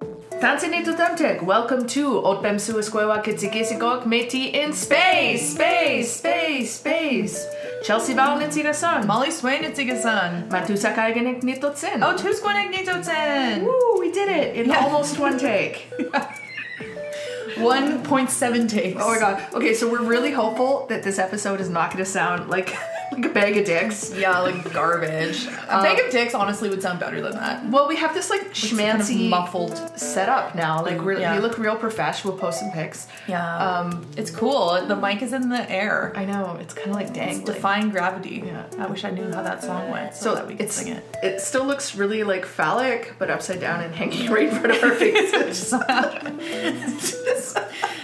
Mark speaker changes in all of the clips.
Speaker 1: Tanzanito Tantek, welcome to Otbemsua Squewa Kitsikisigok Meti in Space, Space, Space, Space. Chelsea Val Nitsigasan,
Speaker 2: Molly Swain at Zigasan.
Speaker 1: Matusa Kaiganik Nitotsin.
Speaker 2: Oh, who's going to Nitoten?
Speaker 1: Woo, we did it in
Speaker 2: Yeah.
Speaker 1: almost one take.
Speaker 2: 1.7 takes.
Speaker 1: Oh my god. Okay, so we're really hopeful that this episode is not going to sound like like a bag of dicks.
Speaker 2: Yeah, like garbage. A bag
Speaker 1: Um,
Speaker 2: of dicks honestly would sound better than that.
Speaker 1: Well, we have this like
Speaker 2: Kind of
Speaker 1: schmancy
Speaker 2: muffled.
Speaker 1: set up now. Like we're,
Speaker 2: Yeah.
Speaker 1: we look real professional. We'll post some pics.
Speaker 2: Yeah.
Speaker 1: Um,
Speaker 2: It's cool. The mic is in the air.
Speaker 1: I know it's kind of like dangling.
Speaker 2: Defying gravity.
Speaker 1: Yeah.
Speaker 2: I wish I knew how that song went so,
Speaker 1: So
Speaker 2: that we could
Speaker 1: it's
Speaker 2: sing it.
Speaker 1: it still looks really like phallic, but upside down and hanging right in front of our faces.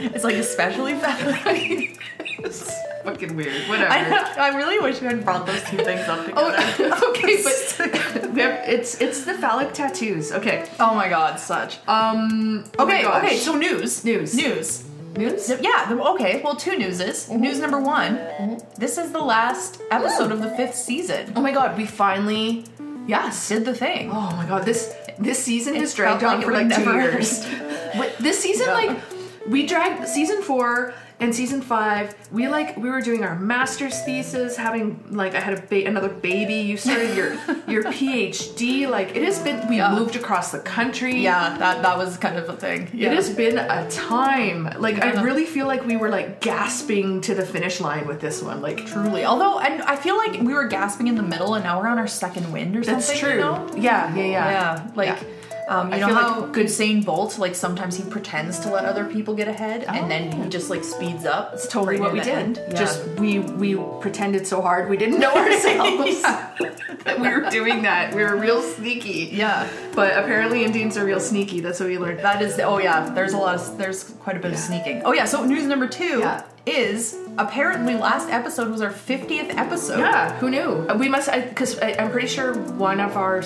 Speaker 2: It's like especially bad.
Speaker 1: it's fucking weird. Whatever.
Speaker 2: I, don't- I really wish we had brought those two things up together.
Speaker 1: Oh, okay, but they're- it's it's the phallic tattoos. Okay.
Speaker 2: Oh my god, such.
Speaker 1: Um. oh my
Speaker 2: Okay,
Speaker 1: gosh.
Speaker 2: okay, so news.
Speaker 1: News.
Speaker 2: News.
Speaker 1: news.
Speaker 2: So, yeah, the- okay, well, two newses. News number one this is the last episode of the fifth season.
Speaker 1: Oh my god, we finally.
Speaker 2: Yes, did the thing.
Speaker 1: Oh my god, this this season has
Speaker 2: felt
Speaker 1: dragged on
Speaker 2: like it
Speaker 1: for
Speaker 2: would
Speaker 1: like two
Speaker 2: never
Speaker 1: years. But this season,
Speaker 2: Yeah.
Speaker 1: like, we dragged season four and season five. We like we were doing our master's thesis, having like I had a ba- another baby. You started your your PhD. Like it has been. We
Speaker 2: Yeah.
Speaker 1: moved across the country.
Speaker 2: Yeah, that that was kind of a thing. Yeah.
Speaker 1: It has been a time. Like
Speaker 2: Yeah.
Speaker 1: I really feel like we were like gasping to the finish line with this one. Like
Speaker 2: truly. Although, and I feel like we were gasping in the middle, and now we're on our second wind or something.
Speaker 1: that's
Speaker 2: You
Speaker 1: true.
Speaker 2: know?
Speaker 1: Yeah, yeah, yeah.
Speaker 2: Yeah, like. Um, you
Speaker 1: I
Speaker 2: know
Speaker 1: feel like
Speaker 2: how good Usain Bolt, like sometimes he pretends to let other people get ahead, and then he just like speeds up.
Speaker 1: It's totally
Speaker 2: right
Speaker 1: what
Speaker 2: in
Speaker 1: we
Speaker 2: the
Speaker 1: did.
Speaker 2: end. Yeah.
Speaker 1: Just we we pretended so hard we didn't know ourselves that we were doing that. We were real sneaky.
Speaker 2: yeah,
Speaker 1: But apparently Indians are real sneaky. That's what we learned.
Speaker 2: that is. Oh yeah, there's a lot of there's quite a bit of sneaking. Oh yeah, so news number two
Speaker 1: Yeah.
Speaker 2: is apparently last episode was our 50th episode.
Speaker 1: Yeah, who knew? Uh, We must because I, I'm pretty sure one of our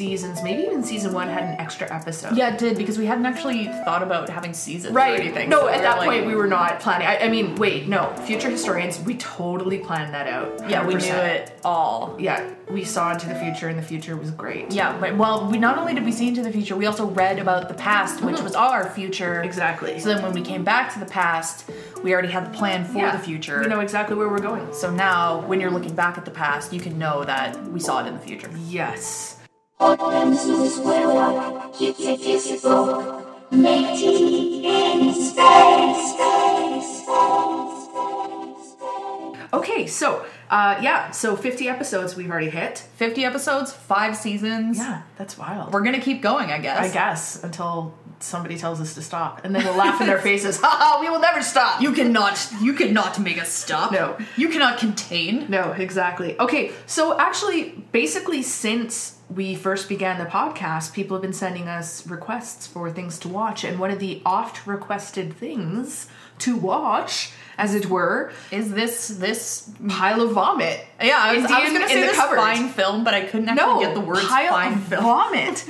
Speaker 1: seasons, maybe even season one, had an extra episode.
Speaker 2: Yeah, it did because we hadn't actually thought about having seasons or
Speaker 1: Right.
Speaker 2: anything.
Speaker 1: No,
Speaker 2: So
Speaker 1: at
Speaker 2: were
Speaker 1: that
Speaker 2: like-
Speaker 1: point we were not planning. I, I mean, wait, no. Future historians, we totally planned that out.
Speaker 2: Yeah, we knew
Speaker 1: 100%.
Speaker 2: it all.
Speaker 1: Yeah, we saw into the future, and the future was great.
Speaker 2: Yeah, but well, we not only did we see into the future, we also read about the past, which was all our future.
Speaker 1: Mm-hmm. Exactly.
Speaker 2: So then when we came back to the past, we already had the plan for
Speaker 1: Yeah.
Speaker 2: the future.
Speaker 1: We know exactly where we're going.
Speaker 2: so now when you're looking back at the past, you can know that we saw it in the future.
Speaker 1: Yes.
Speaker 3: Welcome to the square rock, kids a kiss book, mating in space, space, space, space, space.
Speaker 1: Okay, so uh, yeah, so 50 episodes we've already hit.
Speaker 2: 50 episodes, five seasons.
Speaker 1: that's wild.
Speaker 2: We're gonna keep going, I guess.
Speaker 1: I guess until somebody tells us to stop, and then we'll laugh in their faces. Ha ha! Uh, We will never stop.
Speaker 2: You cannot, you cannot make us stop.
Speaker 1: No.
Speaker 2: You cannot contain.
Speaker 1: No, exactly. Okay, so actually, basically, since we first began the podcast, people have been sending us requests for things to watch, and one of the oft requested things to watch, as it were,
Speaker 2: Is this this?
Speaker 1: pile of vomit.
Speaker 2: Yeah, I was, I was
Speaker 1: Indian
Speaker 2: gonna
Speaker 1: in
Speaker 2: say
Speaker 1: the
Speaker 2: this
Speaker 1: cupboard.
Speaker 2: fine film, but I couldn't actually get the words
Speaker 1: pile
Speaker 2: fine
Speaker 1: of
Speaker 2: film.
Speaker 1: vomit.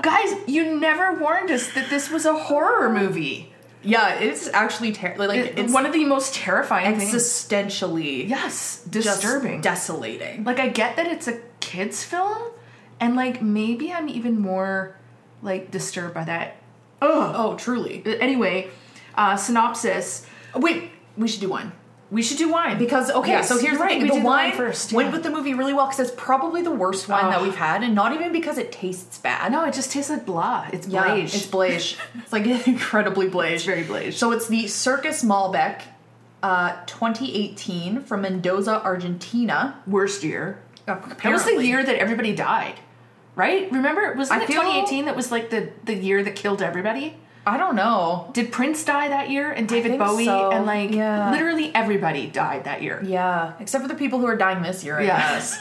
Speaker 1: Guys, you never warned us that this was a horror movie.
Speaker 2: Yeah, it's actually terrible. Like
Speaker 1: It-
Speaker 2: it's
Speaker 1: one of the most terrifying things.
Speaker 2: existentially
Speaker 1: Yes,
Speaker 2: just
Speaker 1: disturbing.
Speaker 2: desolating.
Speaker 1: like I get that it's a kids film, and like maybe I'm even more like disturbed by that. Ugh.
Speaker 2: oh, truly.
Speaker 1: Anyway, uh, synopsis.
Speaker 2: Wait, we should do one.
Speaker 1: We should do wine
Speaker 2: Because okay,
Speaker 1: Yes,
Speaker 2: so here's
Speaker 1: right,
Speaker 2: the thing:
Speaker 1: we
Speaker 2: the
Speaker 1: did
Speaker 2: wine
Speaker 1: wine first,
Speaker 2: went
Speaker 1: yeah.
Speaker 2: with the movie really well because it's probably the worst wine that
Speaker 1: Ugh.
Speaker 2: we've had, and not even because it tastes bad.
Speaker 1: No, it just tastes like blah. It's
Speaker 2: Yeah,
Speaker 1: beige.
Speaker 2: it's blage. it's like incredibly blage.
Speaker 1: It's very blage.
Speaker 2: So it's the Circus Malbec, uh, 2018 from Mendoza, Argentina.
Speaker 1: worst year.
Speaker 2: Apparently.
Speaker 1: That was the year that everybody died, right? Remember, was
Speaker 2: I
Speaker 1: it
Speaker 2: feel-
Speaker 1: 2018 that was like the the year that killed everybody?
Speaker 2: I don't know.
Speaker 1: Did Prince die that year? And David
Speaker 2: think
Speaker 1: Bowie
Speaker 2: so.
Speaker 1: and like
Speaker 2: Yeah.
Speaker 1: literally everybody died that year.
Speaker 2: Yeah, except for the people who are dying this year, I
Speaker 1: Yeah.
Speaker 2: guess.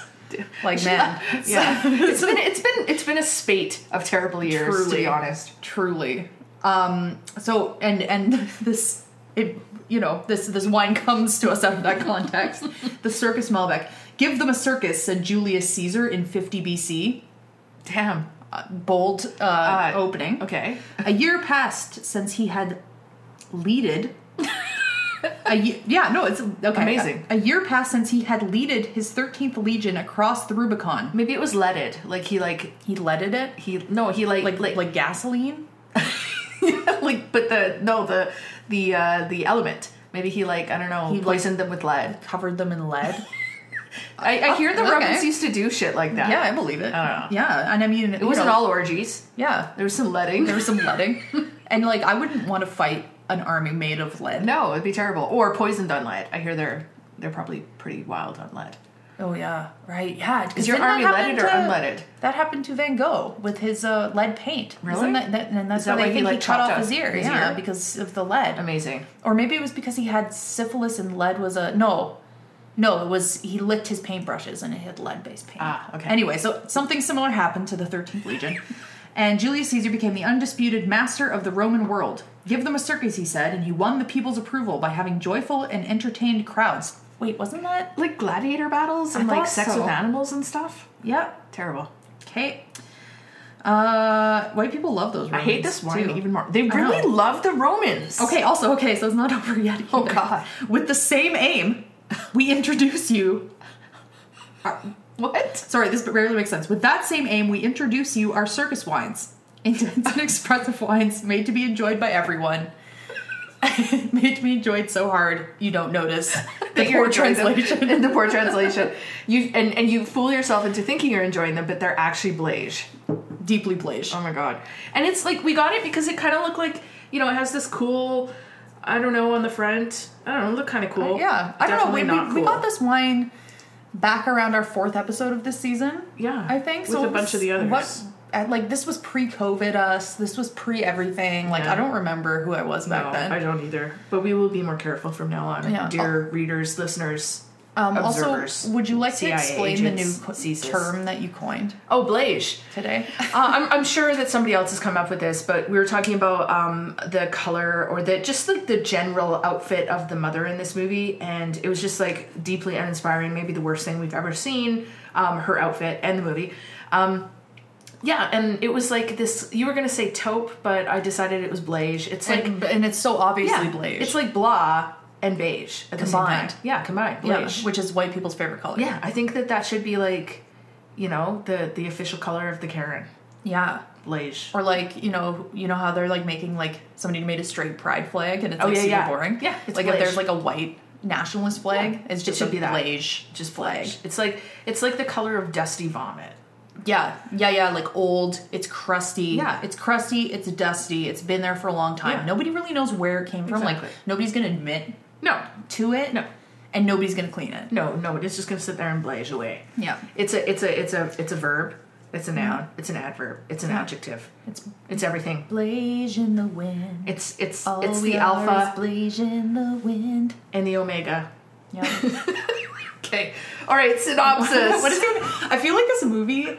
Speaker 2: Like men.
Speaker 1: Yeah. it's been it's been it's been a spate of terrible years to be honest.
Speaker 2: Truly. Um so and and this it you know, this this wine comes to us out of that context. the Circus Malbec. Give them a circus, said Julius Caesar in 50 BC.
Speaker 1: Damn.
Speaker 2: Uh, bold uh, opening.
Speaker 1: Okay.
Speaker 2: A year passed since he had leaded. a ye- yeah, no, it's okay.
Speaker 1: Amazing.
Speaker 2: A, a year passed since he had leaded his 13th legion across the Rubicon.
Speaker 1: Maybe it was leaded. Like he like
Speaker 2: He leaded it?
Speaker 1: he no, he like
Speaker 2: Like like, gasoline?
Speaker 1: like but the no, the the uh the element. Maybe he like I don't know,
Speaker 2: He, like-
Speaker 1: poisoned them with lead.
Speaker 2: Covered them in lead?
Speaker 1: I, I hear the
Speaker 2: okay.
Speaker 1: Romans used to do shit like that.
Speaker 2: Yeah, I believe it.
Speaker 1: I don't know.
Speaker 2: Yeah, and I mean,
Speaker 1: It wasn't all orgies.
Speaker 2: Yeah,
Speaker 1: There was some leading.
Speaker 2: there was some leading, and like I wouldn't want to fight an army made of lead.
Speaker 1: no, it'd be terrible. Or poisoned on lead. I hear they're they're probably pretty wild on lead.
Speaker 2: Oh yeah, right. Yeah, because
Speaker 1: Is your army leaded or unleaded?
Speaker 2: That happened to Van Gogh with his uh, lead paint.
Speaker 1: Really?
Speaker 2: Isn't that, that- and that's
Speaker 1: Is that
Speaker 2: why they
Speaker 1: why he,
Speaker 2: think he,
Speaker 1: like,
Speaker 2: cut
Speaker 1: chopped off
Speaker 2: off his ear.
Speaker 1: his
Speaker 2: yeah,
Speaker 1: ear?
Speaker 2: because of the lead.
Speaker 1: Amazing.
Speaker 2: Or maybe it was because he had syphilis and lead was a no. No, it was he licked his paintbrushes and it had lead-based paint.
Speaker 1: Ah, okay.
Speaker 2: Anyway, so something similar happened to the 13th Legion, and Julius Caesar became the undisputed master of the Roman world. Give them a circus, he said, and he won the people's approval by having joyful and entertained crowds. Wait, wasn't that?
Speaker 1: Like gladiator battles and
Speaker 2: I
Speaker 1: like
Speaker 2: thought
Speaker 1: sex
Speaker 2: so.
Speaker 1: with animals and stuff.
Speaker 2: Yep.
Speaker 1: Terrible.
Speaker 2: Okay. Uh, white people love those.
Speaker 1: I
Speaker 2: Romans
Speaker 1: hate this wine
Speaker 2: too.
Speaker 1: even more. They
Speaker 2: I
Speaker 1: really
Speaker 2: know.
Speaker 1: love the Romans.
Speaker 2: Okay, also, okay, so it's not over yet. Either.
Speaker 1: Oh, God.
Speaker 2: With the same aim, we introduce you.
Speaker 1: Uh, What?
Speaker 2: Sorry, this barely makes sense. With that same aim, we introduce you our circus wines. Intense and expressive wines made to be enjoyed by everyone. made to be enjoyed so hard you don't notice. The
Speaker 1: That you're
Speaker 2: poor
Speaker 1: enjoying them.
Speaker 2: translation.
Speaker 1: the poor translation. You and, and you fool yourself into thinking you're enjoying them, but they're actually blage.
Speaker 2: Deeply pleased.
Speaker 1: Oh my god. And it's like we got it because it kind of looked like, you know, it has this cool I don't know on the front. I don't know, look kind of cool.
Speaker 2: Uh, yeah, I don't know.
Speaker 1: Definitely
Speaker 2: We,
Speaker 1: not
Speaker 2: we, we
Speaker 1: cool.
Speaker 2: got this wine back around our fourth episode of this season.
Speaker 1: Yeah,
Speaker 2: I think so.
Speaker 1: with a
Speaker 2: it
Speaker 1: bunch of the others.
Speaker 2: What, and, like this was pre-COVID us. This was pre-everything. Like
Speaker 1: Yeah.
Speaker 2: I don't remember who I was back
Speaker 1: No,
Speaker 2: then.
Speaker 1: I don't either. But we will be more careful from now on,
Speaker 2: Yeah.
Speaker 1: dear readers, listeners.
Speaker 2: um,
Speaker 1: observers,
Speaker 2: also, would you like
Speaker 1: CIA
Speaker 2: to explain
Speaker 1: agents,
Speaker 2: the new co-
Speaker 1: Caesars.
Speaker 2: term that you coined
Speaker 1: Oh, blage.
Speaker 2: today?
Speaker 1: uh, I'm, I'm sure that somebody else has come up with this, but we were talking about um, the color or the just like the general outfit of the mother in this movie, and it was just like deeply uninspiring. Maybe the worst thing we've ever seen. Um, her outfit and the movie. Um, yeah, and it was like this. You were gonna say taupe, but I decided it was beige. It's like
Speaker 2: and, and it's so obviously
Speaker 1: yeah,
Speaker 2: beige.
Speaker 1: It's like blah and beige at the same time.
Speaker 2: Combined.
Speaker 1: Yeah, combined
Speaker 2: yeah,
Speaker 1: beige.
Speaker 2: which is white people's favorite color.
Speaker 1: yeah, I think that that should be like, you know, the the official color of the Karen.
Speaker 2: yeah.
Speaker 1: Beige.
Speaker 2: Or like you know you know how they're like making like somebody made a straight pride flag and it's like
Speaker 1: Oh, yeah,
Speaker 2: super
Speaker 1: yeah.
Speaker 2: boring.
Speaker 1: Yeah, it's
Speaker 2: like
Speaker 1: beige.
Speaker 2: if there's like a white nationalist flag,
Speaker 1: Yeah,
Speaker 2: it's
Speaker 1: it
Speaker 2: just
Speaker 1: should
Speaker 2: a
Speaker 1: be that.
Speaker 2: beige
Speaker 1: just
Speaker 2: flag.
Speaker 1: flesh. It's like it's like the color of dusty vomit.
Speaker 2: Yeah, yeah, yeah. Like old, it's crusty.
Speaker 1: Yeah.
Speaker 2: it's crusty. It's dusty. It's been there for a long time.
Speaker 1: Yeah.
Speaker 2: Nobody really knows where it came from.
Speaker 1: Exactly.
Speaker 2: Like nobody's gonna admit
Speaker 1: No,
Speaker 2: to it.
Speaker 1: No.
Speaker 2: and nobody's gonna clean it.
Speaker 1: no, no. It's just gonna sit there and blaze away.
Speaker 2: Yeah. Mm-hmm.
Speaker 1: It's a it's a it's a it's a verb. It's a noun. It's an adverb. It's an
Speaker 2: Yeah.
Speaker 1: adjective.
Speaker 2: It's
Speaker 1: It's everything.
Speaker 2: blaze in the wind.
Speaker 1: It's it's
Speaker 2: All
Speaker 1: it's
Speaker 2: we
Speaker 1: the
Speaker 2: are
Speaker 1: alpha
Speaker 2: is blaze in the wind.
Speaker 1: and the omega.
Speaker 2: Yeah.
Speaker 1: Okay. All right. Synopsis.
Speaker 2: what is it? I feel like this movie.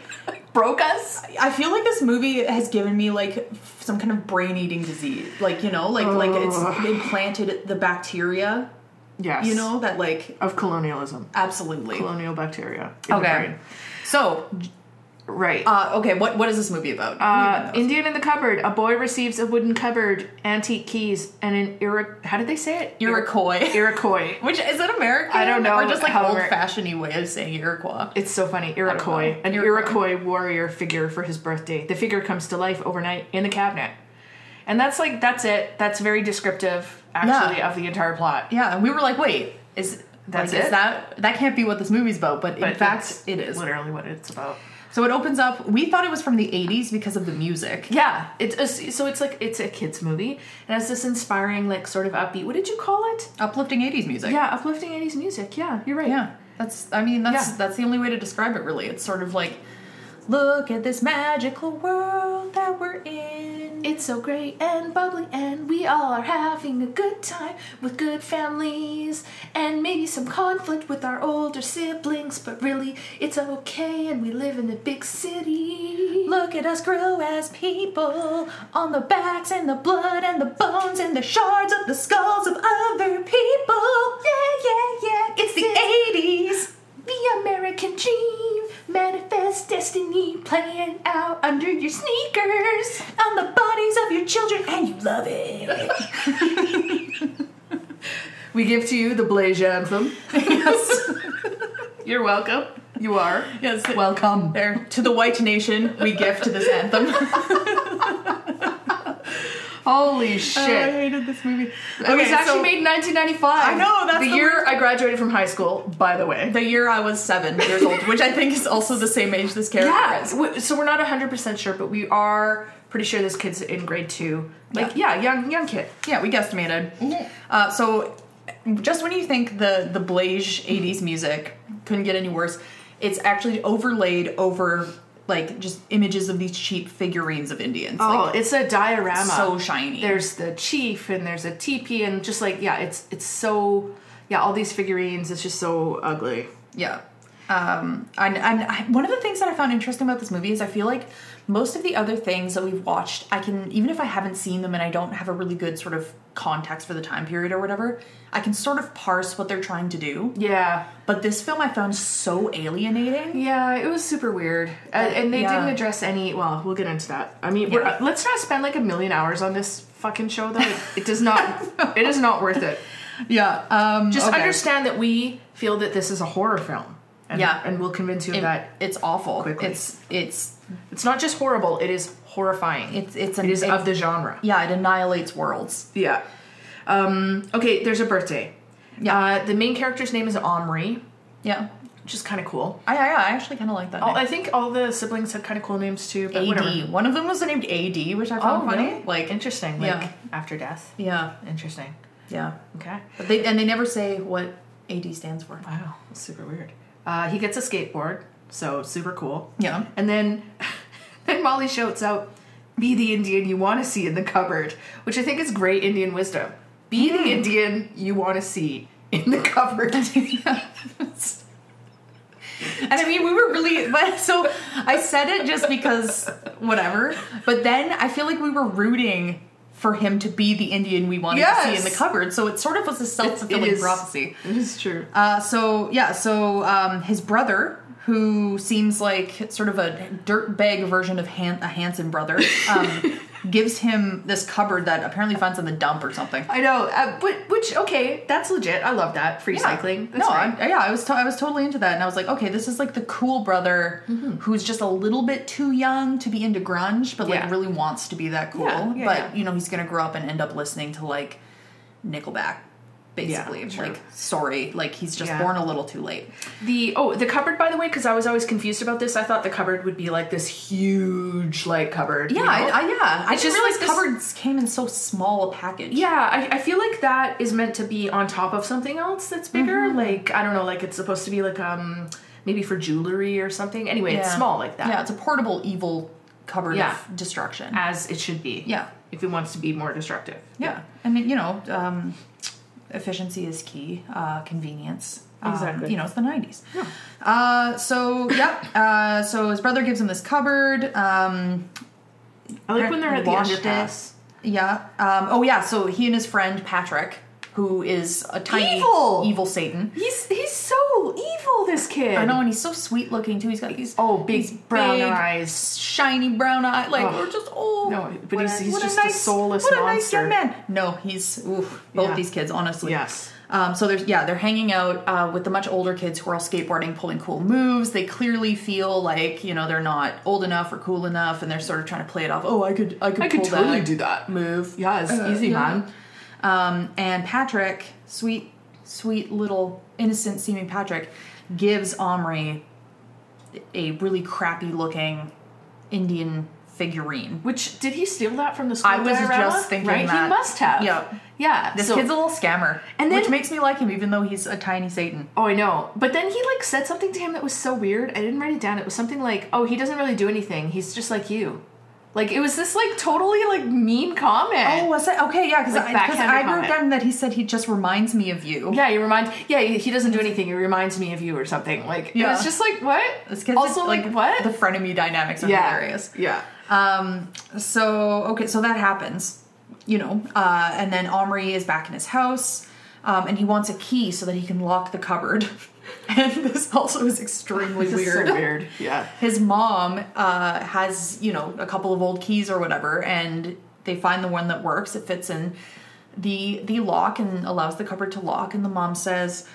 Speaker 1: broke us?
Speaker 2: I feel like this movie has given me like f- some kind of brain-eating disease. Like you know, like like it's implanted the bacteria.
Speaker 1: Yes.
Speaker 2: You know that like
Speaker 1: of colonialism,
Speaker 2: absolutely.
Speaker 1: colonial bacteria. in the brain.
Speaker 2: So
Speaker 1: Right.
Speaker 2: Uh, okay, what what is this movie about?
Speaker 1: Uh, Indian in the cupboard. A boy receives a wooden cupboard, antique keys, and an Iro- How did they say it?
Speaker 2: Iroquois.
Speaker 1: Iroquois.
Speaker 2: Which is it American?
Speaker 1: I don't know
Speaker 2: Or just like
Speaker 1: how
Speaker 2: old
Speaker 1: Ameri-
Speaker 2: fashioned way of saying Iroquois.
Speaker 1: It's so funny. Iroquois,
Speaker 2: know.
Speaker 1: an Iroquois.
Speaker 2: Iroquois.
Speaker 1: warrior figure for his birthday. The figure comes to life overnight in the cabinet. And that's like that's it. That's very descriptive actually
Speaker 2: Yeah.
Speaker 1: of the entire plot.
Speaker 2: Yeah, and we were like, wait, is
Speaker 1: That's
Speaker 2: like, is
Speaker 1: it?
Speaker 2: that that can't be what this movie's about, but,
Speaker 1: But
Speaker 2: in fact
Speaker 1: that's
Speaker 2: it is.
Speaker 1: literally what it's about.
Speaker 2: So it opens up we thought it was from the 80s because of the music.
Speaker 1: Yeah, it's a, so it's like it's a kids movie and it's this inspiring like sort of upbeat. What did you call it?
Speaker 2: Uplifting 80s music.
Speaker 1: Yeah, uplifting 80s music. Yeah, you're right.
Speaker 2: Yeah. That's I mean that's
Speaker 1: Yeah.
Speaker 2: that's the only way to describe it really. It's sort of like look at this magical world that we're in.
Speaker 1: It's so great and bubbly, and we all are having a good time with good families, and maybe some conflict with our older siblings, but really, it's okay, and we live in a big city.
Speaker 2: Look at us grow as people on the backs and the blood and the bones and the shards of the skulls of other people. Yeah, yeah, yeah. It's the 80s.
Speaker 1: The American dream, manifest destiny, playing out under your sneakers.
Speaker 2: On the bodies of your children, and you love it.
Speaker 1: We give to you the Blaze Anthem.
Speaker 2: yes.
Speaker 1: You're welcome. You are.
Speaker 2: Yes.
Speaker 1: Welcome.
Speaker 2: There. To the white nation, we give to this anthem.
Speaker 1: Holy
Speaker 2: I
Speaker 1: shit.
Speaker 2: hated this movie.
Speaker 1: it was actually
Speaker 2: so
Speaker 1: made in 1995.
Speaker 2: I know, that's
Speaker 1: the,
Speaker 2: the
Speaker 1: year
Speaker 2: weird-
Speaker 1: I graduated from high school. By the way,
Speaker 2: the year I was seven years old, which I think is also the same age this character
Speaker 1: yeah.
Speaker 2: is.
Speaker 1: w- So we're not 100 percent sure, but we are pretty sure this kid's in grade two. Like, yeah, young young kid.
Speaker 2: Yeah, we guesstimated.
Speaker 1: Mm-hmm.
Speaker 2: Uh, so, just when you think the the Blaze '80s music couldn't get any worse, it's actually overlaid over like just images of these cheap figurines of Indians.
Speaker 1: Oh,
Speaker 2: like,
Speaker 1: it's a diorama.
Speaker 2: so shiny.
Speaker 1: There's the chief and there's a teepee and just like yeah, it's it's so yeah, all these figurines. It's just so ugly.
Speaker 2: Yeah. Um, and and I, one of the things that I found interesting about this movie is I feel like most of the other things that we've watched, I can even if I haven't seen them and I don't have a really good sort of context for the time period or whatever, I can sort of parse what they're trying to do.
Speaker 1: Yeah,
Speaker 2: But this film I found so alienating.
Speaker 1: yeah, it was super weird, uh, and they
Speaker 2: Yeah.
Speaker 1: didn't address any. Well, we'll get into that. I mean, we're, uh,
Speaker 2: Yeah.
Speaker 1: let's not spend like a million hours on this fucking show though. It, it does not. it is not worth it.
Speaker 2: Yeah. Um,
Speaker 1: Just
Speaker 2: okay.
Speaker 1: understand that we feel that this is a horror film. And,
Speaker 2: Yeah.
Speaker 1: and we'll convince you of
Speaker 2: It-
Speaker 1: that
Speaker 2: it's awful.
Speaker 1: Quickly.
Speaker 2: It's it's
Speaker 1: it's not just horrible; it is horrifying.
Speaker 2: it's it's an,
Speaker 1: it is
Speaker 2: it-
Speaker 1: of the genre.
Speaker 2: yeah. It annihilates worlds.
Speaker 1: Yeah. Um, okay, there's a birthday.
Speaker 2: Yeah.
Speaker 1: Uh, the main character's name is Omri,
Speaker 2: Yeah.
Speaker 1: which is kind of cool.
Speaker 2: I I, I actually kind of like that.
Speaker 1: All,
Speaker 2: name.
Speaker 1: I think all the siblings had kind of cool names too, but
Speaker 2: AD.
Speaker 1: whatever.
Speaker 2: One of them was named AD, which I found
Speaker 1: Oh,
Speaker 2: funny.
Speaker 1: really?
Speaker 2: Like
Speaker 1: Interesting. Like
Speaker 2: Yeah.
Speaker 1: after death.
Speaker 2: Yeah.
Speaker 1: Interesting.
Speaker 2: Yeah.
Speaker 1: Okay.
Speaker 2: But they and they never say what AD stands for.
Speaker 1: Wow, that's super weird. Uh, he gets a skateboard, so super cool.
Speaker 2: Yeah.
Speaker 1: And then, then Molly shouts out, "Be the Indian you want to see in the cupboard," which I think is great Indian wisdom. Be the Indian you want to see in the cupboard.
Speaker 2: And I mean, we were really but, so. I said it just because whatever. But then I feel like we were rooting for him to be the Indian we wanted to see in
Speaker 1: Yes.
Speaker 2: the cupboard. So it sort of was a self
Speaker 1: It
Speaker 2: fulfilling
Speaker 1: is-
Speaker 2: prophecy.
Speaker 1: It is true.
Speaker 2: Uh, so yeah, so um, his brother, who seems like sort of a dirtbag version of Han- a Hanson brother, um, gives him this cupboard that apparently finds in the dump or something.
Speaker 1: I know, uh, but which okay, that's legit. I love that free cycling. That's
Speaker 2: no,
Speaker 1: great.
Speaker 2: I, yeah, I was to- I was totally into that, and I was like, okay, this is like the cool brother
Speaker 1: Mm-hmm.
Speaker 2: who's just a little bit too young to be into grunge, but like
Speaker 1: Yeah.
Speaker 2: really wants to be that cool.
Speaker 1: Yeah, yeah,
Speaker 2: but
Speaker 1: yeah.
Speaker 2: you know, he's gonna grow up and end up listening to like Nickelback, basically.
Speaker 1: true.
Speaker 2: like, sorry, like he's just
Speaker 1: Yeah.
Speaker 2: born a little too late.
Speaker 1: the oh the cupboard by the way, because I was always confused about this. I thought the cupboard would be like this huge like cupboard. you
Speaker 2: Yeah,
Speaker 1: know?
Speaker 2: I, I, yeah. I
Speaker 1: It's just
Speaker 2: just
Speaker 1: like
Speaker 2: realized
Speaker 1: this-
Speaker 2: cupboards came in so small a package.
Speaker 1: Yeah, I, I feel like that is meant to be on top of something else that's bigger. Like I don't know, like it's supposed to be like um maybe for jewelry or something. Anyway, it's
Speaker 2: Yeah.
Speaker 1: small like that,
Speaker 2: Yeah, it's a portable evil cupboard
Speaker 1: Yeah.
Speaker 2: of destruction.
Speaker 1: as it should be.
Speaker 2: Yeah.
Speaker 1: if it wants to be more destructive.
Speaker 2: yeah. I mean, you know, um, efficiency is key. Uh, convenience. Um,
Speaker 1: Exactly.
Speaker 2: you know, it's the nineties. Yeah. Uh, so yep. Uh, so his brother gives him this cupboard. Um,
Speaker 1: I like when they're at the
Speaker 2: Washed
Speaker 1: underpass.
Speaker 2: yeah. Um, oh yeah. So he and his friend Patrick, who is a tiny
Speaker 1: Evil!
Speaker 2: evil Satan.
Speaker 1: He's he's so evil. This kid.
Speaker 2: I know, and he's so sweet looking too. He's got these
Speaker 1: Oh, big
Speaker 2: these
Speaker 1: brown
Speaker 2: big,
Speaker 1: eyes.
Speaker 2: shiny brown eye. Like
Speaker 1: Ugh.
Speaker 2: we're just oh
Speaker 1: No, but
Speaker 2: what
Speaker 1: he's-
Speaker 2: a-
Speaker 1: he's
Speaker 2: what
Speaker 1: just a
Speaker 2: nice,
Speaker 1: soulless
Speaker 2: What a nice young
Speaker 1: monster.
Speaker 2: man. No, he's oof, both
Speaker 1: Yeah.
Speaker 2: these kids honestly.
Speaker 1: Yes.
Speaker 2: Um, so there's yeah, they're hanging out uh, with the much older kids who are all skateboarding, pulling cool moves. They clearly feel like you know they're not old enough or cool enough, and they're sort of trying to play it off. Oh, I could, I could,
Speaker 1: I could
Speaker 2: pull
Speaker 1: totally
Speaker 2: that.
Speaker 1: do that move. Yeah, it's easy,
Speaker 2: yeah.
Speaker 1: man.
Speaker 2: Um, and Patrick, sweet, sweet little innocent seeming Patrick, gives Omri a really crappy looking Indian figurine.
Speaker 1: Which did he steal that from the school?
Speaker 2: I was just
Speaker 1: diorama?
Speaker 2: thinking
Speaker 1: right?
Speaker 2: that.
Speaker 1: He must have.
Speaker 2: Yep.
Speaker 1: Yeah.
Speaker 2: This
Speaker 1: so-
Speaker 2: kid's a little scammer,
Speaker 1: And
Speaker 2: which
Speaker 1: then-
Speaker 2: makes me like him, even though he's a tiny Satan.
Speaker 1: Oh, I know. But then he like said something to him that was so weird. I didn't write it down. It was something like, "Oh, he doesn't really do anything. He's just like you." Like it was this like totally like mean comment.
Speaker 2: Oh, was it? Okay, yeah, because
Speaker 1: Like
Speaker 2: I, 'cause
Speaker 1: backhanded
Speaker 2: I wrote
Speaker 1: comment.
Speaker 2: down that he said he just reminds me of you.
Speaker 1: Yeah, he reminds. Yeah, he, he doesn't do anything. He reminds me of you or something. Like it
Speaker 2: Yeah.
Speaker 1: was just like what?
Speaker 2: This kid's
Speaker 1: also like, what?
Speaker 2: The frenemy dynamics are
Speaker 1: yeah.
Speaker 2: hilarious.
Speaker 1: Yeah.
Speaker 2: Um, so okay, so that happens, you know, uh, and then Omri is back in his house, um, and he wants a key so that he can lock the cupboard. and this also is extremely
Speaker 1: This is
Speaker 2: weird.
Speaker 1: so weird. Yeah.
Speaker 2: His mom uh, has, you know, a couple of old keys or whatever, and they find the one that works. It fits in the the lock and allows the cupboard to lock. And the mom says,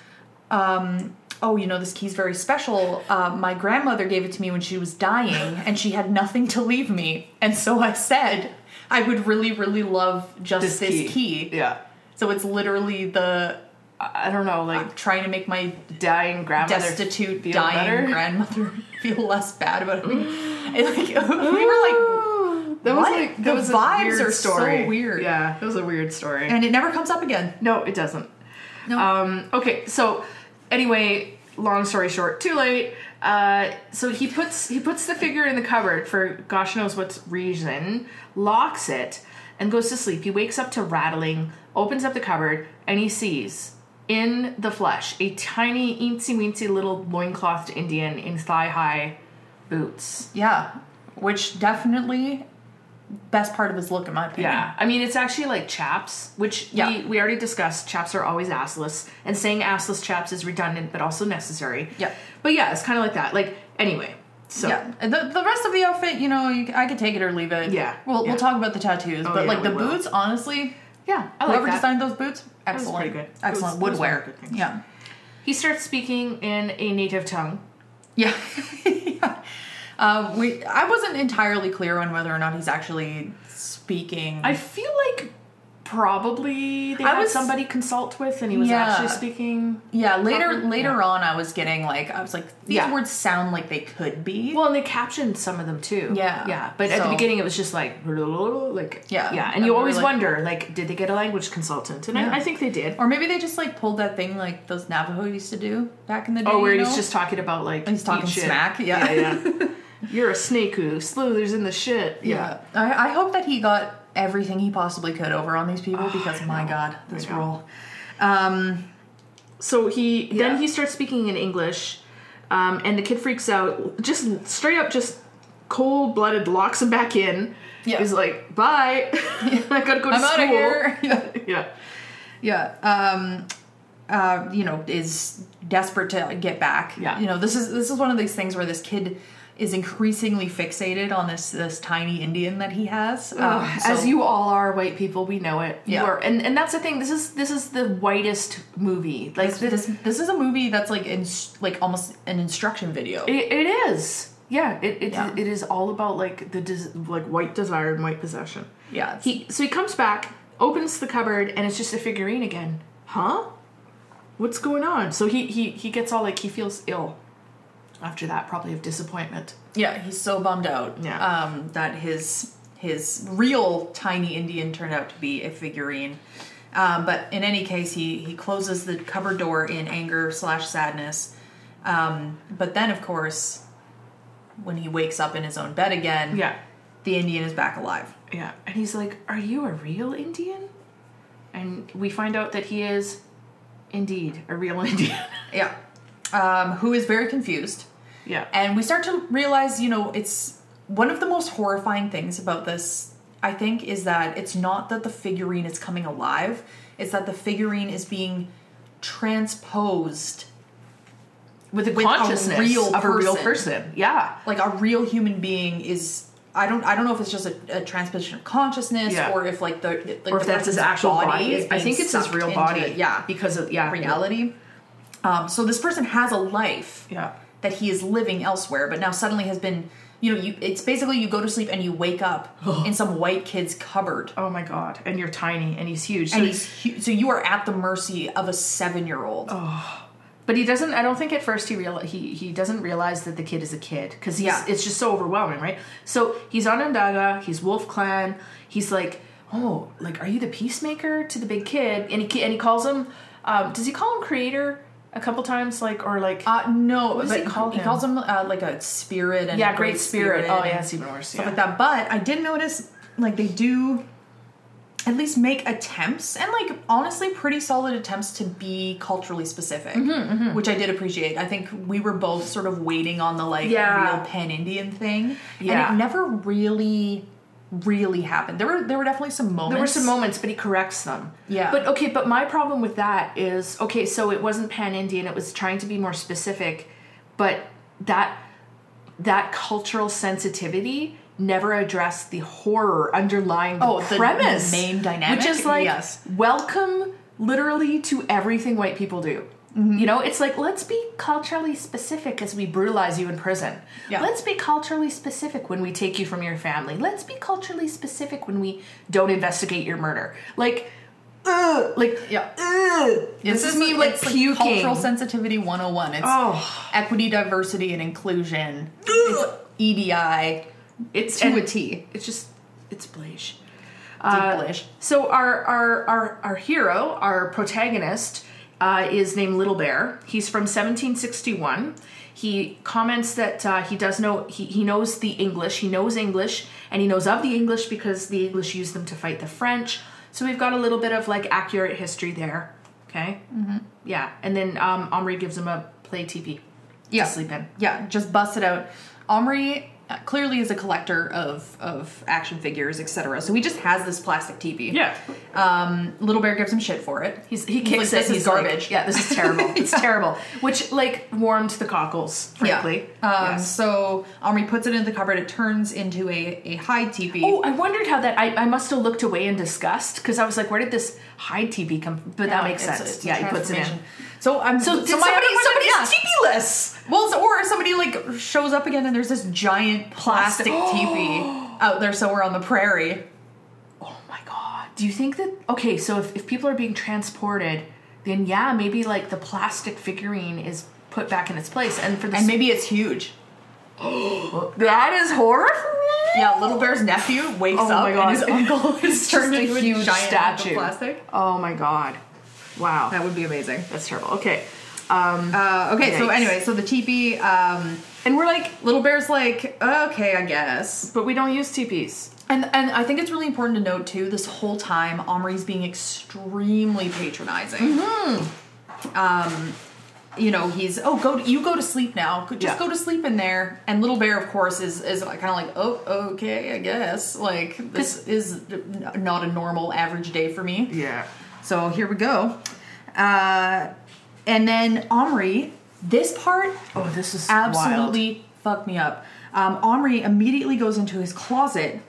Speaker 2: um, "Oh, you know, this key's very special. Uh, my grandmother gave it to me when she was dying, and she had nothing to leave me. And so I said." I would really, really love just this, key.
Speaker 1: Yeah.
Speaker 2: So it's literally the
Speaker 1: I I don't know, like
Speaker 2: trying to make my
Speaker 1: dying grandmother
Speaker 2: Uh, destitute,
Speaker 1: feel
Speaker 2: dying
Speaker 1: better.
Speaker 2: grandmother feel less bad about me. And, like we were like,
Speaker 1: that was
Speaker 2: What?
Speaker 1: like that
Speaker 2: The
Speaker 1: was a
Speaker 2: vibes
Speaker 1: weird
Speaker 2: are so
Speaker 1: story.
Speaker 2: weird.
Speaker 1: Yeah, it was a weird story.
Speaker 2: and it never comes up again.
Speaker 1: no, it doesn't.
Speaker 2: No,
Speaker 1: Um, okay, so anyway, long story short, too late. Uh, so he puts he puts the figure in the cupboard for gosh knows what reason, locks it, and goes to sleep. He wakes up to rattling, opens up the cupboard, and he sees in the flesh a tiny eensy weensy little loinclothed Indian in thigh high boots.
Speaker 2: yeah, which definitely best part of his look in my opinion.
Speaker 1: Yeah, I mean it's actually like chaps, which we,
Speaker 2: Yeah.
Speaker 1: we already discussed. Chaps are always assless, and saying assless chaps is redundant but also necessary.
Speaker 2: Yeah.
Speaker 1: but yeah, it's kind of like that. Like anyway, so
Speaker 2: Yeah, And the, the rest of the outfit, you know, you, I could take it or leave it.
Speaker 1: Yeah.
Speaker 2: we'll
Speaker 1: Yeah. Oh,
Speaker 2: we'll talk about the tattoos, but
Speaker 1: yeah,
Speaker 2: like the
Speaker 1: we will.
Speaker 2: boots, honestly,
Speaker 1: yeah, I like
Speaker 2: whoever
Speaker 1: that.
Speaker 2: designed those boots,
Speaker 1: was
Speaker 2: excellent,
Speaker 1: pretty good.
Speaker 2: excellent
Speaker 1: It was- it was one of the
Speaker 2: woodwear.
Speaker 1: good things.
Speaker 2: Yeah,
Speaker 1: he starts speaking in a native tongue.
Speaker 2: Yeah. yeah. Uh, we, I wasn't entirely clear on whether or not he's actually speaking.
Speaker 1: I feel like probably they
Speaker 2: I
Speaker 1: had
Speaker 2: was-
Speaker 1: somebody consult with, and he was
Speaker 2: Yeah.
Speaker 1: actually speaking.
Speaker 2: yeah, later
Speaker 1: Probably,
Speaker 2: later
Speaker 1: yeah.
Speaker 2: on, I was getting like I was like these
Speaker 1: Yeah.
Speaker 2: words sound like they could be.
Speaker 1: Well, and they captioned some of them too.
Speaker 2: Yeah.
Speaker 1: yeah. But at the
Speaker 2: So-
Speaker 1: beginning, it was just like like
Speaker 2: Yeah.
Speaker 1: yeah. And,
Speaker 2: And
Speaker 1: you
Speaker 2: we were
Speaker 1: always
Speaker 2: like-
Speaker 1: wonder like, did they get a language consultant? And
Speaker 2: Yeah.
Speaker 1: I, I think they did.
Speaker 2: or maybe they just like pulled that thing like those Navajo used to do back in the day.
Speaker 1: Oh, where
Speaker 2: you
Speaker 1: he's
Speaker 2: know?
Speaker 1: just talking about like
Speaker 2: He's talking
Speaker 1: eat shit.
Speaker 2: smack, yeah.
Speaker 1: yeah. yeah. You're a snake who slithers in the shit.
Speaker 2: yeah. I, I hope that he got everything he possibly could over on these people because my god, this
Speaker 1: know.
Speaker 2: role. Um,
Speaker 1: So he
Speaker 2: Yeah.
Speaker 1: then he starts speaking in English, um, and the kid freaks out. Just straight up, just cold blooded locks him back in.
Speaker 2: Yeah.
Speaker 1: He's like, bye. I gotta go to
Speaker 2: I'm
Speaker 1: school.
Speaker 2: out of here. Yeah.
Speaker 1: Yeah.
Speaker 2: Yeah. Um, uh, you know, is desperate to get back.
Speaker 1: Yeah.
Speaker 2: You know, this is this is one of these things where this kid is increasingly fixated on this this tiny Indian that he has. Um,
Speaker 1: Ugh,
Speaker 2: so-
Speaker 1: Oh, As you all are white people, we know it.
Speaker 2: Yeah.
Speaker 1: You are, and and that's the thing. This is this is the whitest movie. Like
Speaker 2: this, this this is a movie that's like in, like almost an instruction video.
Speaker 1: It, it is. Yeah. It it,
Speaker 2: Yeah.
Speaker 1: it is all about like the des- like white desire and white possession.
Speaker 2: Yeah. it's-
Speaker 1: He so he comes back, opens the cupboard, and it's just a figurine again. Huh? What's going on? So he he he gets all like he feels ill after that, probably of disappointment.
Speaker 2: yeah, he's so bummed out.
Speaker 1: Yeah.
Speaker 2: Um, that his his real tiny Indian turned out to be a figurine. Um, but in any case, he he closes the cupboard door in anger slash sadness. Um, but then, of course, when he wakes up in his own bed again,
Speaker 1: Yeah.
Speaker 2: the Indian is back alive.
Speaker 1: Yeah. And he's like, "Are you a real Indian?" And we find out that he is indeed a real Indian.
Speaker 2: Yeah, um, who is very confused.
Speaker 1: yeah.
Speaker 2: And we start to realize, you know, it's one of the most horrifying things about this, I think, is that it's not that the figurine is coming alive, it's that the figurine is being transposed
Speaker 1: with a
Speaker 2: with a
Speaker 1: consciousness
Speaker 2: real
Speaker 1: of a real
Speaker 2: person.
Speaker 1: person. Yeah.
Speaker 2: like a real human being is I don't I don't know if it's just a, a transposition of consciousness
Speaker 1: Yeah.
Speaker 2: or if like the like
Speaker 1: Or
Speaker 2: the
Speaker 1: if that's his
Speaker 2: person's
Speaker 1: actual body,
Speaker 2: is
Speaker 1: I
Speaker 2: being
Speaker 1: think it's his
Speaker 2: sucked
Speaker 1: real
Speaker 2: into-
Speaker 1: body.
Speaker 2: yeah
Speaker 1: because of yeah
Speaker 2: reality. Um, so this person has a life
Speaker 1: Yeah.
Speaker 2: that he is living elsewhere, but now suddenly has been, you know, you, it's basically you go to sleep and you wake up in some white kid's cupboard.
Speaker 1: Oh my god! And you're tiny, and he's huge. So
Speaker 2: And he's hu- so you are at the mercy of a seven year old.
Speaker 1: Oh. But he doesn't. I don't think at first he real he he doesn't realize that the kid is a kid because
Speaker 2: Yeah.
Speaker 1: it's just so overwhelming, right? So he's on Onondaga. He's Wolf Clan. He's like, oh, like are you the peacemaker to the big kid? And he ca- and he calls him. Um, does he call him creator? a couple times, like or like
Speaker 2: Uh, no,
Speaker 1: does
Speaker 2: but
Speaker 1: he call
Speaker 2: he
Speaker 1: him?
Speaker 2: calls him uh, like a spirit and
Speaker 1: yeah, Great Spirit. Oh
Speaker 2: and
Speaker 1: yeah, it's even worse.
Speaker 2: stuff
Speaker 1: Yeah.
Speaker 2: like that. But I did notice like they do at least make attempts and like honestly pretty solid attempts to be culturally specific,
Speaker 1: Mm-hmm,
Speaker 2: which I did appreciate. I think we were both sort of waiting on the like
Speaker 1: Yeah.
Speaker 2: real pan Indian thing,
Speaker 1: Yeah.
Speaker 2: and it never really really happened. There were there were definitely some moments.
Speaker 1: There were some moments, but he corrects them.
Speaker 2: Yeah.
Speaker 1: But okay, but my problem with that is okay, so it wasn't pan Indian, it was trying to be more specific, but that that cultural sensitivity never addressed the horror underlying the
Speaker 2: Oh, the
Speaker 1: premise.
Speaker 2: main dynamic?
Speaker 1: Which is like
Speaker 2: Yes.
Speaker 1: welcome literally to everything white people do.
Speaker 2: Mm-hmm.
Speaker 1: You know, it's like let's be culturally specific as we brutalize you in prison.
Speaker 2: Yeah.
Speaker 1: Let's be culturally specific when we take you from your family. Let's be culturally specific when we don't investigate your murder. Like, ugh, like,
Speaker 2: Yeah.
Speaker 1: ugh. This, is me like
Speaker 2: it's
Speaker 1: puking.
Speaker 2: cultural sensitivity 101. It's
Speaker 1: Oh.
Speaker 2: equity, diversity, and inclusion. It's E EDI
Speaker 1: it's
Speaker 2: to
Speaker 1: and
Speaker 2: a T.
Speaker 1: It's just it's blage. Uh,
Speaker 2: Deeplish.
Speaker 1: So our our our our hero, our protagonist, uh, is named Little Bear. He's from 1761. He comments that uh, he does know he, he knows the English. He knows English, and he knows of the English because the English used them to fight the French. So we've got a little bit of like accurate history there. Okay. Mm-hmm. Yeah, and then um, Omri gives him a play TP.
Speaker 2: yeah.
Speaker 1: To sleep in.
Speaker 2: Yeah, just bust it out. Omri uh, clearly is a collector of of action figures, etc. So he just has this plastic TV. Um, Little Bear gives him shit for it.
Speaker 1: He's, he kicks
Speaker 2: like,
Speaker 1: it.
Speaker 2: This
Speaker 1: he's
Speaker 2: is garbage.
Speaker 1: like, yeah, this is terrible. It's terrible. Which like warmed the cockles, frankly.
Speaker 2: Yeah. Um,
Speaker 1: Yes.
Speaker 2: So Omri puts it in the cupboard. It turns into a, a hide teepee.
Speaker 1: Oh, I wondered how that. I, I must have looked away in disgust because I was like, "Where did this high TB come?" from? But that makes
Speaker 2: It's-
Speaker 1: sense.
Speaker 2: it's a
Speaker 1: yeah, he puts it in.
Speaker 2: transformation. So I'm
Speaker 1: So, did
Speaker 2: my
Speaker 1: somebody,
Speaker 2: other question-
Speaker 1: somebody's
Speaker 2: yeah.
Speaker 1: TB-less.
Speaker 2: Well, so, or somebody like shows up again and there's this giant plastic teepee out there somewhere on the prairie.
Speaker 1: Oh my god! Do you think that? Okay, so if, if people are being transported, then yeah, maybe like the plastic figurine is put back in its place, and for the
Speaker 2: And maybe it's huge.
Speaker 1: that is horrifying.
Speaker 2: Yeah, Little Bear's nephew wakes
Speaker 1: Oh
Speaker 2: up
Speaker 1: my God.
Speaker 2: and his uncle is
Speaker 1: It's
Speaker 2: turned
Speaker 1: just
Speaker 2: into
Speaker 1: a huge
Speaker 2: giant lump of
Speaker 1: statue.
Speaker 2: plastic.
Speaker 1: Oh my god! Wow,
Speaker 2: That would be amazing.
Speaker 1: that's terrible. Okay,
Speaker 2: Uh, okay, so
Speaker 1: Yikes.
Speaker 2: anyway, so the teepee, um,
Speaker 1: and we're like,
Speaker 2: Little Bear's like, okay, I guess.
Speaker 1: but we don't use TPs.
Speaker 2: And and I think it's really important to note too. This whole time, Omri's being extremely patronizing. Um, you know, he's oh go to, you go to sleep now. Just
Speaker 1: Yeah.
Speaker 2: go to sleep in there. And Little Bear, of course, is is kind of like oh okay, I guess. Like this is n- not a normal average day for me.
Speaker 1: Yeah.
Speaker 2: So here we go. Uh, and then Omri, this part
Speaker 1: Oh, this is
Speaker 2: absolutely fucked me up. Um, Omri immediately goes into his closet,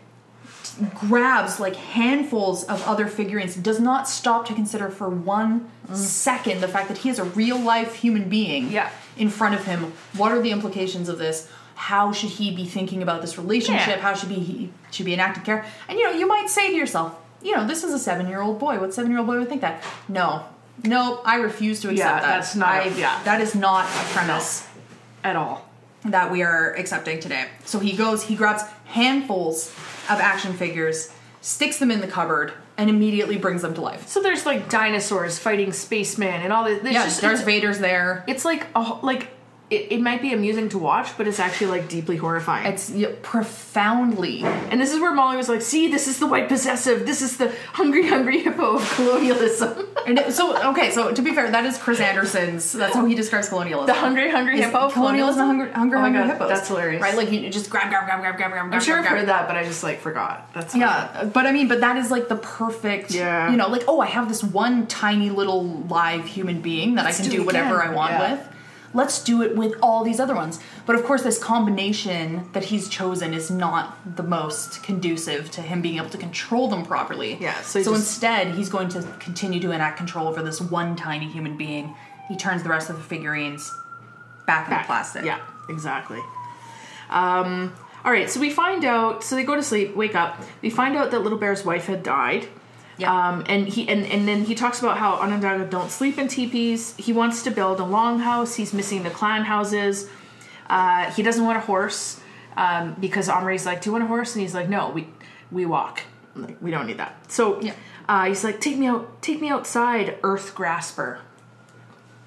Speaker 2: t- grabs like handfuls of other figurines, does not stop to consider for one second the fact that he is a real life human being
Speaker 1: Yeah.
Speaker 2: in front of him. What are the implications of this? How should he be thinking about this relationship?
Speaker 1: Yeah.
Speaker 2: How should be he should be enacting care? And you know, you might say to yourself, you know, this is a seven year old boy. What seven year old boy would think that? No. No, I refuse to accept
Speaker 1: Yeah,
Speaker 2: that.
Speaker 1: that's not-
Speaker 2: I-
Speaker 1: yeah.
Speaker 2: That is not a premise
Speaker 1: at all.
Speaker 2: that we are accepting today. So he goes, he grabs handfuls of action figures, sticks them in the cupboard, and immediately brings them to life.
Speaker 1: So there's like dinosaurs fighting spaceman and all this. It's
Speaker 2: yeah,
Speaker 1: just
Speaker 2: Darth
Speaker 1: it's,
Speaker 2: Vader's there.
Speaker 1: it's like a, ho- like it, it might be amusing to watch, but it's actually like deeply horrifying.
Speaker 2: It's yeah, profoundly.
Speaker 1: and this is where Molly was like, "See, this is the white possessive. This is the hungry, hungry hippo of colonialism.
Speaker 2: And it- so, okay, so to be fair, that is Chris Anderson's. That's how he describes colonialism.
Speaker 1: the hungry, hungry
Speaker 2: Is
Speaker 1: hippo. of
Speaker 2: colonialism, hungry, hungry,
Speaker 1: oh my
Speaker 2: hungry
Speaker 1: God,
Speaker 2: hippos.
Speaker 1: That's hilarious.
Speaker 2: right? Like you you just grab, grab, grab, grab, grab, grab.
Speaker 1: I'm
Speaker 2: grab,
Speaker 1: sure
Speaker 2: grab,
Speaker 1: I've
Speaker 2: grab.
Speaker 1: heard that, but I just like forgot. That's funny.
Speaker 2: Yeah, but I mean, but that is like the perfect,
Speaker 1: Yeah.
Speaker 2: you know, like oh, I have this one tiny little live human being that I can
Speaker 1: do
Speaker 2: do,
Speaker 1: it
Speaker 2: whatever
Speaker 1: again.
Speaker 2: I want
Speaker 1: Yeah.
Speaker 2: with. Let's do it with all these other ones. But of course, this combination that he's chosen is not the most conducive to him being able to control them properly.
Speaker 1: Yeah, so
Speaker 2: So,
Speaker 1: he just-
Speaker 2: instead, he's going to continue to enact control over this one tiny human being. He turns the rest of the figurines back, in
Speaker 1: back.
Speaker 2: plastic.
Speaker 1: Yeah, exactly. Um, all right, so we find out. So they go to sleep, wake up. We find out that Little Bear's wife had died.
Speaker 2: Yeah.
Speaker 1: Um, and he and, and then he talks about how Onondaga don't sleep in teepees. He wants to build a longhouse. He's missing the clan houses. Uh, he doesn't want a horse um, because Omri's like, "Do you want a horse?" And he's like, "No, we we walk. Like, we don't need that." So
Speaker 2: Yeah.
Speaker 1: uh, he's like, "Take me out, take me outside, Earth Grasper."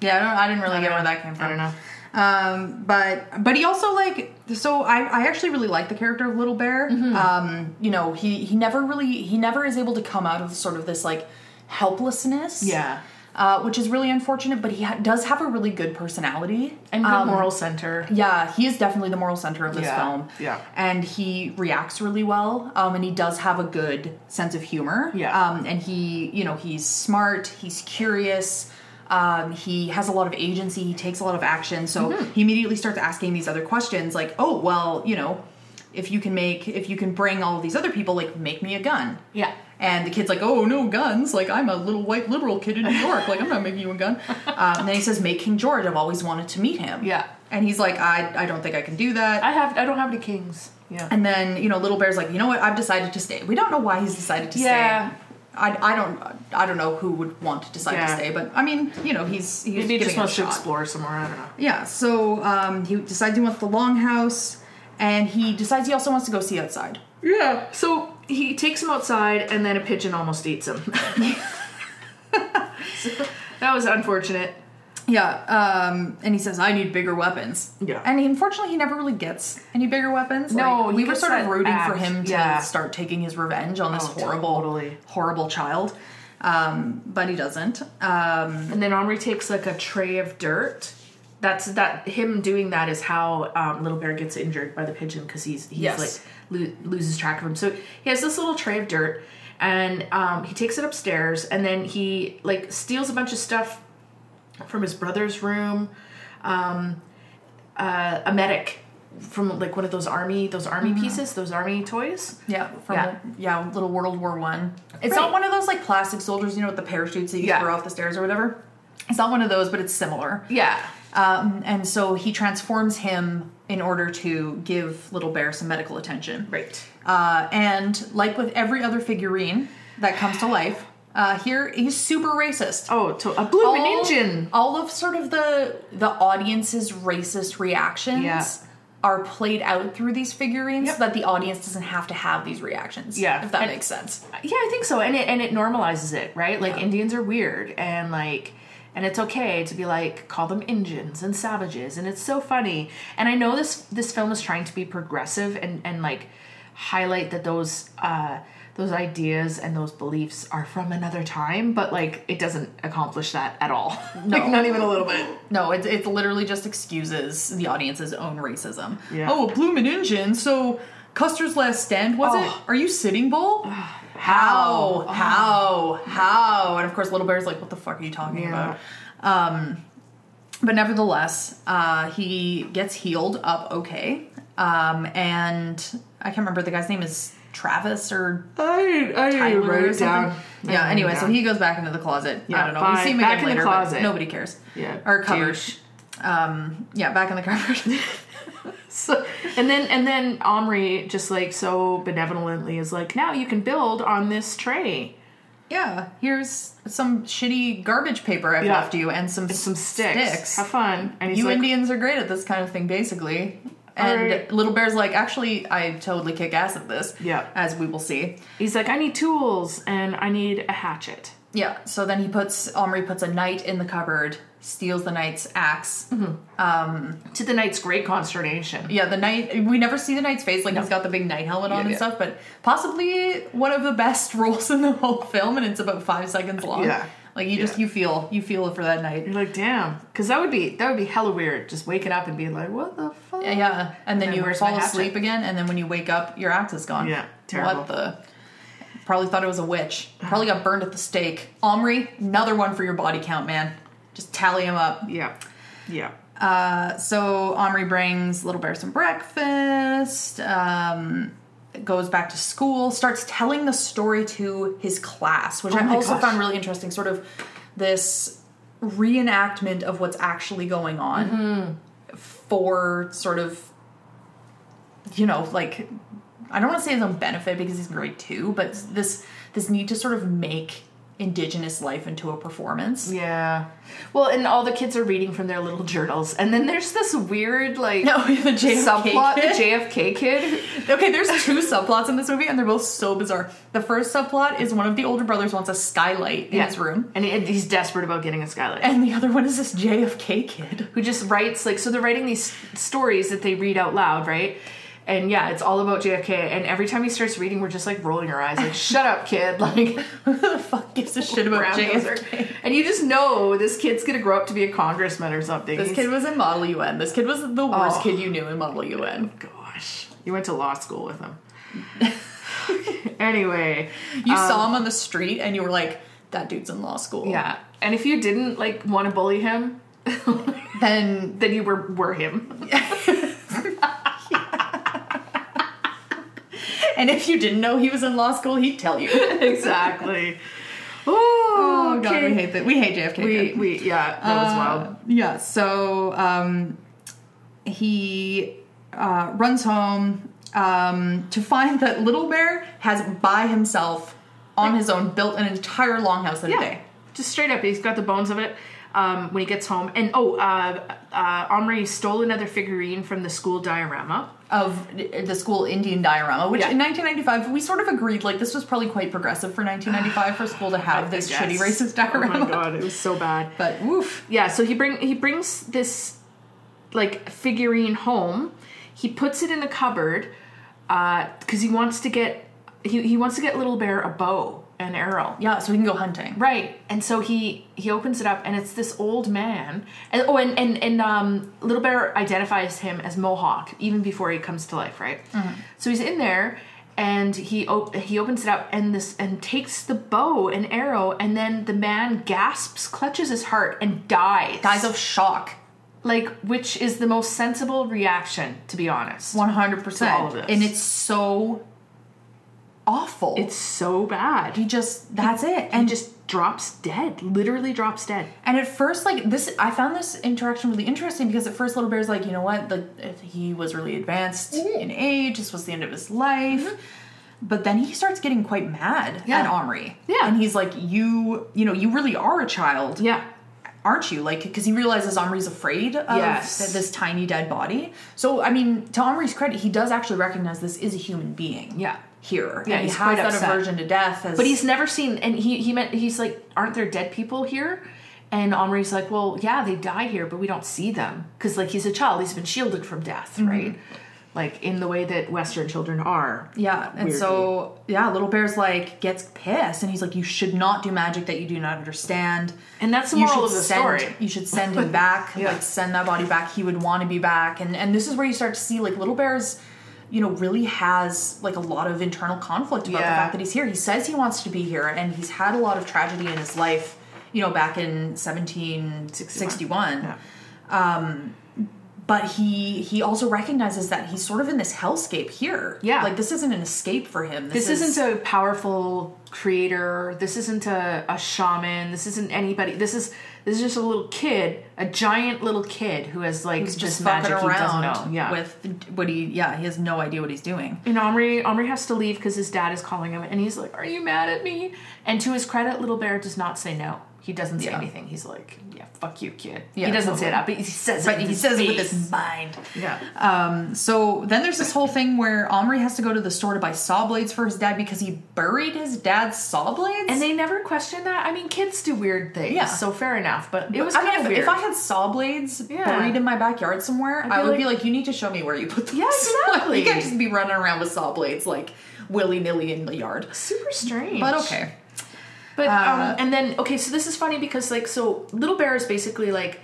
Speaker 2: Yeah, I, don't, I didn't really get where that came from.
Speaker 1: I don't know.
Speaker 2: Um, but but he also like so I, I actually really like the character of Little Bear.
Speaker 1: Mm-hmm.
Speaker 2: Um, you know he he never really he never is able to come out of sort of this like helplessness.
Speaker 1: Yeah.
Speaker 2: Uh, which is really unfortunate, but he ha- does have a really good personality
Speaker 1: And good
Speaker 2: Um,
Speaker 1: moral center.
Speaker 2: Yeah, he is definitely the moral center of this
Speaker 1: Yeah,
Speaker 2: film.
Speaker 1: yeah.
Speaker 2: and he reacts really well, um, and he does have a good sense of humor.
Speaker 1: Yeah.
Speaker 2: um, and he, you know, he's smart. He's curious. Um, he has a lot of agency. He takes a lot of action. So
Speaker 1: Mm-hmm.
Speaker 2: he immediately starts asking these other questions, like, "Oh, well, you know, if you can make, if you can bring all of these other people, like, make me a gun."
Speaker 1: Yeah.
Speaker 2: And the kid's like, oh, no guns. Like, I'm a little white liberal kid in New York. Like, I'm not making you a gun. Um, and then he says, make King George. I've always wanted to meet him.
Speaker 1: Yeah.
Speaker 2: And he's like, I, I don't think I can do that.
Speaker 1: I have. I don't have any kings. Yeah.
Speaker 2: and then, you know, Little Bear's like, you know what? I've decided to stay. We don't know why he's decided to
Speaker 1: Yeah.
Speaker 2: stay. I, I don't I don't know who would want to decide to
Speaker 1: Yeah.
Speaker 2: stay, but I mean, you know, he's he's
Speaker 1: Maybe he just
Speaker 2: giving it a
Speaker 1: wants to
Speaker 2: shot.
Speaker 1: explore somewhere. I don't know.
Speaker 2: Yeah, so um, he decides he wants the longhouse, and he decides he also wants to go see outside.
Speaker 1: Yeah. So he takes him outside, and then a pigeon almost eats him. So, that was unfortunate.
Speaker 2: Yeah, um, and he says, "I need bigger weapons."
Speaker 1: Yeah.
Speaker 2: and he, unfortunately, he never really gets any bigger weapons.
Speaker 1: No,
Speaker 2: Like,
Speaker 1: he
Speaker 2: we were
Speaker 1: gets
Speaker 2: sort of
Speaker 1: that
Speaker 2: rooting for
Speaker 1: axe,
Speaker 2: him to
Speaker 1: yeah.
Speaker 2: start taking his revenge on this
Speaker 1: Oh,
Speaker 2: horrible,
Speaker 1: totally.
Speaker 2: horrible child, um, but he doesn't. Um,
Speaker 1: And then Omri takes like a tray of dirt. That's that. Him doing that is how um, Little Bear gets injured by the pigeon because he's he's
Speaker 2: Yes.
Speaker 1: like lo- loses track of him. So he has this little tray of dirt, and um, he takes it upstairs, and then he like steals a bunch of stuff from his brother's room. Um, uh, a medic from like one of those army those army
Speaker 2: Mm-hmm.
Speaker 1: pieces those army toys.
Speaker 2: yeah, from
Speaker 1: Yeah.
Speaker 2: yeah. little World War One. It's
Speaker 1: Right.
Speaker 2: not one of those like plastic soldiers, you know, with the parachutes that you
Speaker 1: Yeah.
Speaker 2: throw off the stairs or whatever. It's not one of those, but it's similar.
Speaker 1: Yeah.
Speaker 2: Um, and so he transforms him in order to give Little Bear some medical attention.
Speaker 1: Right.
Speaker 2: Uh, and like with every other figurine that comes to life, uh, here he's super racist.
Speaker 1: Oh, to a blooming engine.
Speaker 2: all of sort of the the audience's racist reactions
Speaker 1: Yeah.
Speaker 2: are played out through these figurines
Speaker 1: Yep.
Speaker 2: so that the audience doesn't have to have these reactions.
Speaker 1: Yeah.
Speaker 2: If that
Speaker 1: And-
Speaker 2: makes sense.
Speaker 1: Yeah, I think so, and it and it normalizes it, right? Like
Speaker 2: Yeah.
Speaker 1: Indians are weird, and like, and it's okay to be like call them Indians and savages, and it's so funny. And I know this this film is trying to be progressive and and like highlight that those uh those ideas and those beliefs are from another time, but like it doesn't accomplish that at all. like not even a little bit.
Speaker 2: No, it, it literally just excuses the audience's own racism.
Speaker 1: Yeah.
Speaker 2: Oh, a bloomin' engine, so Custer's last stand was it?
Speaker 1: Oh.
Speaker 2: Are you sitting bull? How? How? How? And of course, Little Bear's like, what the fuck are you talking
Speaker 1: Yeah.
Speaker 2: about? Um, but nevertheless, uh, he gets healed up okay. Um, and I can't remember the guy's name is Travis or
Speaker 1: I I
Speaker 2: Tyler
Speaker 1: wrote
Speaker 2: or
Speaker 1: it
Speaker 2: something.
Speaker 1: down.
Speaker 2: Yeah. Anyway, so
Speaker 1: he.
Speaker 2: he goes back into the closet.
Speaker 1: Yeah,
Speaker 2: I don't know.
Speaker 1: fine.
Speaker 2: We see him
Speaker 1: Back
Speaker 2: again
Speaker 1: in the
Speaker 2: later, but
Speaker 1: closet.
Speaker 2: nobody cares.
Speaker 1: Yeah,
Speaker 2: Or covered.
Speaker 1: douche.
Speaker 2: Um, yeah, back in the cupboard.
Speaker 1: So, and then and then Omri just like so benevolently is like, now you can build on this tray.
Speaker 2: yeah. Here's some shitty garbage paper I've
Speaker 1: Yeah.
Speaker 2: left you, and some
Speaker 1: Some sticks. Have fun. And he's
Speaker 2: you
Speaker 1: like,
Speaker 2: Indians are great at this kind of thing, basically. And
Speaker 1: Alright.
Speaker 2: Little Bear's like, actually, I totally kick ass at this.
Speaker 1: Yeah.
Speaker 2: As we will see.
Speaker 1: he's like, I need tools and I need a hatchet.
Speaker 2: Yeah. So then he puts, Omri puts a knight in the cupboard, steals the knight's axe.
Speaker 1: To the knight's great consternation.
Speaker 2: Yeah, the knight, we never see the knight's face. Like, he's got the big knight helmet on
Speaker 1: Yeah,
Speaker 2: and
Speaker 1: yeah.
Speaker 2: stuff, but possibly one of the best roles in the whole film, and it's about five seconds long.
Speaker 1: Yeah.
Speaker 2: Like, you just,
Speaker 1: Yeah.
Speaker 2: you feel, you feel it for that knight.
Speaker 1: You're like, damn, because that would be that would be hella weird. Just waking up and being like, what the fuck?
Speaker 2: Yeah, yeah. And then,
Speaker 1: then
Speaker 2: you
Speaker 1: where's
Speaker 2: fall
Speaker 1: my hatchet?
Speaker 2: asleep again, and then when you wake up, your axe is gone.
Speaker 1: Yeah, terrible.
Speaker 2: What the? Probably thought it was a witch. Probably got burned at the stake. Omri, another one for your body count, man. Just tally him up.
Speaker 1: yeah, yeah.
Speaker 2: Uh, so Omri brings Little Bear some breakfast. Um, goes back to school. Starts telling the story to his class, which I
Speaker 1: Oh my
Speaker 2: also
Speaker 1: gosh.
Speaker 2: found really interesting. Sort of this reenactment of what's actually going on
Speaker 1: Mm-hmm.
Speaker 2: for sort of you know like i don't want to say his own benefit because he's in grade two but this this need to sort of make indigenous life into a performance.
Speaker 1: Yeah. Well, and all the kids are reading from their little journals, and then there's this weird like
Speaker 2: No, the JFK
Speaker 1: subplot,
Speaker 2: kid.
Speaker 1: the JFK kid.
Speaker 2: Okay, there's two subplots in this movie, and they're both so bizarre. The first subplot is one of the older brothers wants a skylight in
Speaker 1: Yeah.
Speaker 2: his room,
Speaker 1: and he- and he's desperate about getting a skylight.
Speaker 2: and the other one is this JFK kid.
Speaker 1: who just writes like so they're writing these stories that they read out loud, right? And yeah, it's all about JFK. And every time he starts reading, we're just like rolling our eyes, like "Shut up, kid!" Like
Speaker 2: Who the fuck gives a shit about
Speaker 1: Oh, brown
Speaker 2: JFK?
Speaker 1: noser. And you just know this kid's gonna grow up to be a congressman or something.
Speaker 2: This
Speaker 1: He's-
Speaker 2: kid was in Model UN. This kid was the worst
Speaker 1: Oh.
Speaker 2: kid you knew in Model UN.
Speaker 1: gosh, you went to law school with him. anyway,
Speaker 2: You saw him on the street, and you were like, "That dude's in law school."
Speaker 1: Um, yeah. And if you didn't like want to bully him,
Speaker 2: Then
Speaker 1: then you were were him.
Speaker 2: And if you didn't know he was in law school, he'd tell you.
Speaker 1: exactly. Oh,
Speaker 2: Oh god, we hate that. We hate JFK.
Speaker 1: We
Speaker 2: kid.
Speaker 1: we yeah, that was wild.
Speaker 2: Uh, yeah. So um, he uh, runs home um, to find that Little Bear has by himself on his own built an entire longhouse in a day.
Speaker 1: Just straight up, he's got the bones of it um, when he gets home. And oh, uh, uh, Omri stole another figurine from the school diorama.
Speaker 2: Of the school Indian diorama, which
Speaker 1: Yeah.
Speaker 2: in 1995 we sort of agreed like this was probably quite progressive for 1995 for school to have this
Speaker 1: Yes.
Speaker 2: shitty racist diorama.
Speaker 1: Oh my god, it was so bad.
Speaker 2: But woof,
Speaker 1: Yeah, so he bring he brings this like figurine home. He puts it in the cupboard because he wants to get he, he wants to get little bear a bow an arrow
Speaker 2: yeah. So we can go hunting.
Speaker 1: Right, and so he he opens it up, and it's this old man. And oh, and and and um, Little Bear identifies him as Mohawk even before he comes to life, right? So he's in there, and he op- he opens it up, and this and takes the bow and arrow, and then the man gasps, clutches his heart, and dies.
Speaker 2: Guys of shock.
Speaker 1: like, which is the most sensible reaction, to be honest.
Speaker 2: One
Speaker 1: To all of
Speaker 2: hundred percent,
Speaker 1: this.
Speaker 2: and it's so awful.
Speaker 1: It's so bad.
Speaker 2: he just that's it,
Speaker 1: he
Speaker 2: and just
Speaker 1: just drops dead. Literally drops dead.
Speaker 2: and at first like this, I found this interaction really interesting because at first Little Bear's like, you know what, like if he was really advanced
Speaker 1: Mm-hmm.
Speaker 2: in age, this was the end of his life. But then he starts getting quite mad
Speaker 1: Yeah.
Speaker 2: at Omri.
Speaker 1: Yeah.
Speaker 2: and he's like, you, you know, you really are a child,
Speaker 1: Yeah.
Speaker 2: aren't you? Like, because he realizes Omri's afraid of
Speaker 1: Yes.
Speaker 2: th- this tiny dead body. So, I mean, to Omri's credit, he does actually recognize this is a human being.
Speaker 1: Yeah.
Speaker 2: here.
Speaker 1: Yeah,
Speaker 2: and he
Speaker 1: he's
Speaker 2: has
Speaker 1: quite
Speaker 2: that
Speaker 1: upset.
Speaker 2: aversion to death. As,
Speaker 1: But he's never seen, and he he meant he's like, aren't there dead people here? And Omri's like, well, yeah, they die here, but we don't see them because like he's a child, he's been shielded from death,
Speaker 2: Mm-hmm.
Speaker 1: right? Like in the way that Western children are.
Speaker 2: yeah, and so yeah, little bear's like gets pissed, and he's like, "You should not do magic that you do not understand."
Speaker 1: And that's the
Speaker 2: you
Speaker 1: moral
Speaker 2: should
Speaker 1: of the
Speaker 2: send,
Speaker 1: story.
Speaker 2: You should send him back.
Speaker 1: Yeah.
Speaker 2: Like send that body back. He would want to be back, and and this is where you start to see like little bear's. You know, really has like a lot of internal conflict about the
Speaker 1: Yeah.
Speaker 2: fact that he's here. He says he wants to be here, and he's had a lot of tragedy in his life. You know, back in seventeen sixty one.
Speaker 1: Yeah.
Speaker 2: but he he also recognizes that he's sort of in this hellscape here.
Speaker 1: Yeah.
Speaker 2: like this isn't an escape for him.
Speaker 1: This isn't a powerful creator. This isn't a, a shaman. This isn't anybody. This is this is just a little kid, a giant little kid who has like
Speaker 2: he's just
Speaker 1: this
Speaker 2: fucking
Speaker 1: magic he doesn't
Speaker 2: around
Speaker 1: know. Yeah.
Speaker 2: with what he yeah he has no idea what he's doing.
Speaker 1: And Omri, Omri has to leave because his dad is calling him, and he's like, "Are you mad at me?" And to his credit, Little Bear does not say no. He doesn't say
Speaker 2: Yeah.
Speaker 1: anything. He's like, "Yeah, fuck you, kid."
Speaker 2: Yeah,
Speaker 1: he doesn't
Speaker 2: totally.
Speaker 1: say that, but he says it.
Speaker 2: But
Speaker 1: with
Speaker 2: he
Speaker 1: his
Speaker 2: says it with
Speaker 1: face.
Speaker 2: his mind.
Speaker 1: Yeah.
Speaker 2: So then there's this whole thing where Omri has to go to the store to buy saw blades for his dad because he buried his dad's saw blades.
Speaker 1: and they never question that. I mean, kids do weird things.
Speaker 2: Yeah.
Speaker 1: So fair enough, but it was
Speaker 2: I
Speaker 1: kind
Speaker 2: mean,
Speaker 1: of
Speaker 2: if,
Speaker 1: weird.
Speaker 2: if I had saw blades
Speaker 1: Yeah.
Speaker 2: buried in my backyard somewhere,
Speaker 1: be
Speaker 2: I would
Speaker 1: like-
Speaker 2: be like, "You need to show me where you put them."
Speaker 1: Yeah, exactly.
Speaker 2: you can't just be running around with saw blades like willy nilly in the yard.
Speaker 1: Super strange.
Speaker 2: But okay,
Speaker 1: But
Speaker 2: Uh,
Speaker 1: um, and then okay, so this is funny because like so little bear is basically like,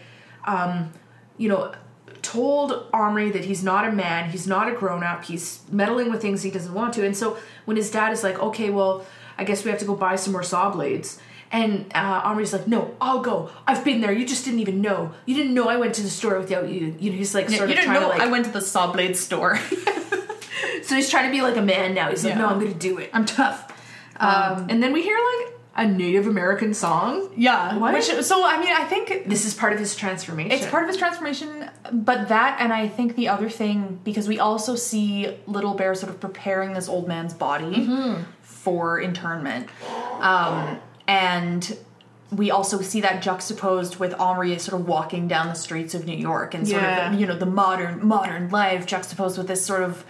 Speaker 1: um, you know, told Omri that he's not a man, he's not a grown up, he's meddling with things he doesn't want to, and so when his dad is like, okay, well, I guess we have to go buy some more saw blades. And uh, Omri's like, no, I'll go. I've been there. You just didn't even know. You didn't know I went to the store without you. You know, he's like
Speaker 2: Yeah,
Speaker 1: sort
Speaker 2: you
Speaker 1: of
Speaker 2: didn't
Speaker 1: trying
Speaker 2: know
Speaker 1: to like.
Speaker 2: I went to the saw blade store.
Speaker 1: so he's trying to be like a man now. He's like,
Speaker 2: Yeah.
Speaker 1: no, I'm gonna do it. Um,
Speaker 2: I'm um, tough.
Speaker 1: and then we hear like a Native American song.
Speaker 2: Yeah.
Speaker 1: What?
Speaker 2: Which, so I mean, I think
Speaker 1: This is part of his transformation.
Speaker 2: it's part of his transformation, but that, and I think the other thing because we also see Little Bear
Speaker 1: Mm-hmm.
Speaker 2: sort of preparing this old man's body for internment. Um, and we also see that juxtaposed with Henri sort of walking down the streets of New York and sort
Speaker 1: Yeah.
Speaker 2: of you know the modern modern life juxtaposed with this sort of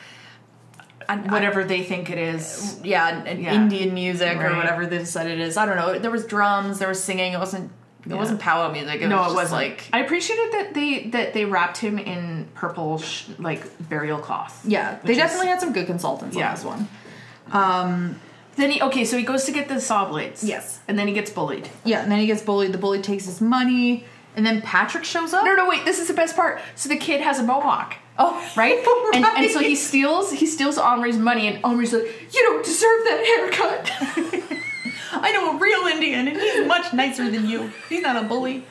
Speaker 2: I- I-
Speaker 1: Whatever they think it is.
Speaker 2: yeah, an
Speaker 1: Yeah.
Speaker 2: Indian music
Speaker 1: Right.
Speaker 2: or whatever they decided it is. I don't know. There was drums, there was singing. It wasn't it wasn't powwow music. It
Speaker 1: No,
Speaker 2: was
Speaker 1: it
Speaker 2: just
Speaker 1: wasn't.
Speaker 2: like
Speaker 1: I appreciated that they that they wrapped him in purple sh- like burial cloth.
Speaker 2: yeah. They
Speaker 1: Which is-
Speaker 2: definitely had some good consultants
Speaker 1: Yeah.
Speaker 2: on this one.
Speaker 1: Then he okay, so he goes to get the saw blades.
Speaker 2: Yes.
Speaker 1: and then he gets bullied.
Speaker 2: Yeah, and then he gets bullied. The bully takes his money, and then Patrick shows up.
Speaker 1: No, no, wait. This is the best part. So the kid has a mohawk.
Speaker 2: Oh,
Speaker 1: Right? And, and so he steals he steals Omri's money and Omri's like, You don't deserve that haircut.
Speaker 2: I know a real Indian, and he's much nicer than you. He's not a bully.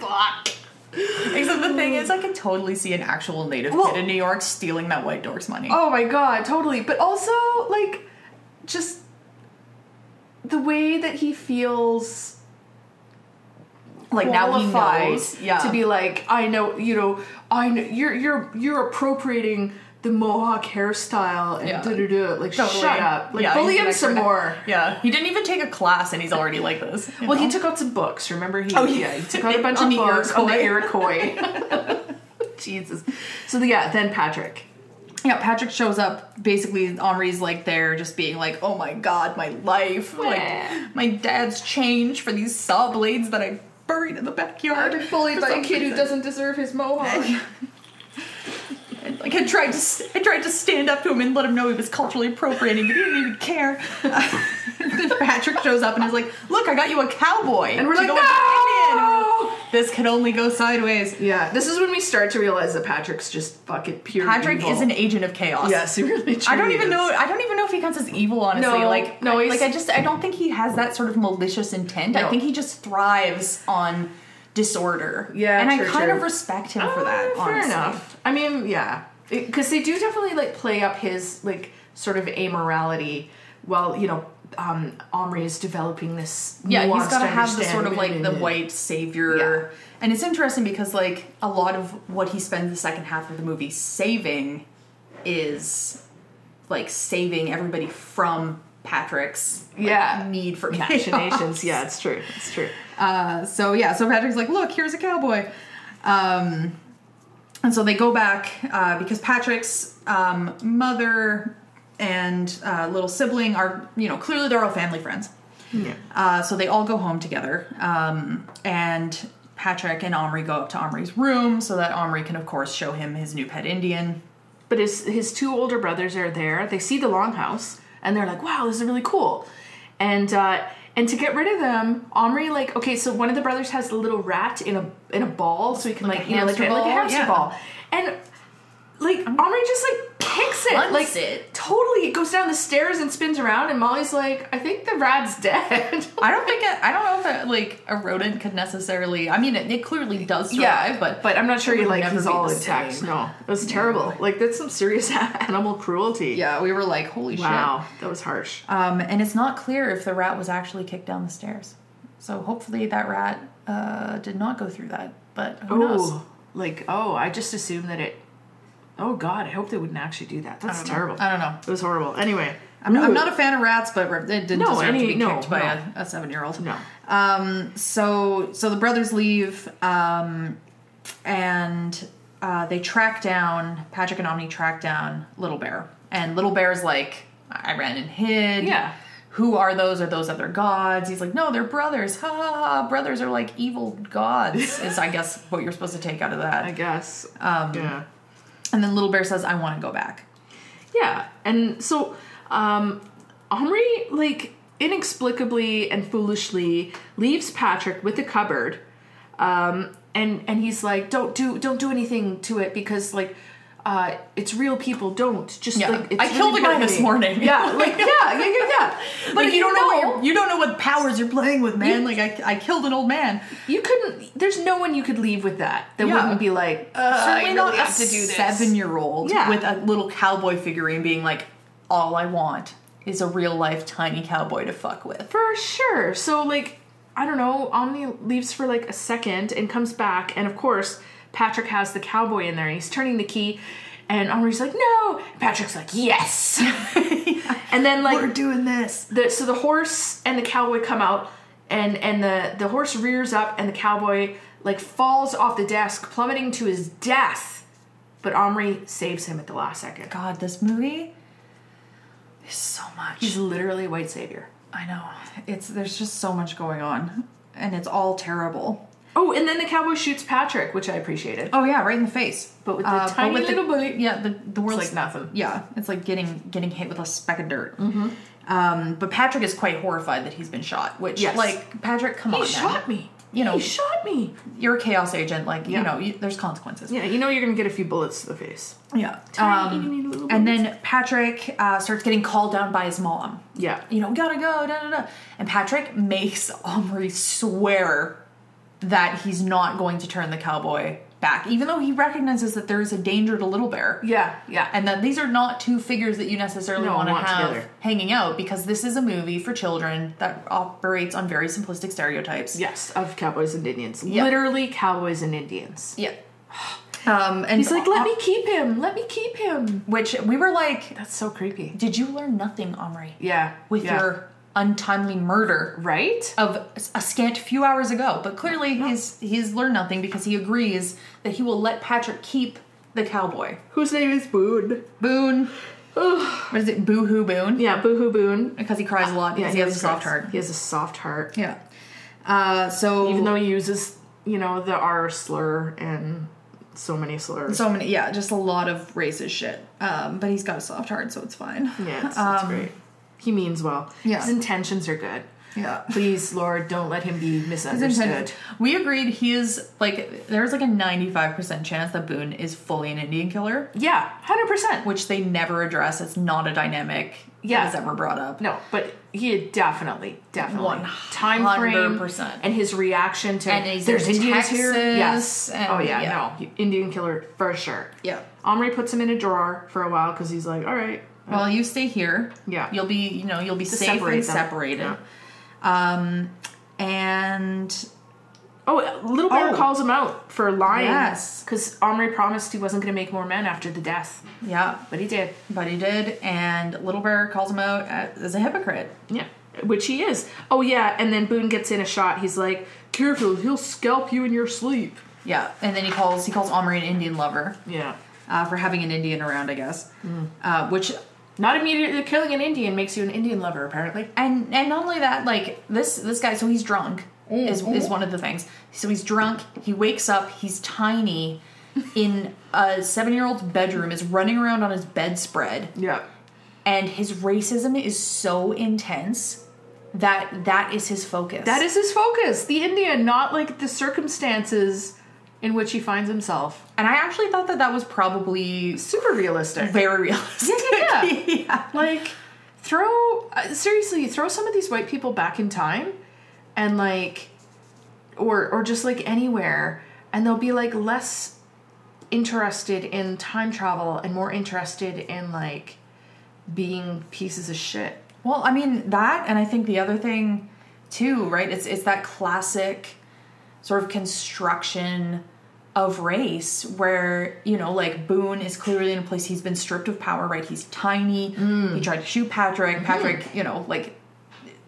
Speaker 1: Fuck.
Speaker 2: Except the thing is, I could totally see an actual native
Speaker 1: Well-
Speaker 2: kid in New York stealing that white dork's money.
Speaker 1: Oh my god, totally. But also, like, just the way that he feels
Speaker 2: like
Speaker 1: qualified
Speaker 2: yeah.
Speaker 1: to be like, I know, you know, I know you're you're you're appropriating the mohawk hairstyle and
Speaker 2: Yeah.
Speaker 1: da da da. Like,
Speaker 2: Totally.
Speaker 1: shut up. Like,
Speaker 2: Yeah,
Speaker 1: bully
Speaker 2: he's an
Speaker 1: him some
Speaker 2: expert.
Speaker 1: more.
Speaker 2: Yeah, he didn't even take a class, and he's already like this. you
Speaker 1: Well,
Speaker 2: know?
Speaker 1: he took out some books. Remember, he
Speaker 2: Oh, yeah.
Speaker 1: he took out a bunch
Speaker 2: On
Speaker 1: of
Speaker 2: the
Speaker 1: books on the
Speaker 2: Iroquois.
Speaker 1: Iroquois. Jesus. So yeah, then Patrick.
Speaker 2: Yeah, Patrick shows up. Basically, Henri's like there, just being like, "Oh my god, my life!
Speaker 1: Yeah.
Speaker 2: Like, my dad's changed for these saw blades that I buried in the backyard." for some reason."
Speaker 1: deserve his mohawk.
Speaker 2: Like, I tried to, s- I tried to stand up to him and let him know he was culturally appropriating, but he didn't even care. then Patrick shows up and is like, "Look, I got you a cowboy,"
Speaker 1: And we're
Speaker 2: to
Speaker 1: like,
Speaker 2: go with the Indian." And we're
Speaker 1: no.
Speaker 2: like, This can only go sideways.
Speaker 1: Yeah, this is when we start to realize that Patrick's just fucking pure.
Speaker 2: Patrick
Speaker 1: evil.
Speaker 2: is an agent of chaos.
Speaker 1: Yes, he really.
Speaker 2: I don't
Speaker 1: truly
Speaker 2: even
Speaker 1: is.
Speaker 2: know. I don't even know if he counts as evil. Honestly,
Speaker 1: No,
Speaker 2: like
Speaker 1: no, he's-
Speaker 2: like I just I don't think he has that sort of malicious intent.
Speaker 1: No.
Speaker 2: I think he just thrives on disorder.
Speaker 1: Yeah,
Speaker 2: and
Speaker 1: true,
Speaker 2: I kind
Speaker 1: true.
Speaker 2: of respect him
Speaker 1: Ah,
Speaker 2: for that.
Speaker 1: Fair
Speaker 2: honestly.
Speaker 1: enough. I mean, yeah, because they do definitely like play up his like sort of amorality. While you know, um, Omri is developing this.
Speaker 2: Yeah, he's
Speaker 1: nuanced
Speaker 2: got to have the sort of like
Speaker 1: understanding
Speaker 2: the
Speaker 1: and-
Speaker 2: white savior. And it's interesting because like a lot of what he spends the second half of the movie saving is like saving everybody from Patrick's
Speaker 1: yeah
Speaker 2: need for
Speaker 1: machinations.
Speaker 2: chaos.
Speaker 1: Yeah, it's true. It's true.
Speaker 2: Uh, so yeah, so Patrick's like, look, here's a cowboy. Um, and so they go back uh, because Patrick's um, mother and uh, little sibling are, you know, clearly they're all family friends.
Speaker 1: Yeah.
Speaker 2: Uh, so they all go home together. Um, and Patrick and Omri go up to Omri's room so that Omri can, of course, show him his new pet Indian.
Speaker 1: But his his two older brothers are there. They see the longhouse and they're like, "Wow, this is really cool." And uh, and to get rid of them, Omri like okay, so one of the brothers has the little rat in a in a ball, so he can like,
Speaker 2: a
Speaker 1: you know like a,
Speaker 2: hamster
Speaker 1: like a
Speaker 2: ball,
Speaker 1: hamster
Speaker 2: yeah.
Speaker 1: ball, and like Omri just like kicks it,
Speaker 2: Punts
Speaker 1: like
Speaker 2: it.
Speaker 1: totally. It goes down the stairs and spins around, and Molly's like, "I think the rat's dead."
Speaker 2: I don't think it, I don't know if it, like a rodent could necessarily. I mean, it, it clearly does survive, but
Speaker 1: but I'm not sure
Speaker 2: it
Speaker 1: he
Speaker 2: would
Speaker 1: like
Speaker 2: never
Speaker 1: he's
Speaker 2: be
Speaker 1: all
Speaker 2: the
Speaker 1: intact.
Speaker 2: same.
Speaker 1: No, it was terrible. Like that's some serious animal cruelty.
Speaker 2: yeah, we were like, holy shit.
Speaker 1: Wow, that was harsh.
Speaker 2: Um, and it's not clear if the rat was actually kicked down the stairs. So hopefully that rat uh, did not go through that. But who knows?
Speaker 1: Oh, like oh, I just assumed that it. Oh God, I hope they wouldn't actually do that. That's terrible.
Speaker 2: I don't know.
Speaker 1: It was horrible. Anyway,
Speaker 2: I'm, I'm
Speaker 1: Ooh.
Speaker 2: not a fan of rats, but it didn't
Speaker 1: No,
Speaker 2: deserve
Speaker 1: any-
Speaker 2: to be
Speaker 1: no,
Speaker 2: kicked by
Speaker 1: no.
Speaker 2: a, a seven-year-old.
Speaker 1: No.
Speaker 2: Um, so so the brothers leave, um, and uh, they track down Patrick and Omni track down Little Bear, and Little Bear's like, I ran and hid.
Speaker 1: Yeah.
Speaker 2: Who are those? Are those other gods? He's like, no, they're brothers. Ha ha ha! Brothers are like evil gods. Is I guess what you're supposed to take out of
Speaker 1: I
Speaker 2: that.
Speaker 1: guess. Um, yeah.
Speaker 2: And then Little Bear says, I want to go back.
Speaker 1: Yeah, and so um, Omri like inexplicably and foolishly leaves Patrick with the cupboard, um, and and he's like, "Don't do don't do anything to it because like." Uh, it's real people. Don't just
Speaker 2: Yeah.
Speaker 1: like it's
Speaker 2: I killed
Speaker 1: really
Speaker 2: a guy this
Speaker 1: grimy."
Speaker 2: morning.
Speaker 1: Yeah, like yeah, yeah, yeah, yeah. But
Speaker 2: But
Speaker 1: if you don't know,
Speaker 2: what you're- you don't know what powers you're playing with, man.
Speaker 1: You-
Speaker 2: like I, I killed an old man.
Speaker 1: You couldn't. There's no one you could leave with that that
Speaker 2: Yeah.
Speaker 1: wouldn't be like, uh,
Speaker 2: certainly
Speaker 1: I
Speaker 2: not
Speaker 1: really
Speaker 2: a
Speaker 1: have to do this.
Speaker 2: seven-year-old
Speaker 1: Yeah.
Speaker 2: with a little cowboy figurine being like, "All I want is a real-life tiny cowboy to fuck with."
Speaker 1: for sure. So like, I don't know. Omni leaves for like a second and comes back, and of course Patrick has the cowboy in there. He's turning the key, and Omni's like, "No." Patrick's like, "Yes." And then like
Speaker 4: doing this.
Speaker 1: the so the horse and the cowboy come out and and the the horse rears up and the cowboy like falls off the desk plummeting to his death but omri saves him at the last second
Speaker 2: God, this movie is so much.
Speaker 1: he's literally white savior
Speaker 2: I know. It's there's just so much going on, and it's all terrible.
Speaker 1: oh and then the cowboy shoots patrick which i appreciated
Speaker 2: Oh yeah, right in the face.
Speaker 1: But with the tiny little bullet,
Speaker 2: yeah, the the
Speaker 1: it's
Speaker 2: world's
Speaker 1: like nothing
Speaker 2: Yeah, it's like getting getting hit with a speck of dirt. Mm-hmm. Um, but Patrick is quite horrified that he's been shot. Which,
Speaker 1: Yes.
Speaker 2: like, Patrick, come
Speaker 1: Oh, he
Speaker 2: on,
Speaker 1: shot
Speaker 2: man.
Speaker 1: me
Speaker 2: You know-
Speaker 1: he shot me
Speaker 2: You're a chaos agent. Like,
Speaker 1: Yeah.
Speaker 2: you know, you, there's consequences.
Speaker 1: yeah you know you're gonna get a few bullets to the face
Speaker 2: Yeah.
Speaker 1: Tiny
Speaker 2: Um,
Speaker 1: little
Speaker 2: and
Speaker 1: bullets.
Speaker 2: then Patrick uh, starts getting called down by his mom.
Speaker 1: yeah
Speaker 2: You know, gotta go, da da da. And Patrick makes Omri swear that he's not going to turn the cowboy back, even though he recognizes that there is a danger to Little Bear.
Speaker 1: yeah yeah
Speaker 2: And that these are not two figures that you necessarily
Speaker 1: No,
Speaker 2: want to
Speaker 1: not
Speaker 2: have
Speaker 1: together.
Speaker 2: hanging out because this is a movie for children that operates on very simplistic stereotypes.
Speaker 1: yes of cowboys and indians
Speaker 2: Yeah.
Speaker 1: literally cowboys and indians
Speaker 2: Yeah. Um, and
Speaker 1: he's like let me keep him let me keep him
Speaker 2: Which we were like,
Speaker 1: that's so creepy
Speaker 2: did you learn nothing, Omri?
Speaker 1: Yeah.
Speaker 2: With
Speaker 1: yeah.
Speaker 2: your untimely murder
Speaker 1: right?
Speaker 2: of a scant few hours ago. But clearly he's he's learned nothing because he agrees that he will let Patrick keep the cowboy.
Speaker 1: Whose name is Boone?
Speaker 2: Boone. what is it? Boo hoo Boone.
Speaker 1: Yeah, Boohoo Boone.
Speaker 2: Because he cries a lot because he, has a soft heart.
Speaker 1: He has a soft heart.
Speaker 2: Yeah. Uh, so
Speaker 1: Even though he uses, you know, the R slur and so many slurs.
Speaker 2: so many, yeah, just a lot of racist shit. Um, but he's got a soft heart, so it's fine.
Speaker 1: yeah, it's, it's
Speaker 2: um,
Speaker 1: great. He means well.
Speaker 2: Yeah.
Speaker 1: His intentions are good.
Speaker 2: Yeah.
Speaker 1: Please, Lord, don't let him be
Speaker 2: His
Speaker 1: misunderstood.
Speaker 2: intention. We agreed he is like there's like a 95% chance that Boone is fully an Indian killer,
Speaker 1: Yeah, hundred percent.
Speaker 2: which they never address. It's not a dynamic
Speaker 1: Yeah.
Speaker 2: that is ever brought up.
Speaker 1: No, but he had definitely, definitely time frame
Speaker 2: 100%.
Speaker 1: and his reaction to
Speaker 2: And he's
Speaker 1: there's
Speaker 2: in
Speaker 1: Indians here.
Speaker 2: Texas,
Speaker 1: Yes.
Speaker 2: and-
Speaker 1: oh yeah,
Speaker 2: yeah.
Speaker 1: no, Indian killer for sure.
Speaker 2: Yeah.
Speaker 1: Omri puts him in a drawer for a while because he's like, all right.
Speaker 2: Well, you stay here.
Speaker 1: Yeah.
Speaker 2: You'll be, you know, you'll be safe
Speaker 1: separate them.
Speaker 2: and separated.
Speaker 1: Yeah.
Speaker 2: Um and
Speaker 1: Oh, Little Bear
Speaker 2: Oh.
Speaker 1: calls him out for lying.
Speaker 2: Yes.
Speaker 1: Because Omri promised he wasn't going to make more men after the death.
Speaker 2: yeah,
Speaker 1: But he did.
Speaker 2: but he did and Little Bear calls him out as a hypocrite.
Speaker 1: Yeah. Which he is. Oh, yeah. And then Boone gets in a shot. He's like, careful, he'll scalp you in your sleep.
Speaker 2: Yeah, and then he calls he calls Omri an Indian lover
Speaker 1: Yeah.
Speaker 2: uh, for having an Indian around, I guess.
Speaker 1: Mm.
Speaker 2: Uh, which
Speaker 1: Not immediately killing an Indian makes you an Indian lover, apparently.
Speaker 2: and and not only that, like this this guy, so he's drunk is is one of the things. So he's drunk. He wakes up. He's tiny. In a seven year old's bedroom, is running around on his bedspread,
Speaker 1: Yeah.
Speaker 2: and his racism is so intense that that is his focus.
Speaker 1: That is his focus. The Indian, not like the circumstances in which he finds himself.
Speaker 2: and I actually thought that that was probably
Speaker 1: Super realistic.
Speaker 2: very realistic.
Speaker 1: Yeah, yeah, like throw uh, seriously throw some of these white people back in time and like or or just like anywhere and they'll be like less interested in time travel and more interested in like being pieces of shit
Speaker 2: Well, I mean that, and I think the other thing too, right? It's it's that classic sort of construction of race where you know like boone is clearly in a place he's been stripped of power right he's tiny
Speaker 1: Mm.
Speaker 2: he tried to shoot patrick patrick you know like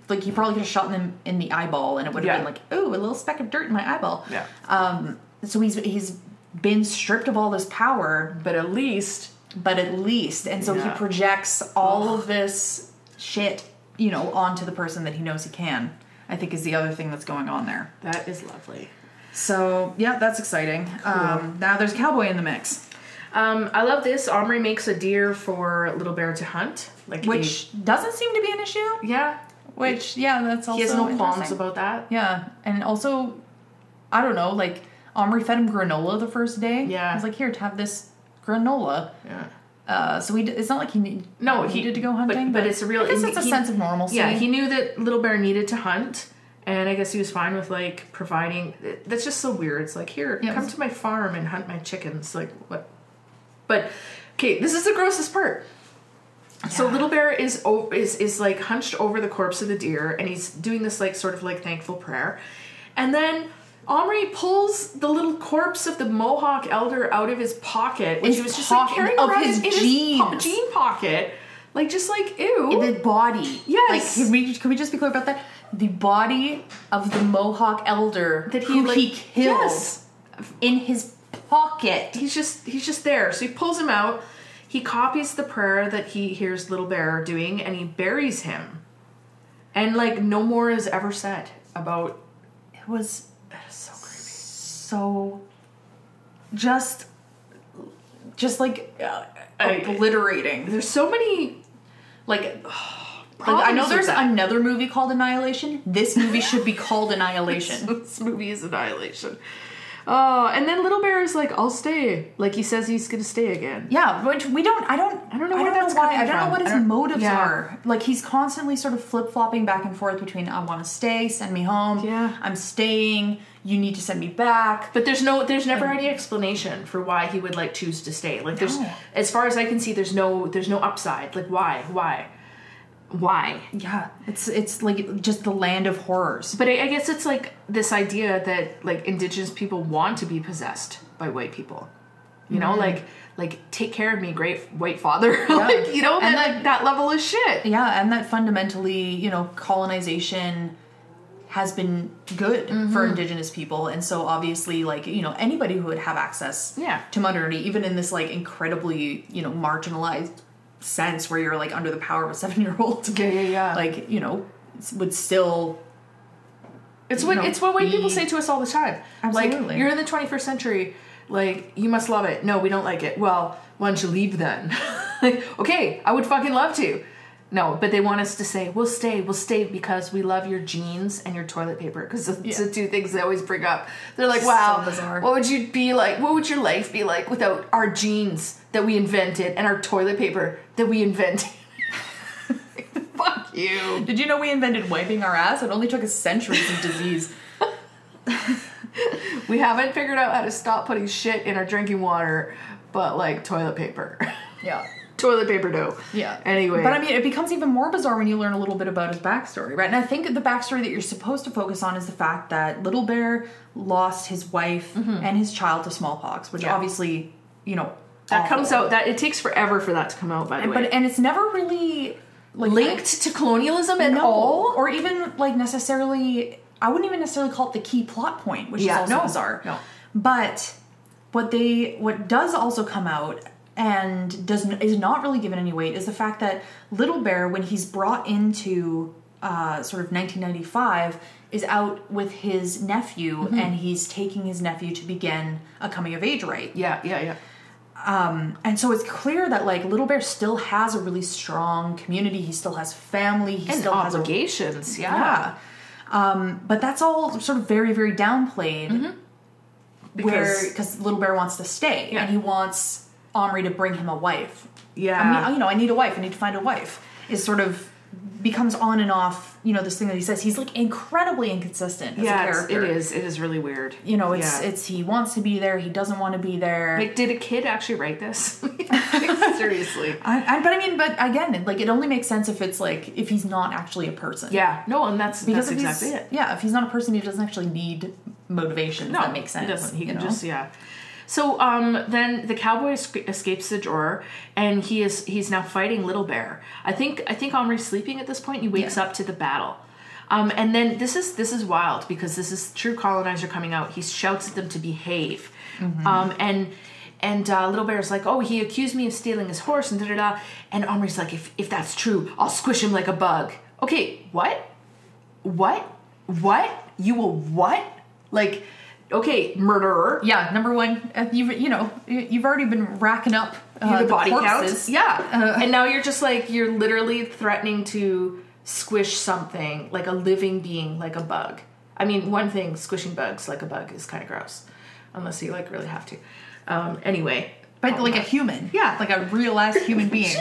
Speaker 2: like he probably could have shot him in the eyeball and it would have
Speaker 1: Yeah.
Speaker 2: been like ooh a little speck of dirt in my eyeball
Speaker 1: Yeah.
Speaker 2: um so he's he's been stripped of all this power
Speaker 1: but at least
Speaker 2: but at least and so
Speaker 1: Yeah.
Speaker 2: he projects all of this shit you know onto the person that he knows he can i think is the other thing that's going on there
Speaker 1: that is lovely
Speaker 2: so yeah that's exciting um, now there's a cowboy in the mix
Speaker 1: um i love this omri makes a deer for little bear to hunt like
Speaker 2: which doesn't seem to be an issue
Speaker 1: he- yeah
Speaker 2: which yeah that's also
Speaker 1: he has no qualms
Speaker 2: interesting.
Speaker 1: about that
Speaker 2: yeah and also i don't know like omri fed him granola the first day
Speaker 1: Yeah.
Speaker 2: i was like here to have this granola
Speaker 1: yeah
Speaker 2: uh, so he d- it's not like he need,
Speaker 1: No, he-
Speaker 2: needed to go
Speaker 1: but-
Speaker 2: hunting
Speaker 1: but it's a real
Speaker 2: I guess
Speaker 1: indi-
Speaker 2: it's a
Speaker 1: he-
Speaker 2: sense of normalcy
Speaker 1: Yeah, he knew that Little Bear needed to hunt, and I guess he was fine with like providing. That's just so weird. It's like, here,
Speaker 2: Yeah, it
Speaker 1: come
Speaker 2: was-
Speaker 1: to my farm and hunt my chickens. Like what? But okay, this is the grossest part. So Little Bear is o- is is like hunched over the corpse of the deer, and he's doing this like sort of like thankful prayer, and then. Omri pulls the little corpse of the Mohawk elder out of his pocket, which
Speaker 2: His
Speaker 1: he was just
Speaker 2: pocket-
Speaker 1: like carrying
Speaker 2: of
Speaker 1: around
Speaker 2: his
Speaker 1: in- in his po-
Speaker 2: jeans.
Speaker 1: jean pocket Like just like ew.
Speaker 2: The body.
Speaker 1: Yes.
Speaker 2: Like, can we, can we just be clear about that? The body of the Mohawk elder
Speaker 1: That he,
Speaker 2: who
Speaker 1: like-
Speaker 2: he killed
Speaker 1: Yes.
Speaker 2: in his pocket.
Speaker 1: he's just he's just there. So he pulls him out. He copies the prayer that he hears Little Bear doing, and he buries him. And like no more is ever said about.
Speaker 2: It was
Speaker 1: That is so creepy.
Speaker 2: so just just like uh,
Speaker 1: I,
Speaker 2: obliterating.
Speaker 1: there's so many like.
Speaker 2: Like, I know
Speaker 1: problems with
Speaker 2: there's
Speaker 1: that.
Speaker 2: another movie called Annihilation. This movie should be called Annihilation.
Speaker 1: this movie is annihilation. Oh, and then Little Bear is like, "I'll stay." Like he says, he's gonna stay again.
Speaker 2: Yeah, which we don't. I don't. I
Speaker 1: don't know
Speaker 2: I
Speaker 1: where
Speaker 2: don't
Speaker 1: that's
Speaker 2: know why.
Speaker 1: coming
Speaker 2: I don't
Speaker 1: from.
Speaker 2: know what
Speaker 1: I
Speaker 2: his
Speaker 1: don't-
Speaker 2: motives
Speaker 1: yeah.
Speaker 2: are. Like he's constantly sort of flip flopping back and forth between I want to stay, send me home.
Speaker 1: Yeah.
Speaker 2: I'm staying. You need to send me back.
Speaker 1: But there's no, there's never any explanation for why he would like choose to stay. Like there's,
Speaker 2: No.
Speaker 1: as far as I can see, there's no, there's no upside. Like why, why, why?
Speaker 2: Yeah, it's it's like just the land of horrors.
Speaker 1: But I, I guess it's like this idea that like indigenous people want to be possessed by white people. You
Speaker 2: Mm-hmm.
Speaker 1: know, like like take care of me, great white father. like you know, that,
Speaker 2: And
Speaker 1: like,
Speaker 2: like-
Speaker 1: that level of shit.
Speaker 2: Yeah, and that fundamentally, you know, colonization has been good for
Speaker 1: Mm-hmm.
Speaker 2: indigenous people and so obviously like you know anybody who would have access
Speaker 1: Yeah.
Speaker 2: to modernity even in this like incredibly you know marginalized sense where you're like under the power of a seven year old
Speaker 1: Yeah, yeah, yeah.
Speaker 2: like you know s- would still
Speaker 1: It's what
Speaker 2: know,
Speaker 1: it's what white people
Speaker 2: be-
Speaker 1: say to us all the time. Like
Speaker 2: Absolutely.
Speaker 1: you're in the 21st century. Like you must love it. No, we don't like it. Well, why don't you leave then? like okay, I would fucking love to. No, but they want us to say we'll stay, we'll stay because we love your jeans and your toilet paper because it's the two things they always bring up. They're like,
Speaker 2: So
Speaker 1: wow,
Speaker 2: bizarre.
Speaker 1: what would you be like? What would your life be like without our jeans that we invented and our toilet paper that we invented? Fuck you.
Speaker 2: did you know we invented wiping our ass it only took us centuries of disease
Speaker 1: We haven't figured out how to stop putting shit in our drinking water, but like toilet paper.
Speaker 2: yeah
Speaker 1: toilet paper dough.
Speaker 2: Yeah.
Speaker 1: Anyway.
Speaker 2: But I mean, it becomes even more bizarre when you learn a little bit about his backstory, right? And I think the backstory that you're supposed to focus on is the fact that Little Bear lost his wife and his child to smallpox, which
Speaker 1: Mm-hmm. Yeah.
Speaker 2: obviously, you know,
Speaker 1: that
Speaker 2: awful.
Speaker 1: comes out that it takes forever for that to come out, by the
Speaker 2: And,
Speaker 1: way.
Speaker 2: but and it's never really like,
Speaker 1: linked to colonialism at
Speaker 2: no,
Speaker 1: all.
Speaker 2: or even like necessarily. I wouldn't even necessarily call it the key plot point, which
Speaker 1: Yeah,
Speaker 2: is also
Speaker 1: no,
Speaker 2: bizarre.
Speaker 1: no.
Speaker 2: But what they what does also come out and does n- is not really given any weight is the fact that Little Bear, when he's brought into uh, sort of 1995, is out with his nephew
Speaker 1: Mm-hmm.
Speaker 2: and he's taking his nephew to begin a coming of age rite.
Speaker 1: yeah, yeah, yeah.
Speaker 2: And so it's clear that like Little Bear still has a really strong community. He still has family. He
Speaker 1: And
Speaker 2: still has a
Speaker 1: obligations, yeah.
Speaker 2: yeah. Um, but that's all sort of very, very downplayed. Because
Speaker 1: Mm-hmm. Because-
Speaker 2: because Little Bear wants to stay
Speaker 1: Yeah.
Speaker 2: and he wants Omri to bring him a wife.
Speaker 1: Yeah.
Speaker 2: I mean, you know, I need a wife. I need to find a wife. Is sort of becomes on and off. You know, this thing that he says. He's like incredibly inconsistent as
Speaker 1: yeah,
Speaker 2: a
Speaker 1: it's-
Speaker 2: character.
Speaker 1: it is. It is really weird.
Speaker 2: You know, it's
Speaker 1: Yeah.
Speaker 2: it's he wants to be there. He doesn't want to be there.
Speaker 1: like, did a kid actually write this? Seriously.
Speaker 2: I, I, but I mean, but again, it- like it only makes sense if it's like if he's not actually a person.
Speaker 1: Yeah. No, and that's
Speaker 2: because
Speaker 1: that's
Speaker 2: if
Speaker 1: exactly
Speaker 2: he's,
Speaker 1: it.
Speaker 2: Yeah, if he's not a person, he doesn't actually need motivation.
Speaker 1: No,
Speaker 2: that makes sense.
Speaker 1: He doesn't. He
Speaker 2: you
Speaker 1: can
Speaker 2: know?
Speaker 1: just yeah. So um, then the cowboy esca- escapes the drawer, and he is he's now fighting Little Bear. I think I think Omri's sleeping at this point. and He wakes
Speaker 2: Yeah.
Speaker 1: up to the battle, um, and then this is this is wild because this is true colonizer coming out. He shouts at them to behave, um, and and uh, Little Bear's like, oh, he accused me of stealing his horse, and da da da. And Omri's like, if if that's true, I'll squish him like a bug. Okay, what? What? What? You will what? Like, okay, murderer.
Speaker 2: Yeah, number one, uh, you've you know you- you've already been racking up uh,
Speaker 1: the body
Speaker 2: corpses.
Speaker 1: counts. Yeah.
Speaker 2: Uh,
Speaker 1: and now you're just like, you're literally threatening to squish something, like a living being, like a bug. I mean, one thing, squishing bugs like a bug is kind of gross, unless you like really have to. Um, anyway.
Speaker 2: but like a human.
Speaker 1: Yeah.
Speaker 2: like a real ass human being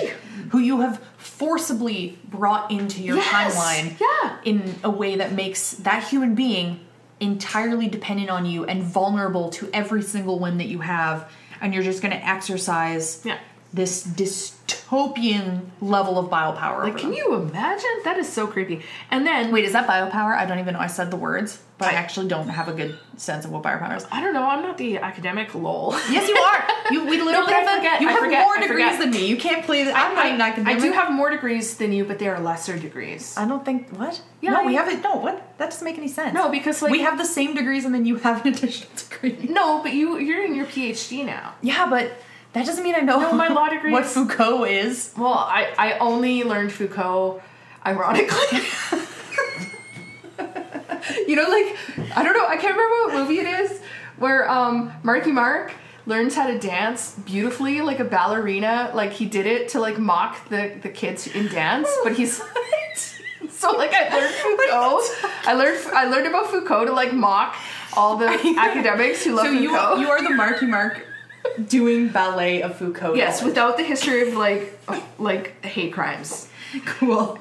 Speaker 2: who you have forcibly brought into your
Speaker 1: Yes,
Speaker 2: timeline.
Speaker 1: yeah.
Speaker 2: in a way that makes that human being entirely dependent on you and vulnerable to every single whim that you have, and you're just going to exercise
Speaker 1: Yeah.
Speaker 2: this dystopian dystopian level of biopower.
Speaker 1: Like, can you imagine? That is so creepy. And then
Speaker 2: Wait, is that biopower? I don't even know. I said the words, but I
Speaker 1: I-
Speaker 2: actually don't have a good sense of what biopower is.
Speaker 1: I don't know. I'm not the academic lol.
Speaker 2: Yes, you are. You we
Speaker 1: No,
Speaker 2: literally
Speaker 1: but I
Speaker 2: have a-
Speaker 1: forget,
Speaker 2: you
Speaker 1: I
Speaker 2: have
Speaker 1: forget,
Speaker 2: more
Speaker 1: I
Speaker 2: degrees
Speaker 1: forget.
Speaker 2: than me. You can't play. The, I'm
Speaker 1: I,
Speaker 2: not an academic.
Speaker 1: I do have more degrees than you, but they are lesser degrees.
Speaker 2: I don't think what.
Speaker 1: Yeah,
Speaker 2: no,
Speaker 1: I-
Speaker 2: we haven't. No, what? That doesn't make any sense.
Speaker 1: No, because, like-
Speaker 2: we have the same degrees, and then you have an additional degree.
Speaker 1: no, but you you're in your PhD now.
Speaker 2: Yeah, but that doesn't mean I know.
Speaker 1: No, my law degree
Speaker 2: What
Speaker 1: is-
Speaker 2: Foucault is.
Speaker 1: Well, I I only learned Foucault, ironically. you know, like I don't know. I can't remember what movie it is where um Marky Mark learns how to dance beautifully like a ballerina. Like he did it to like mock the the kids in dance, but he's. So like I learned Foucault, I learned I learned about Foucault to like mock all the academics who love
Speaker 2: So
Speaker 1: Foucault.
Speaker 2: you you are the Marky Mark doing ballet of Foucault.
Speaker 1: yes, without the history of like uh, like hate crimes.
Speaker 2: cool.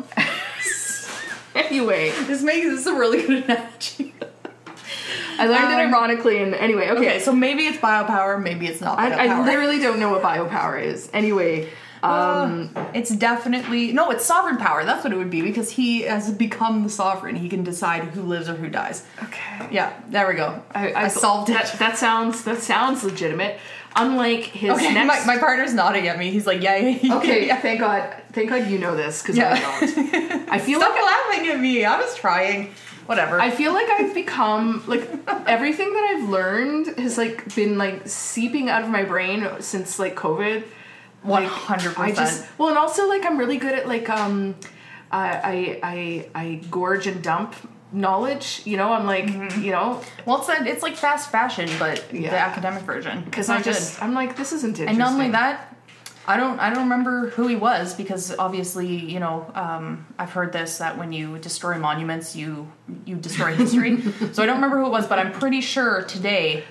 Speaker 1: Anyway,
Speaker 2: This makes this is a really good analogy.
Speaker 1: I learned it ironically, and anyway, um, okay.
Speaker 2: Okay, so maybe it's biopower, maybe it's not.
Speaker 1: I, I
Speaker 2: biopower. Uh,
Speaker 1: literally don't know what biopower is. Anyway, um,
Speaker 2: It's definitely no. It's sovereign power. That's what it would be because he has become the sovereign. He can decide who lives or who dies.
Speaker 1: okay.
Speaker 2: Yeah, there we go.
Speaker 1: I, I,
Speaker 2: solved it.
Speaker 1: that, That sounds that sounds legitimate. Unlike his
Speaker 2: okay,
Speaker 1: next.
Speaker 2: my, my partner's nodding at me. He's like, yeah, yeah, yeah.
Speaker 1: okay,
Speaker 2: yeah.
Speaker 1: thank God, thank God you know this because
Speaker 2: Yeah.
Speaker 1: I don't. I feel
Speaker 2: Stop
Speaker 1: like
Speaker 2: laughing at me. I was trying. Whatever.
Speaker 1: I feel like I've become like everything that I've learned has like been like seeping out of my brain since like COVID.
Speaker 2: One hundred
Speaker 1: I just
Speaker 2: percent.
Speaker 1: well, and also like I'm really good at like um, I I I, I gorge and dump knowledge. You know, I'm like
Speaker 2: Mm-hmm.
Speaker 1: you know
Speaker 2: Well, it's, it's like fast fashion, but
Speaker 1: Yeah.
Speaker 2: the academic version.
Speaker 1: because
Speaker 2: Not
Speaker 1: I just I'm like this isn't interesting.
Speaker 2: good. and not only that, I don't I don't remember who he was because obviously you know um, I've heard this that when you destroy monuments you you destroy history. so I don't remember who it was, but I'm pretty sure today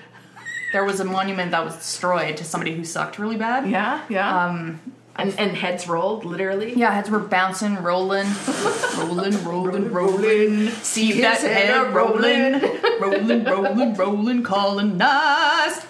Speaker 2: there was a monument that was destroyed to somebody who sucked really bad.
Speaker 1: yeah yeah um and, and heads rolled literally.
Speaker 2: Yeah, heads were bouncing, rolling, rolling, rolling, rolling. See that
Speaker 1: His head
Speaker 2: head
Speaker 1: a
Speaker 2: rolling,
Speaker 1: rolling.
Speaker 2: rolling, rolling, rolling, colonized.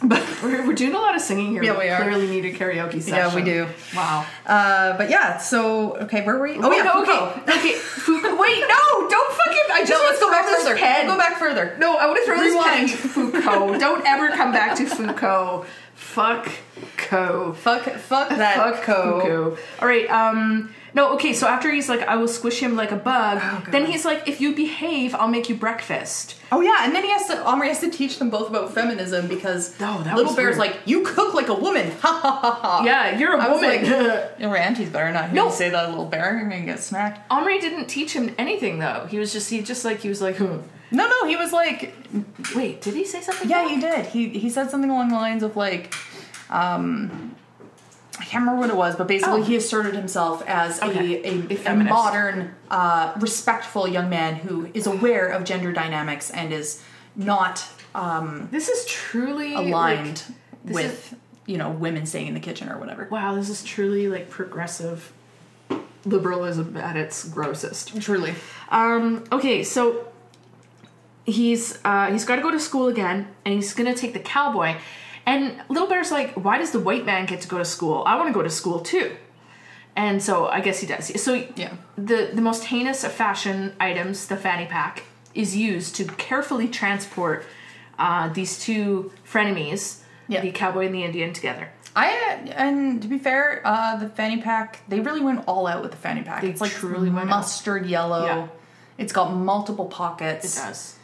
Speaker 1: We're, we're doing a lot of singing here.
Speaker 2: Yeah,
Speaker 1: but
Speaker 2: we are.
Speaker 1: Clearly need a karaoke session.
Speaker 2: Yeah, we do.
Speaker 1: Wow.
Speaker 2: Uh, but yeah, so okay, where were you? Oh
Speaker 1: Wait,
Speaker 2: yeah,
Speaker 1: no,
Speaker 2: Foucault.
Speaker 1: okay, okay. Foucault. Wait, no, don't fucking. I just
Speaker 2: No,
Speaker 1: want
Speaker 2: let's
Speaker 1: to throw
Speaker 2: go back
Speaker 1: this
Speaker 2: further.
Speaker 1: pen.
Speaker 2: Go back further.
Speaker 1: No, I want to throw
Speaker 2: Rewind.
Speaker 1: this pen to Foucault. Don't ever come back to Foucault. Fuck Co.
Speaker 2: Fuck, fuck that.
Speaker 1: Fuck Foucault. All right. Um. No. Okay. So after he's like, I will squish him like a bug. then he's like, if you behave, I'll make you breakfast.
Speaker 2: Oh yeah, and then he has to. Omri has to teach them both about feminism because
Speaker 1: Oh, that
Speaker 2: little
Speaker 1: was
Speaker 2: bear's
Speaker 1: weird.
Speaker 2: like, "You cook like a woman." Ha ha ha ha.
Speaker 1: Yeah, you're a
Speaker 2: Ah. I was
Speaker 1: woman.
Speaker 2: like, your auntie's better not hear
Speaker 1: No.
Speaker 2: you say that, little bear. You're gonna get smacked.
Speaker 1: Omri didn't teach him anything though. He was just he just like he was like, hmm.
Speaker 2: No, no, he was like,
Speaker 1: wait, did he say something?
Speaker 2: yeah, he did. He he said something along the lines of like, um, I can't remember what it was, but basically
Speaker 1: Oh.
Speaker 2: he asserted himself as
Speaker 1: Okay.
Speaker 2: a,
Speaker 1: A
Speaker 2: a, a,
Speaker 1: feminist.
Speaker 2: modern, uh, respectful young man who is aware of gender dynamics and is not um,
Speaker 1: This is truly like,
Speaker 2: aligned
Speaker 1: this
Speaker 2: with you know women staying in the kitchen or whatever.
Speaker 1: wow, this is truly like progressive liberalism at its grossest.
Speaker 2: Truly,
Speaker 1: Um, okay, so he's uh, he's got to go to school again, and he's gonna take the cowboy. And Little Bear's like, why does the white man get to go to school? I want to go to school too. And so I guess he does. So
Speaker 2: Yeah.
Speaker 1: the the most heinous of fashion items, the fanny pack, is used to carefully transport uh, these two frenemies,
Speaker 2: Yeah.
Speaker 1: the cowboy and the Indian, together.
Speaker 2: I and to be fair, uh, the fanny pack they really went all out with the fanny pack. it's like
Speaker 1: truly went out.
Speaker 2: mustard yellow.
Speaker 1: Yeah.
Speaker 2: It's got multiple pockets.
Speaker 1: It does.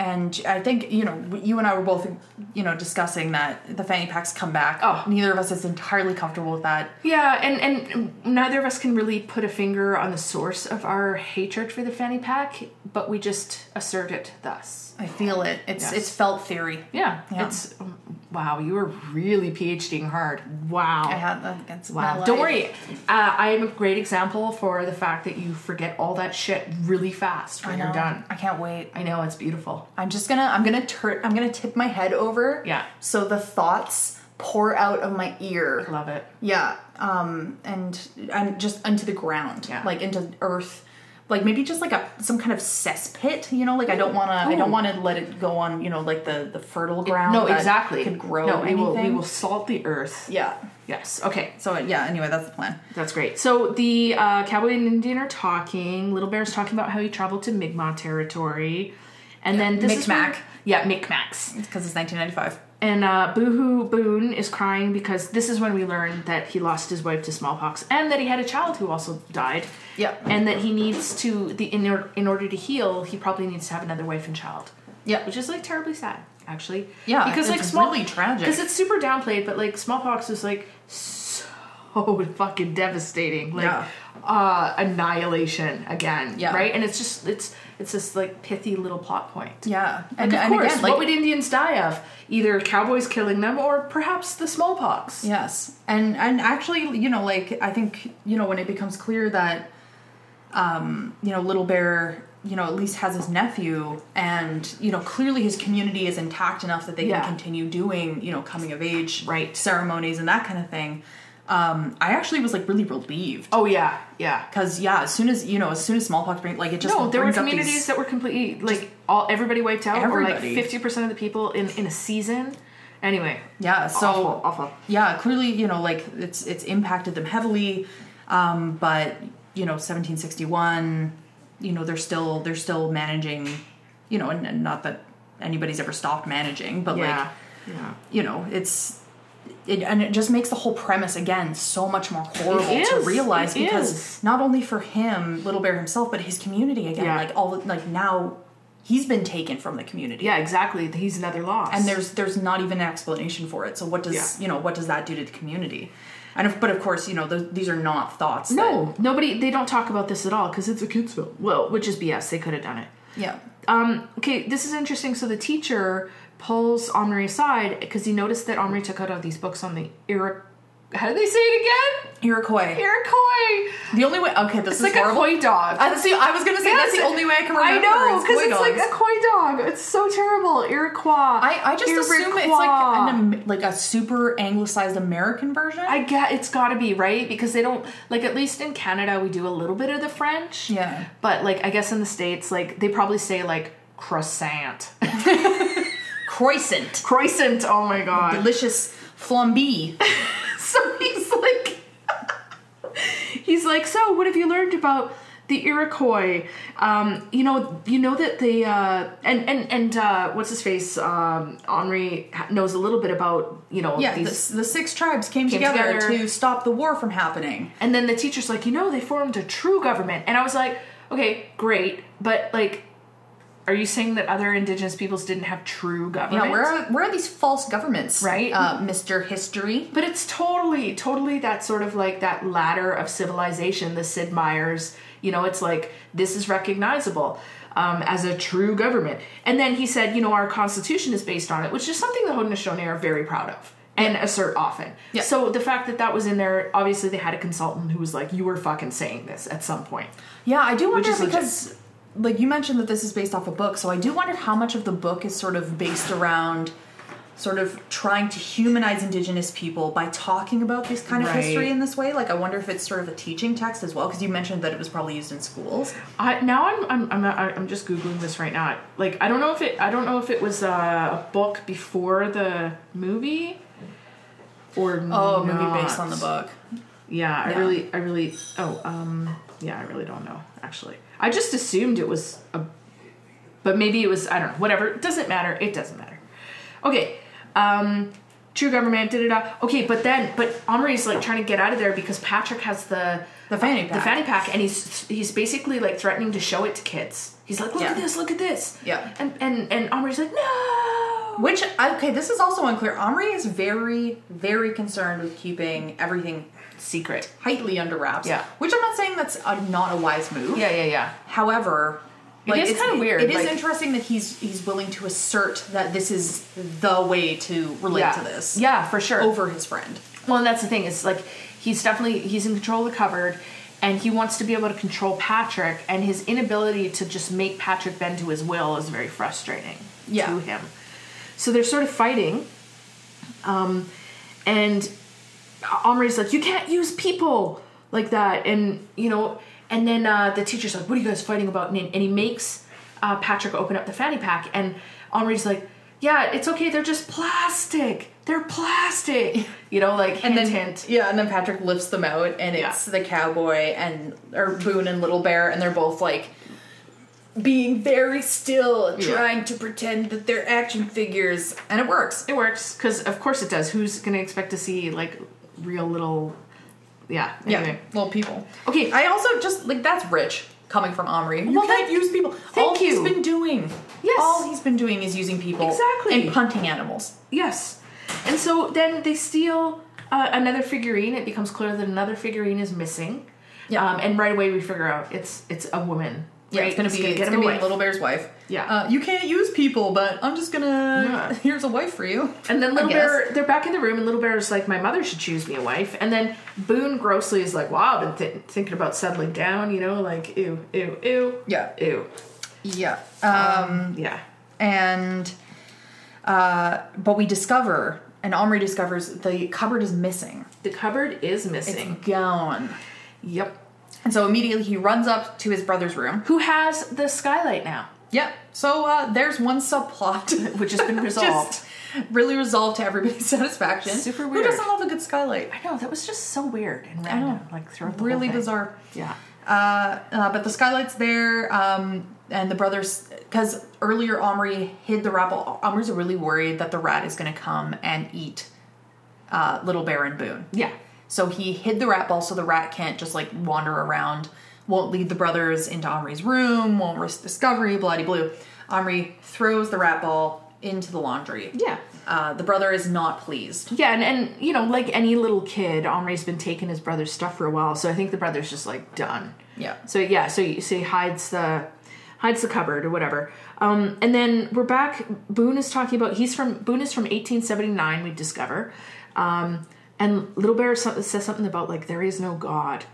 Speaker 2: And I think you know you and I were both you know discussing that the fanny packs come back.
Speaker 1: Oh.
Speaker 2: neither of us is entirely comfortable with that.
Speaker 1: Yeah, and and neither of us can really put a finger on the source of our hatred for the fanny pack, but we just assert it thus.
Speaker 2: I feel it. It's
Speaker 1: Yes.
Speaker 2: it's felt theory.
Speaker 1: Yeah,
Speaker 2: Yeah.
Speaker 1: it's um, wow. You were really PhDing hard. Wow.
Speaker 2: I had that. That's my
Speaker 1: Wow.
Speaker 2: life.
Speaker 1: Don't worry. Uh, I am a great example for the fact that you forget all that shit really fast
Speaker 2: I
Speaker 1: when
Speaker 2: know.
Speaker 1: you're done.
Speaker 2: I can't wait.
Speaker 1: I know it's beautiful.
Speaker 2: I'm just gonna I'm gonna tur- I'm gonna tip my head over.
Speaker 1: Yeah.
Speaker 2: So the thoughts pour out of my ear.
Speaker 1: I love it.
Speaker 2: Yeah, um, and and just into the ground,
Speaker 1: Yeah.
Speaker 2: like into earth,
Speaker 5: like maybe just like a some kind of cesspit, you know? Like I don't want to, I don't want to let it go on, you know, like the the fertile ground.
Speaker 1: no,
Speaker 5: that
Speaker 1: exactly.
Speaker 5: Could grow
Speaker 1: No, we
Speaker 5: anything.
Speaker 1: will, we will salt the earth.
Speaker 5: Yeah.
Speaker 1: Yes. Okay.
Speaker 2: So yeah. Anyway, that's the plan.
Speaker 1: That's great. So the uh, cowboy and Indian are talking. Little Bear's talking about how he traveled to Mi'kmaq territory, and then this is
Speaker 2: Micmac.
Speaker 1: where- yeah, Micmacs.
Speaker 2: It's because it's 1995.
Speaker 1: And uh, Boohoo Boone is crying because this is when we learn that he lost his wife to smallpox and that he had a child who also died.
Speaker 2: Yep.
Speaker 1: And that he needs to the in, or, in order to heal, he probably needs to have another wife and child.
Speaker 2: Yep.
Speaker 1: Which is like terribly sad, actually.
Speaker 2: Yeah,
Speaker 1: Because like
Speaker 2: it's
Speaker 1: small,
Speaker 2: really tragic.
Speaker 1: Because it's super downplayed, but like smallpox is like so fucking devastating. Like
Speaker 2: Yeah.
Speaker 1: uh annihilation again.
Speaker 2: Yeah.
Speaker 1: Right? And it's just it's it's this like pithy little plot point.
Speaker 2: Yeah.
Speaker 1: And,
Speaker 2: And,
Speaker 1: of
Speaker 2: and
Speaker 1: course,
Speaker 2: again, like,
Speaker 1: what would Indians die of? Either cowboys killing them or perhaps the smallpox.
Speaker 2: Yes, and and actually, you know, like I think you know when it becomes clear that, um, you know, Little Bear, you know, at least has his nephew, and you know, clearly his community is intact enough that they
Speaker 1: Yeah.
Speaker 2: can continue doing, you know, coming of age
Speaker 1: Right.
Speaker 2: ceremonies and that kind of thing. Um, I actually was like really relieved
Speaker 1: Oh yeah, yeah.
Speaker 2: because yeah, as soon as you know, as soon as smallpox brings like it just
Speaker 1: No, there were
Speaker 2: brings up
Speaker 1: communities
Speaker 2: these-
Speaker 1: that were completely like all everybody wiped out, or like
Speaker 2: Everybody.
Speaker 1: fifty percent of the people in in a season. Anyway,
Speaker 2: yeah, so
Speaker 1: awful, awful.
Speaker 2: yeah, clearly, you know, like it's it's impacted them heavily. Um, but you know, 1761, you know, they're still they're still managing, you know, and, and not that anybody's ever stopped managing, but
Speaker 1: Yeah,
Speaker 2: like
Speaker 1: yeah.
Speaker 2: you know, it's it, and it just makes the whole premise again so much more horrible
Speaker 1: It
Speaker 2: to
Speaker 1: is,
Speaker 2: realize
Speaker 1: it
Speaker 2: because
Speaker 1: is.
Speaker 2: not only for him, Little Bear himself, but his community again,
Speaker 1: Yeah.
Speaker 2: like all like now he's been taken from the community.
Speaker 1: Yeah, exactly. He's another loss.
Speaker 2: and there's there's not even an explanation for it so what does
Speaker 1: Yeah.
Speaker 2: you know what does that do to the community and of, but of course you know those, these are not thoughts
Speaker 1: no nobody. They don't talk about this at all because it's a kids' film. Well, which is BS. They could have done it.
Speaker 2: that, yeah
Speaker 1: Um, okay, this is interesting. So the teacher pulls Omri aside because he noticed that Omri took out all these books on the Iro- How do they say it again?
Speaker 2: iroquois
Speaker 1: Iroquois.
Speaker 2: the only way okay
Speaker 1: It's
Speaker 2: this is
Speaker 1: like
Speaker 2: horrible
Speaker 1: a koi dog.
Speaker 2: I, see, I was gonna say that's the
Speaker 1: Yes.
Speaker 2: only way I can
Speaker 1: I
Speaker 2: remember.
Speaker 1: know
Speaker 2: is
Speaker 1: because
Speaker 2: koi
Speaker 1: it's like
Speaker 2: dogs.
Speaker 1: a koi dog. It's so terrible. Iroquois.
Speaker 2: I, I just assume it's like an Am- like a super anglicized American version.
Speaker 1: I get it's got to be right because they don't like at least in Canada we do a little bit of the French.
Speaker 2: Yeah.
Speaker 1: But like I guess in the states like they probably say like croissant.
Speaker 2: croissant,
Speaker 1: croissant. Oh my god.
Speaker 2: delicious flambe.
Speaker 1: So he's like, he's like, so what have you learned about the Iroquois? Um, you know, you know that they uh, and and and uh, what's his face? Um, Henri ha- knows a little bit about you know
Speaker 2: Yeah, the,
Speaker 1: these.
Speaker 2: the six tribes came,
Speaker 1: Came
Speaker 2: together,
Speaker 1: together.
Speaker 2: to stop the war from happening.
Speaker 1: And then the teacher's like, you know, they formed a true government, and I was like, okay, great, but like. Are you saying that other indigenous peoples didn't have true government?
Speaker 2: Yeah, where are, where are these false governments,
Speaker 1: Right?
Speaker 2: uh, Mister History?
Speaker 1: But it's totally, totally that sort of like that ladder of civilization, the Sid Meier's, you know, it's like this is recognizable um, as a true government. And then he said, you know, our constitution is based on it, which is something the Haudenosaunee are very proud of and assert often.
Speaker 2: Yeah.
Speaker 1: So the fact that that was in there, obviously they had a consultant who was like, you were fucking saying this at some point.
Speaker 2: Yeah, I do wonder
Speaker 1: is legit.
Speaker 2: because, like you mentioned, that this is based off a book. So I do wonder how much of the book is sort of based around, sort of trying to humanize Indigenous people by talking about this kind of
Speaker 1: Right.
Speaker 2: history in this way. Like I wonder if it's sort of a teaching text as well, because you mentioned that it was probably used in schools.
Speaker 1: I, now I'm, I'm I'm I'm just googling this right now. Like I don't know if it I don't know if it was uh, a book before the movie or
Speaker 2: Oh,
Speaker 1: not.
Speaker 2: movie based on the book.
Speaker 1: Yeah, I
Speaker 2: Yeah.
Speaker 1: really I really oh um yeah I really don't know actually. I just assumed it was a, but maybe it was I don't know whatever it doesn't matter it doesn't matter. Okay, um, true government da da da. Okay, but then but Omri's like trying to get out of there because Patrick has the
Speaker 2: The fanny pack.
Speaker 1: the fanny pack and he's he's basically like threatening to show it to kids he's like look at
Speaker 2: Yeah.
Speaker 1: this look at this
Speaker 2: Yeah.
Speaker 1: and and and Omri's like no
Speaker 2: Which okay, this is also unclear. Omri is very, very concerned with keeping everything
Speaker 1: secret
Speaker 2: tightly under wraps.
Speaker 1: Yeah.
Speaker 2: Which I'm not saying that's a, not a wise move.
Speaker 1: yeah yeah yeah
Speaker 2: However, like,
Speaker 1: is
Speaker 2: it's-
Speaker 1: kinda weird,
Speaker 2: It is
Speaker 1: like-
Speaker 2: interesting that he's he's willing to assert that this is the way to relate
Speaker 1: yeah
Speaker 2: to this.
Speaker 1: yeah for sure
Speaker 2: Over his friend.
Speaker 1: Well, and that's the thing is like he's definitely he's in control of the cupboard, and he wants to be able to control Patrick, and his inability to just make Patrick bend to his will is very frustrating
Speaker 2: Yeah.
Speaker 1: to him. So they're sort of fighting, um, and Omri's like, "You can't use people like that," and you know. And then uh, the teacher's like, "What are you guys fighting about?" And, and he makes uh, Patrick open up the fanny pack, and Omri's like, "Yeah, it's okay. They're just plastic. They're plastic." You know, like
Speaker 2: And
Speaker 1: hint,
Speaker 2: then
Speaker 1: hint.
Speaker 2: yeah, and then Patrick lifts them out, and
Speaker 1: Yeah.
Speaker 2: it's the cowboy and or Boone and Little Bear, and they're both like being very still, and
Speaker 1: Yeah.
Speaker 2: trying to pretend that they're action figures, and it works.
Speaker 1: It works because, of course, it does. Who's gonna expect to see like real little? Yeah.
Speaker 2: Yeah,
Speaker 1: Anyway.
Speaker 2: little people.
Speaker 1: Okay.
Speaker 2: I also just like that's rich coming from Omri. You
Speaker 1: Well,
Speaker 2: can't
Speaker 1: that-
Speaker 2: use people.
Speaker 1: thank
Speaker 2: All
Speaker 1: you.
Speaker 2: he's been doing.
Speaker 1: Yes.
Speaker 2: All he's been doing is using people.
Speaker 1: Exactly.
Speaker 2: And punting animals.
Speaker 1: Yes. And so then they steal uh, another figurine. It becomes clear that another figurine is missing.
Speaker 2: Yeah.
Speaker 1: Um, and right away we figure out it's it's a woman.
Speaker 2: Yeah,
Speaker 1: right?
Speaker 2: it's gonna be
Speaker 1: get
Speaker 2: it's
Speaker 1: him
Speaker 2: gonna
Speaker 1: away.
Speaker 2: be Little Bear's wife.
Speaker 1: Yeah.
Speaker 2: Uh, you can't use people, but I'm just gonna
Speaker 1: Yeah.
Speaker 2: here's a wife for you.
Speaker 1: And then Little
Speaker 2: I guess.
Speaker 1: Bear, they're back in the room, and Little Bear is like, "My mother should choose me a wife." And then Boone grossly is like, "Wow, I've been th- thinking about settling down, you know, like ew, ew, ew,
Speaker 2: Yeah.
Speaker 1: ew,
Speaker 2: Yeah. Um,
Speaker 1: yeah,
Speaker 2: and uh, but we discover and Omri discovers the cupboard is missing.
Speaker 1: the cupboard is
Speaker 2: It's
Speaker 1: missing."
Speaker 2: gone.
Speaker 1: Yep.
Speaker 2: And so immediately he runs up to his brother's room.
Speaker 1: Who has the skylight now?
Speaker 2: Yep. So uh, there's one subplot
Speaker 1: Which has been resolved.
Speaker 2: Just really resolved to everybody's satisfaction.
Speaker 1: Super
Speaker 2: Who
Speaker 1: weird.
Speaker 2: doesn't love a good skylight?
Speaker 1: I know that was just so weird and random. Like throughout the whole
Speaker 2: Really
Speaker 1: thing.
Speaker 2: bizarre.
Speaker 1: Yeah.
Speaker 2: Uh, uh, but the skylight's there, um, and the brothers, because earlier Omri hid the rabble. Omri's really worried that the rat is going to come and eat uh, little Baron Boone.
Speaker 1: Yeah.
Speaker 2: So he hid the rat ball so the rat can't just like wander around, won't lead the brothers into Omri's room, won't risk discovery, bloody blue. Omri throws the rat ball into the laundry.
Speaker 1: Yeah.
Speaker 2: Uh, the brother is not pleased.
Speaker 1: Yeah, and, and you know, like any little kid, Omri's been taking his brother's stuff for a while, so I think the brother's just like done.
Speaker 2: Yeah.
Speaker 1: So yeah, so he- so he hides the hides the cupboard or whatever. Um, and then we're back. Boone is talking about he's from Boone is from 1879. We discover, um, and Little Bear so- says something about like there is no God.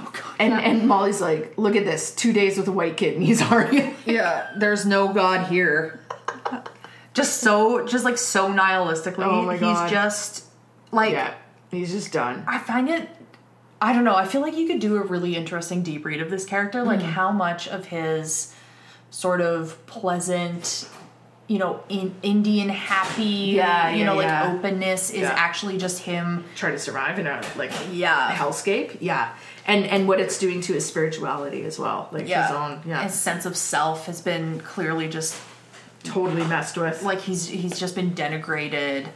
Speaker 1: Oh God. And and Molly's like, look at this, two days with a white kid, and he's already.
Speaker 2: Yeah, there's no God here.
Speaker 6: Just so, just like so nihilistically.
Speaker 1: Oh my God.
Speaker 6: He's just like,
Speaker 1: yeah, he's just done.
Speaker 6: I find it. I don't know. I feel like you could do a really interesting deep read of this character,
Speaker 1: Hmm.
Speaker 6: like how much of his sort of pleasant, you know, in, Indian happy,
Speaker 1: Yeah,
Speaker 6: you
Speaker 1: yeah,
Speaker 6: know,
Speaker 1: yeah.
Speaker 6: like openness is
Speaker 1: Yeah.
Speaker 6: actually just him.
Speaker 1: Try to survive in a like
Speaker 6: Yeah.
Speaker 1: hellscape. Yeah. And and what it's doing to his spirituality as well. Like his own yeah.
Speaker 6: His sense of self has been clearly just
Speaker 1: totally messed with.
Speaker 6: like he's he's just been denigrated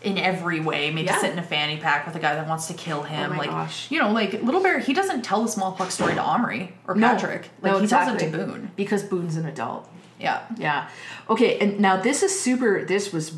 Speaker 6: in every way, made
Speaker 1: Yeah. Oh
Speaker 6: to sit in a fanny pack with a guy that wants to kill him.
Speaker 1: my
Speaker 6: like
Speaker 1: gosh.
Speaker 6: you know, like Little Bear, he doesn't tell the smallpox story to Omri or
Speaker 1: No.
Speaker 6: Patrick. Like
Speaker 1: No,
Speaker 6: he
Speaker 1: exactly.
Speaker 6: tells it to Boone.
Speaker 1: Because Boone's an adult.
Speaker 6: Yeah.
Speaker 1: Yeah. Okay, and now this is super this was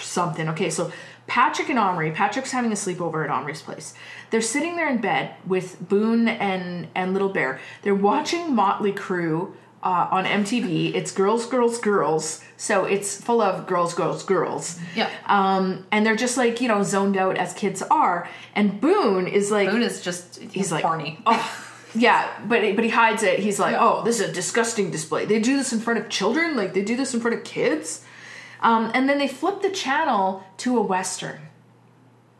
Speaker 1: something. Okay, so Patrick and Omri, Patrick's having a sleepover at Omri's place. They're sitting there in bed with Boone and and Little Bear. They're watching Motley Crue uh, on MTV. It's girls, girls, girls. So it's full of girls, girls, girls.
Speaker 2: Yeah.
Speaker 1: Um, and they're just like, you know, zoned out as kids are. And Boone is like
Speaker 2: Boone is just he's,
Speaker 1: he's like
Speaker 2: horny.
Speaker 1: Oh, yeah, but he- but he hides it. He's like, oh, this is a disgusting display. They do this in front of children. Like they do this in front of kids. Um, and then they flip the channel to a western,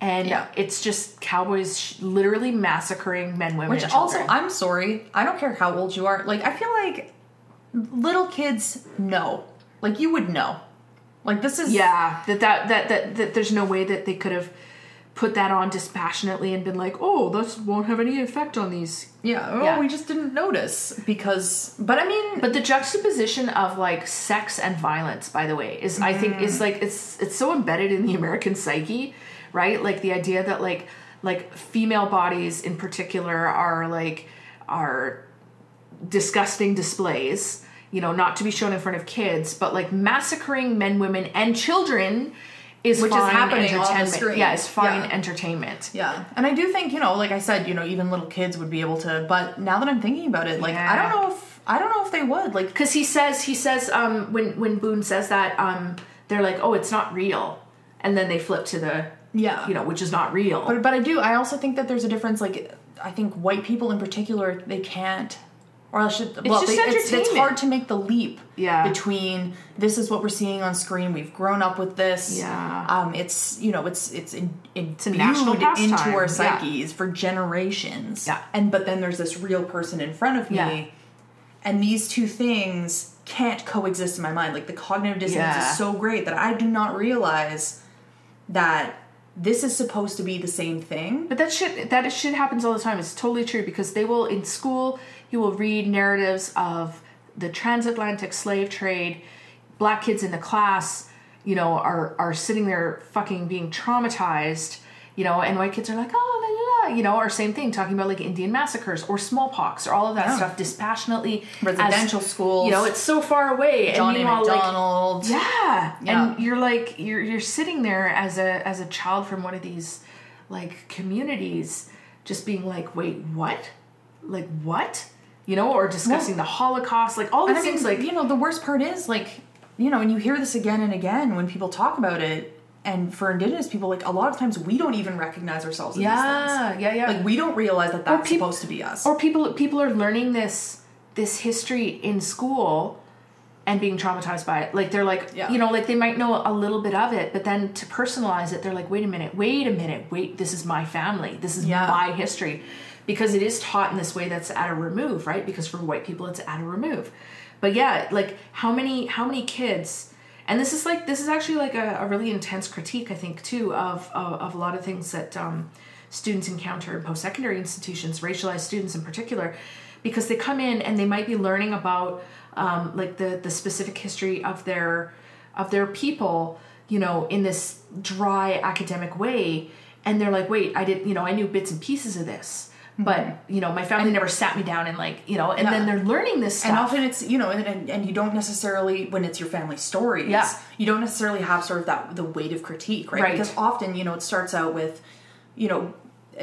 Speaker 1: and
Speaker 2: Yeah.
Speaker 1: it's just cowboys sh- literally massacring men, women,
Speaker 2: Which
Speaker 1: and
Speaker 2: also,
Speaker 1: children.
Speaker 2: I'm sorry. I don't care how old you are. Like, I feel like little kids know. Like, you would know. Like, this is
Speaker 1: yeah, that, that that that that there's no way that they could have put that on dispassionately and been like, oh, this won't have any effect on these
Speaker 2: Yeah. Oh,
Speaker 1: Yeah.
Speaker 2: we just didn't notice because. But I mean,
Speaker 1: But the juxtaposition of like sex and violence, by the way, is I think
Speaker 2: Mm.
Speaker 1: is like it's it's so embedded in the American psyche, right? Like the idea that like like female bodies in particular are like are disgusting displays, you know, not to be shown in front of kids, but like massacring men, women, and children is
Speaker 2: Which is
Speaker 1: fine
Speaker 2: happening on the
Speaker 1: entertainment.
Speaker 2: screen.
Speaker 1: Yeah, it's fine
Speaker 2: Yeah.
Speaker 1: entertainment.
Speaker 2: yeah. And I do think you know, like I said, you know, even little kids would be able to. But now that I'm thinking about it, like I
Speaker 1: Yeah.
Speaker 2: don't know if I don't know if they would. Like,
Speaker 1: because he says he says um when when boone says that um they're like oh it's not real and then they flip to the
Speaker 2: Yeah.
Speaker 1: you know which is not real
Speaker 2: but but I do. I also think that there's a difference. Like, I think white people in particular, they can't Or I should. well,
Speaker 1: just
Speaker 2: they- it's, it's
Speaker 1: entertainment.
Speaker 2: hard to make the leap
Speaker 1: Yeah.
Speaker 2: between this is what we're seeing on screen. We've grown up with this.
Speaker 1: Yeah.
Speaker 2: Um, it's you know it's it's in, it's
Speaker 1: a national
Speaker 2: into
Speaker 1: pastime, yeah.
Speaker 2: our psyches for generations.
Speaker 1: Yeah.
Speaker 2: And but then there's this real person in front of me,
Speaker 1: Yeah.
Speaker 2: and these two things can't coexist in my mind. Like the cognitive dissonance
Speaker 1: Yeah.
Speaker 2: is so great that I do not realize that this is supposed to be the same thing.
Speaker 1: But that shit that shit happens all the time. It's totally true because they will in school you will read narratives of the transatlantic slave trade, black kids in the class, you know, are are sitting there fucking being traumatized, you know, and white kids are like, oh la la la, you know, or same thing, talking about like Indian massacres or smallpox or all of that stuff dispassionately.
Speaker 2: Residential schools.
Speaker 1: You know, it's so far away.
Speaker 2: Johnny
Speaker 1: meanwhile, like,
Speaker 2: McDonald.
Speaker 1: yeah.
Speaker 2: Yeah.
Speaker 1: And you're like you're you're sitting there as a as a child from one of these like communities just being like, "Wait, what? Like what?" You know, or discussing the Holocaust, like all
Speaker 2: And
Speaker 1: these
Speaker 2: I mean,
Speaker 1: things like
Speaker 2: you know, the worst part is like, you know, and you hear this again and again when people talk about it. And for Indigenous people, like a lot of times we don't even recognize ourselves in
Speaker 1: yeah, yeah, yeah.
Speaker 2: these things. Like we don't realize that that's
Speaker 1: peop-
Speaker 2: supposed to be us.
Speaker 1: or people people are learning this this history in school and being traumatized by it like they're like
Speaker 2: Yeah.
Speaker 1: you know like they might know a little bit of it but then to personalize it they're like wait a minute wait a minute wait this is my family this is
Speaker 2: Yeah.
Speaker 1: my history because it is taught in this way that's at a remove right because for white people it's at a remove but yeah like how many how many kids and this is like this is actually like a, a really intense critique i think too of of, of a lot of things that um, students encounter in post-secondary institutions racialized students in particular because they come in and they might be learning about um, like the the specific history of their of their people you know in this dry academic way and they're like wait i did you know i knew bits and pieces of this but you know my family never sat me down and like you know and then they're learning this stuff
Speaker 2: and often it's you know, and, and, and you don't necessarily when it's your family stories,
Speaker 1: Yeah.
Speaker 2: you don't necessarily have sort of that the weight of critique, right?
Speaker 1: Right.
Speaker 2: Because often you know it starts out with, you know,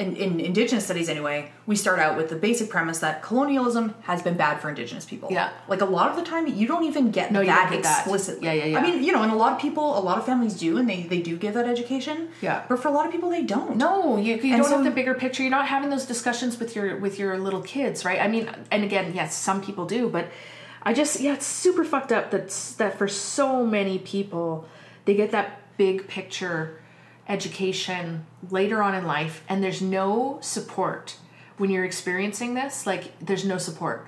Speaker 2: in, in Indigenous studies anyway, we start out with the basic premise that colonialism has been bad for Indigenous people.
Speaker 1: Yeah.
Speaker 2: like a lot of the time you don't even get
Speaker 1: No, you
Speaker 2: that
Speaker 1: don't get that.
Speaker 2: explicitly.
Speaker 1: Yeah, yeah, yeah.
Speaker 2: I mean, you know, and a lot of people, a lot of families do, and they they do give that education.
Speaker 1: Yeah.
Speaker 2: but for a lot of people, they don't.
Speaker 1: No, you, you
Speaker 2: And
Speaker 1: don't
Speaker 2: so-
Speaker 1: have the bigger picture. You're not having those discussions with your with your little kids, right? I mean, and again, yes, some people do, but I just yeah, it's super fucked up that that for so many people they get that big picture education later on in life, and there's no support when you're experiencing this. Like, there's no support,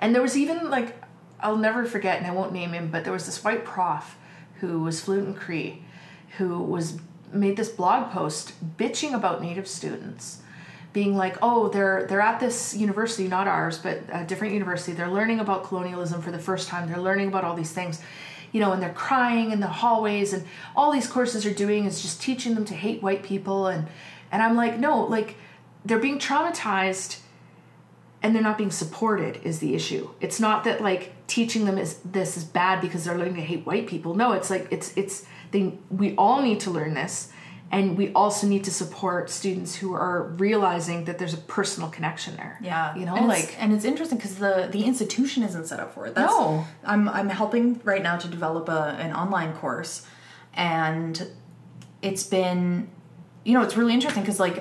Speaker 1: and there was even like I'll never forget, and I won't name him, but there was this white prof who was fluent in Cree, who was made this blog post bitching about Native students, being like, "Oh, they're they're at this university, not ours, but a different university. They're learning about colonialism for the first time. They're learning about all these things." You know, and they're crying in the hallways, and all these courses are doing is just teaching them to hate white people, and and I'm like, no, like they're being traumatized and they're not being supported is the issue. It's not that like teaching them is this is bad because they're learning to hate white people. No, it's like it's it's they we all need to learn this and we also need to support students who are realizing that there's a personal connection there.
Speaker 2: Yeah,
Speaker 1: Uh, You know,
Speaker 2: and it's,
Speaker 1: like
Speaker 2: and it's interesting because the the institution isn't set up for it. That's,
Speaker 1: No.
Speaker 2: I'm I'm helping right now to develop a, an online course, and it's been, you know, it's really interesting because like,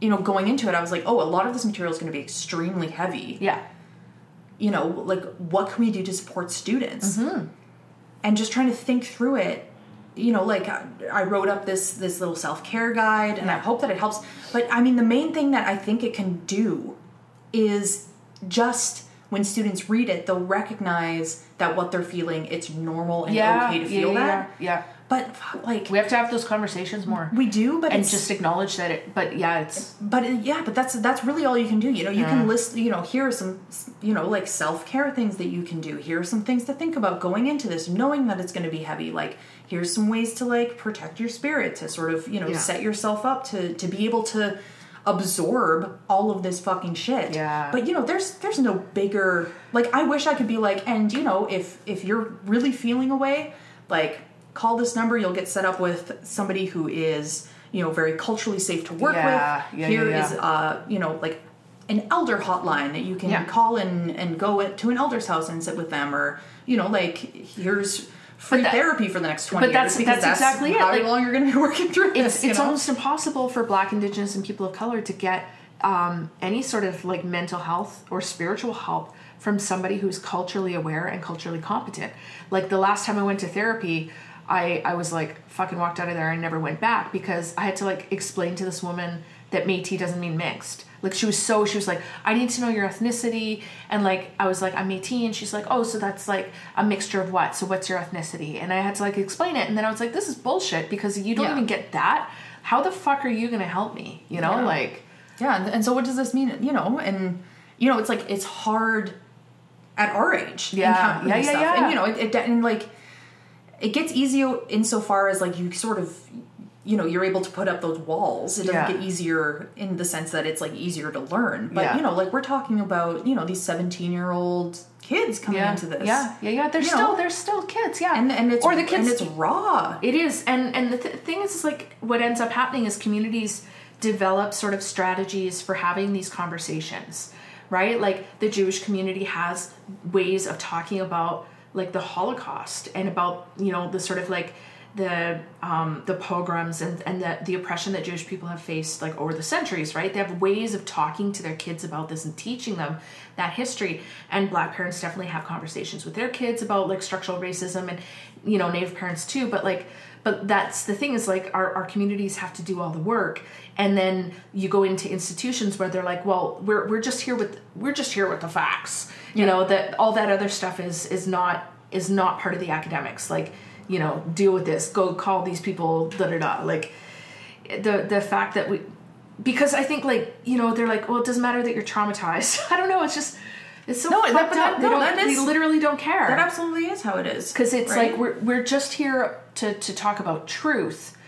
Speaker 2: you know, going into it, I was like, oh, a lot of this material is going to be extremely heavy.
Speaker 1: yeah.
Speaker 2: You know, like what can we do to support students?
Speaker 1: Mm-hmm.
Speaker 2: And just trying to think through it. You know, like I, I wrote up this this little self care guide, and I hope that it helps. But I mean, the main thing that I think it can do is just when students read it, they'll recognize that what they're feeling, it's normal and
Speaker 1: Yeah.
Speaker 2: okay to
Speaker 1: yeah,
Speaker 2: feel
Speaker 1: yeah,
Speaker 2: that.
Speaker 1: Yeah, yeah.
Speaker 2: But fuck, like
Speaker 1: We have to have those conversations more.
Speaker 2: we do, but
Speaker 1: and
Speaker 2: it's
Speaker 1: just
Speaker 2: just
Speaker 1: acknowledge that it but yeah, it's
Speaker 2: but it- yeah, but that's that's really all you can do. You know, you can list. You know, here are some you know like self care things that you can do. Here are some things to think about going into this, knowing that it's going to be heavy. Like here's some ways to like protect your spirit to sort of you know
Speaker 1: Yeah.
Speaker 2: set yourself up to to be able to absorb all of this fucking shit.
Speaker 1: Yeah.
Speaker 2: But you know, there's there's no bigger like I wish I could be like, and you know, if if you're really feeling away, like call this number, you'll get set up with somebody who is, you know, very culturally safe to work
Speaker 1: Yeah,
Speaker 2: with.
Speaker 1: yeah,
Speaker 2: Here
Speaker 1: yeah, yeah.
Speaker 2: is, uh, you know, like an elder hotline that you can
Speaker 1: Yeah.
Speaker 2: call in and go at, to an elder's house and sit with them or, you know, like here's free
Speaker 1: that-
Speaker 2: therapy for the next 20
Speaker 1: but
Speaker 2: years
Speaker 1: that's-
Speaker 2: because
Speaker 1: that's exactly it,
Speaker 2: how
Speaker 1: like,
Speaker 2: long you're going to be working through
Speaker 1: it's,
Speaker 2: this. you
Speaker 1: it's
Speaker 2: know?
Speaker 1: almost impossible for black indigenous and people of color to get um, any sort of like mental health or spiritual help from somebody who's culturally aware and culturally competent. Like the last time I went to therapy, I, I was like fucking walked out of there and never went back because I had to like explain to this woman that Métis doesn't mean mixed. Like she was so she was like, I need to know your ethnicity, and like I was like, I'm Métis, and she's like, oh, so that's like a mixture of what? So what's your ethnicity? And I had to like explain it, and then I was like, this is bullshit because you don't
Speaker 7: Yeah.
Speaker 1: even get that. How the fuck are you gonna help me? You know, like
Speaker 2: Yeah, and, and so what does this mean? You know, and you know, it's like it's hard at our age.
Speaker 1: Yeah.
Speaker 2: encountering
Speaker 1: Yeah,
Speaker 2: this
Speaker 1: yeah,
Speaker 2: stuff.
Speaker 1: yeah.
Speaker 2: And you know, it, it and like it gets easier insofar as like you sort of you know you're able to put up those walls. It doesn't
Speaker 1: Yeah.
Speaker 2: get easier in the sense that it's like easier to learn. But
Speaker 1: Yeah.
Speaker 2: you know, like we're talking about you know these seventeen year old kids coming
Speaker 1: yeah,
Speaker 2: into this.
Speaker 1: yeah, yeah, yeah. They're
Speaker 2: You
Speaker 1: still
Speaker 2: know?
Speaker 1: they're still kids, yeah.
Speaker 2: And, and it's
Speaker 1: or the kids
Speaker 2: and it's raw.
Speaker 1: It is, and and the th- thing is, is like what ends up happening is communities develop sort of strategies for having these conversations, right? Like the Jewish community has ways of talking about like the Holocaust and about you know the sort of like the um, the pogroms and and the the oppression that Jewish people have faced like over the centuries, right? They have ways of talking to their kids about this and teaching them that history. And black parents definitely have conversations with their kids about like structural racism and you know native parents too but like but that's the thing is like our, our communities have to do all the work and then you go into institutions where they're like well we're, we're just here with we're just here with the facts you know that all that other stuff is is not is not part of the academics like you know deal with this go call these people da da da like the the fact that we because I think like you know they're like well it doesn't matter that you're traumatized I don't know it's just it's so
Speaker 2: that-
Speaker 1: fucked up.
Speaker 2: that-
Speaker 1: they
Speaker 2: no,
Speaker 1: don't
Speaker 2: that
Speaker 1: they
Speaker 2: is-
Speaker 1: literally don't care
Speaker 2: That absolutely is how it is.
Speaker 1: because it's
Speaker 2: right?
Speaker 1: like we're we're just here to to talk about truth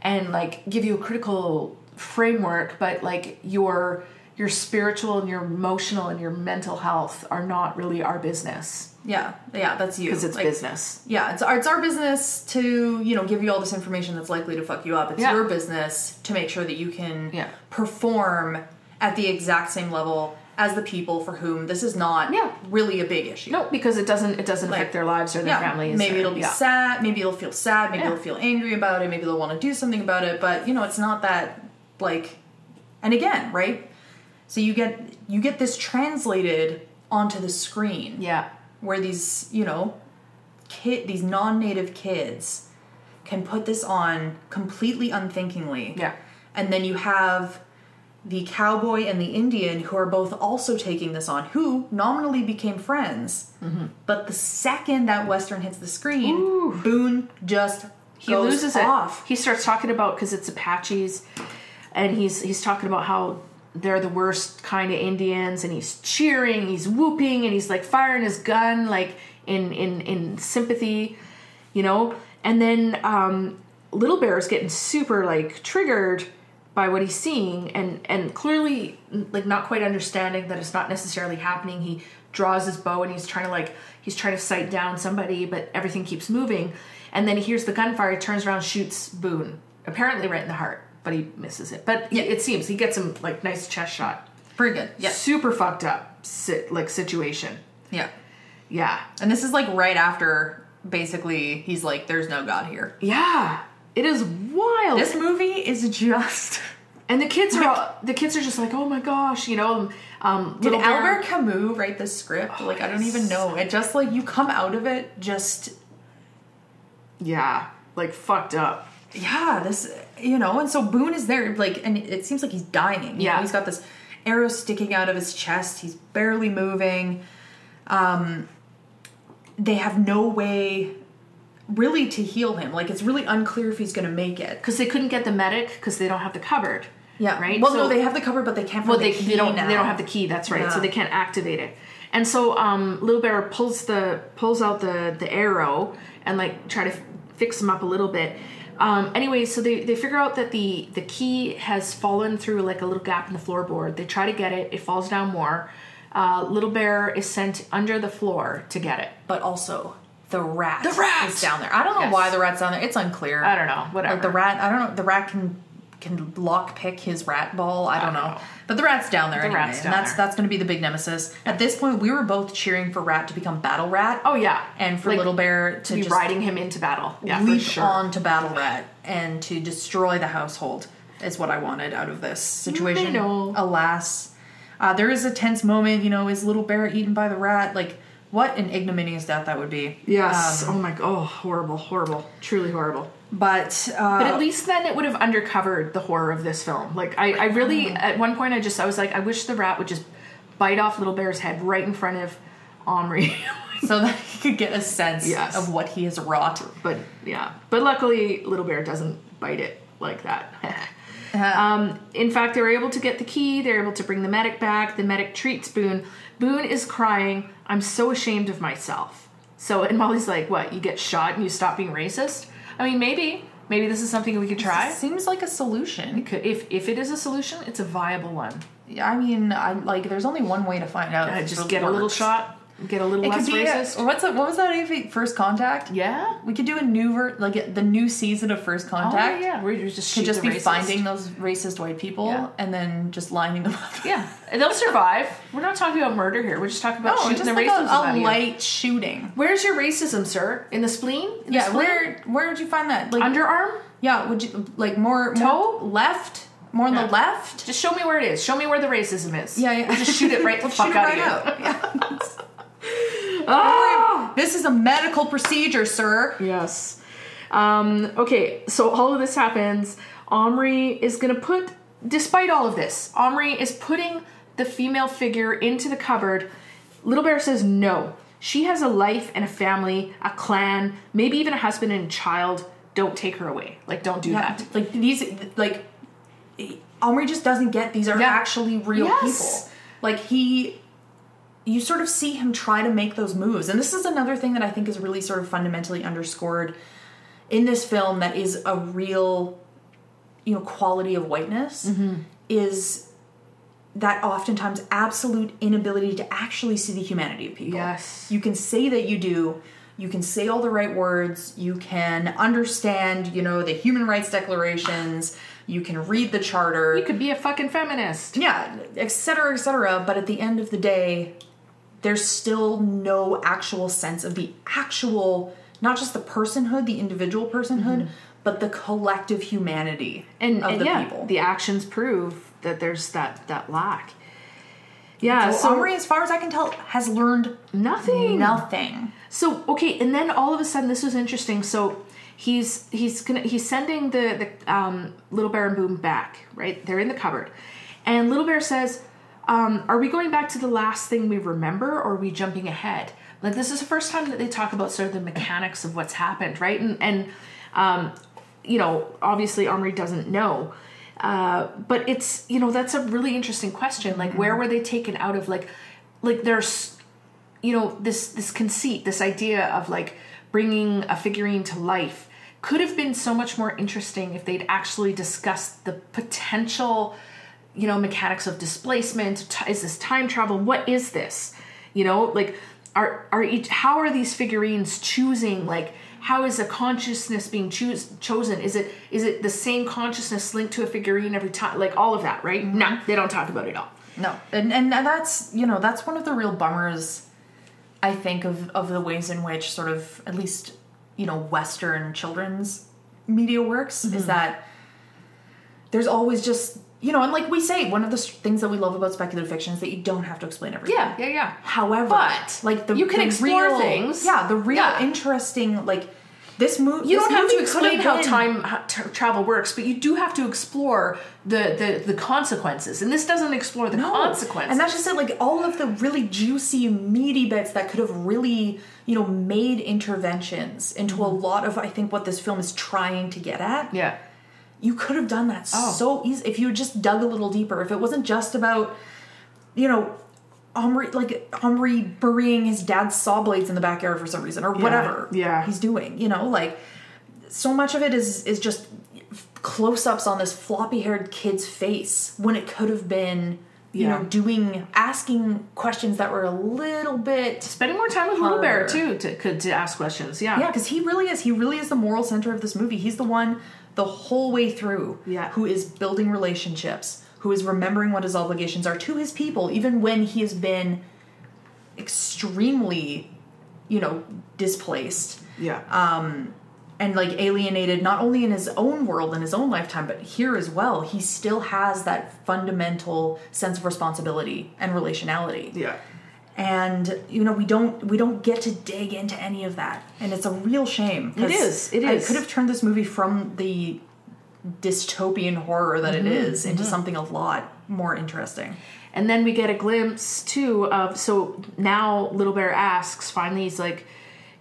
Speaker 1: and like give you a critical framework but like your your spiritual and your emotional and your mental health are not really our business
Speaker 2: yeah, yeah, that's you
Speaker 1: because it's
Speaker 2: Like,
Speaker 1: business
Speaker 2: yeah, it's our, it's our business to you know give you all this information that's likely to fuck you up. It's
Speaker 1: Yeah.
Speaker 2: your business to make sure that you can
Speaker 1: Yeah.
Speaker 2: perform at the exact same level as the people for whom this is not
Speaker 1: Yeah.
Speaker 2: really a big issue.
Speaker 1: no because it doesn't it doesn't
Speaker 2: Like,
Speaker 1: affect their lives or their
Speaker 2: yeah,
Speaker 1: families
Speaker 2: maybe
Speaker 1: or-
Speaker 2: it'll be
Speaker 1: yeah.
Speaker 2: sad. Maybe it'll feel sad. Maybe
Speaker 1: Yeah.
Speaker 2: it'll feel angry about it. Maybe they'll want to do something about it. But you know, it's not that like. And again, right? So you get you get this translated onto the screen
Speaker 1: yeah
Speaker 2: where these you know kid these non-native kids can put this on completely unthinkingly
Speaker 1: yeah
Speaker 2: and then you have the cowboy and the indian who are both also taking this on who nominally became friends
Speaker 1: Mm-hmm.
Speaker 2: but the second that western hits the screen boone just
Speaker 1: he loses
Speaker 2: off
Speaker 1: it he starts talking about because it's apaches and he's he's talking about how they're the worst kind of indians and he's cheering he's whooping and he's like firing his gun like in in in sympathy you know and then um little bear is getting super like triggered by what he's seeing and and clearly like not quite understanding that it's not necessarily happening he draws his bow and he's trying to like he's trying to sight down somebody but everything keeps moving and then he hears the gunfire turns around shoots boone apparently right in the heart but he misses it but yeah. it seems he gets him like nice chest shot
Speaker 2: pretty good yeah
Speaker 1: super fucked up sit like situation
Speaker 2: yeah
Speaker 1: yeah
Speaker 2: and this is like right after basically he's like there's no god here
Speaker 1: yeah it is wild
Speaker 2: this movie is just
Speaker 1: And the kids are all, the kids are just like, oh my gosh, you know. Um,
Speaker 2: Did
Speaker 1: little bear-
Speaker 2: Albert Camus write this script? like I don't even know. It just like you come out of it just
Speaker 1: Yeah, like fucked up.
Speaker 2: yeah, this you know, and so Boone is there, like and it seems like he's dying. you
Speaker 1: Yeah.
Speaker 2: know? He's got this arrow sticking out of his chest, he's barely moving. Um they have no way really to heal him. Like it's really unclear if he's gonna make it.
Speaker 1: Because they couldn't get the medic because they don't have the cupboard. Right?
Speaker 2: Well
Speaker 1: So-
Speaker 2: no, they have the cover but they can't
Speaker 1: Well,
Speaker 2: find
Speaker 1: they,
Speaker 2: the key
Speaker 1: they don't
Speaker 2: now.
Speaker 1: they don't have the key. That's right. So
Speaker 2: Yeah.
Speaker 1: they can't activate it. And so um, Little Bear pulls the pulls out the the arrow and like try to f- fix him up a little bit. Um, anyway, so they, they figure out that the the key has fallen through like a little gap in the floorboard. They try to get it. It falls down more. Uh, Little Bear is sent under the floor to get it.
Speaker 2: but also the rat. The
Speaker 1: rat!
Speaker 2: is down there. I don't know
Speaker 1: Yes.
Speaker 2: why the rat's down there. It's unclear.
Speaker 1: I don't know. Whatever.
Speaker 2: Like the rat, I don't know. The rat can can lock pick his rat ball. I don't,
Speaker 1: don't
Speaker 2: know.
Speaker 1: know.
Speaker 2: But the rat's down there anyway,
Speaker 1: rat's down
Speaker 2: and that's
Speaker 1: there.
Speaker 2: that's going to be the big nemesis. At this point, we were both cheering for Rat to become Battle Rat.
Speaker 1: Oh yeah,
Speaker 2: and for
Speaker 1: Like,
Speaker 2: Little Bear to
Speaker 1: be
Speaker 2: just
Speaker 1: riding him into battle. Yeah,
Speaker 2: leap
Speaker 1: for sure.
Speaker 2: on to Battle Rat and to destroy the household is what I wanted out of this situation.
Speaker 1: know.
Speaker 2: Alas,
Speaker 8: Uh, there is a tense moment, you know, is Little Bear eaten by the rat? Like, what an ignominious death that would be.
Speaker 1: Yes. oh my. Oh, horrible, horrible, truly horrible.
Speaker 2: Um,
Speaker 8: But, uh,
Speaker 1: But at least then it would have undercovered the horror of this film. Like I, I really at one point I just I was like I wish the rat would just bite off Little Bear's head right in front of Omri.
Speaker 8: so that he could get a sense
Speaker 1: Yes.
Speaker 8: of what he has wrought.
Speaker 1: but yeah. But luckily Little Bear doesn't bite it like that. um, in fact, they were able to get the key. They're able to bring the medic back. The medic treats Boone. Boone is crying. I'm so ashamed of myself. So and Molly's like, "What? You get shot and you stop being racist? I mean, maybe, maybe this is something we could try."
Speaker 8: Seems like a solution.
Speaker 1: Could- If if it is a solution, it's a viable one.
Speaker 8: I mean, I like. There's only one way to find out.
Speaker 1: Uh,
Speaker 8: if
Speaker 1: just
Speaker 8: it
Speaker 1: get a little
Speaker 8: works.
Speaker 1: shot, get a little
Speaker 8: It could
Speaker 1: less
Speaker 8: be. A,
Speaker 1: racist.
Speaker 8: what's that? What was that? AV First contact.
Speaker 1: yeah.
Speaker 8: We could do a new ver- like the new season of First
Speaker 1: Oh
Speaker 8: Contact.
Speaker 1: yeah, yeah. We're just
Speaker 8: Should
Speaker 1: shoot
Speaker 8: just
Speaker 1: the
Speaker 8: be
Speaker 1: racist.
Speaker 8: finding those racist white people
Speaker 1: Yeah.
Speaker 8: and then just lining them up.
Speaker 1: Yeah, And they'll survive. We're not talking about murder here. We're just talking about
Speaker 8: No,
Speaker 1: shooting
Speaker 8: just
Speaker 1: the
Speaker 8: like
Speaker 1: racism
Speaker 8: a,
Speaker 1: out
Speaker 8: a
Speaker 1: of you.
Speaker 8: light shooting.
Speaker 1: Where's your racism, sir? In the spleen? In the
Speaker 8: Yeah,
Speaker 1: spleen?
Speaker 8: where where would you find that?
Speaker 1: Mm.
Speaker 8: Like
Speaker 1: underarm?
Speaker 8: yeah, would you like more
Speaker 1: Toe?
Speaker 8: more left? More on
Speaker 1: Yeah.
Speaker 8: the left?
Speaker 1: Just show me where it is. Show me where the racism is.
Speaker 8: Yeah, yeah.
Speaker 1: We'll just shoot it right the
Speaker 8: We'll
Speaker 1: fuck
Speaker 8: shoot it
Speaker 1: out
Speaker 8: right Oh.
Speaker 1: of you.
Speaker 8: out. Yeah.
Speaker 1: Ah!
Speaker 8: this is a medical procedure, sir.
Speaker 1: Yes. Um, okay, so all of this happens. Omri is gonna put, despite all of this, Omri is putting the female figure into the cupboard. Little Bear says no. She has a life and a family, a clan, maybe even a husband and child. Don't take her away. Like, don't do that.
Speaker 2: Like these, like Omri just doesn't get these are
Speaker 1: Yeah.
Speaker 2: actually real
Speaker 1: Yes.
Speaker 2: people. Like he, you sort of see him try to make those moves, and this is another thing that I think is really sort of fundamentally underscored in this film that is a real, you know, quality of whiteness
Speaker 1: Mm-hmm.
Speaker 2: is that oftentimes absolute inability to actually see the humanity of people.
Speaker 1: Yes.
Speaker 2: You can say that you do. You can say all the right words. You can understand, you know, the human rights declarations. You can read the charter.
Speaker 1: You could be a fucking feminist.
Speaker 2: yeah, et cetera, et cetera. But at the end of the day, there's still no actual sense of the actual, not just the personhood, the individual personhood, but the collective humanity
Speaker 1: Mm-hmm. and,
Speaker 2: of
Speaker 1: and
Speaker 2: the
Speaker 1: yeah,
Speaker 2: people.
Speaker 1: the actions prove that there's that that lack. Yeah, so,
Speaker 2: so Omri, as far as I can tell, has learned
Speaker 1: nothing.
Speaker 2: nothing.
Speaker 1: So okay, and then all of a sudden, this was interesting. So he's he's gonna he's sending the the um, little bear and Boom back. Right, they're in the cupboard, and little bear says, um, "Are we going back to the last thing we remember, or are we jumping ahead?" Like this is the first time that they talk about sort of the mechanics of what's happened, right? And and um, you know, obviously Omri doesn't know. Uh, but it's you know that's a really interesting question. Like, where were they taken out of? Like, like there's you know this this conceit this idea of like bringing a figurine to life could have been so much more interesting if they'd actually discussed the potential you know mechanics of displacement t- is this time travel what is this you know like are are each how are these figurines choosing like how is a consciousness being choose, chosen is it is it the same consciousness linked to a figurine every time like all of that right no they don't talk about it at all
Speaker 8: No, and and that's you know that's one of the real bummers, I think of of the ways in which sort of at least you know Western children's media works
Speaker 1: Mm-hmm.
Speaker 8: is that
Speaker 2: there's always just you know and like we say one of the s- things that we love about speculative fiction is that you don't have to explain everything
Speaker 1: yeah yeah yeah
Speaker 2: however
Speaker 1: But
Speaker 2: like the
Speaker 1: you can
Speaker 2: the
Speaker 1: explore
Speaker 2: real-
Speaker 1: things.
Speaker 2: yeah the real
Speaker 1: Yeah.
Speaker 2: interesting like this move
Speaker 1: you don't have to
Speaker 2: explain
Speaker 1: explain how time how t- travel works, but you do have to explore the the, the consequences. And this doesn't explore the consequences.
Speaker 2: and that's just it like all of the really juicy meaty bits that could have really you know made interventions into a lot of i think what this film is trying to get at
Speaker 1: Mm-hmm. yeah.
Speaker 2: you could have done that
Speaker 1: Oh.
Speaker 2: so easy if you had just dug a little deeper. If it wasn't just about, you know, Omri like Omri burying his dad's saw blades in the backyard for some reason or whatever.
Speaker 1: yeah.
Speaker 2: he's doing. You know, like so much of it is is just close ups on this floppy haired kid's face when it could have been. You
Speaker 1: Yeah.
Speaker 2: know, doing asking questions that were a little bit
Speaker 1: Spending more time with Little Bear
Speaker 2: Harder.
Speaker 1: too to could to ask questions. Yeah.
Speaker 2: yeah, because he really is. He really is the moral center of this movie. He's the one the whole way through
Speaker 1: Yeah.
Speaker 2: who is building relationships, who is remembering what his obligations are to his people, even when he has been extremely, you know, displaced.
Speaker 1: Yeah. Um,
Speaker 2: and like alienated not only in his own world in his own lifetime but here as well he still has that fundamental sense of responsibility and relationality
Speaker 1: Yeah.
Speaker 2: and you know we don't we don't get to dig into any of that and it's a real shame 'cause
Speaker 1: It is, it is.
Speaker 2: i could have turned this movie from the dystopian horror that it
Speaker 1: Mm-hmm,
Speaker 2: is into something a lot more interesting
Speaker 1: And then we get a glimpse too of so now Little Bear asks finally he's like,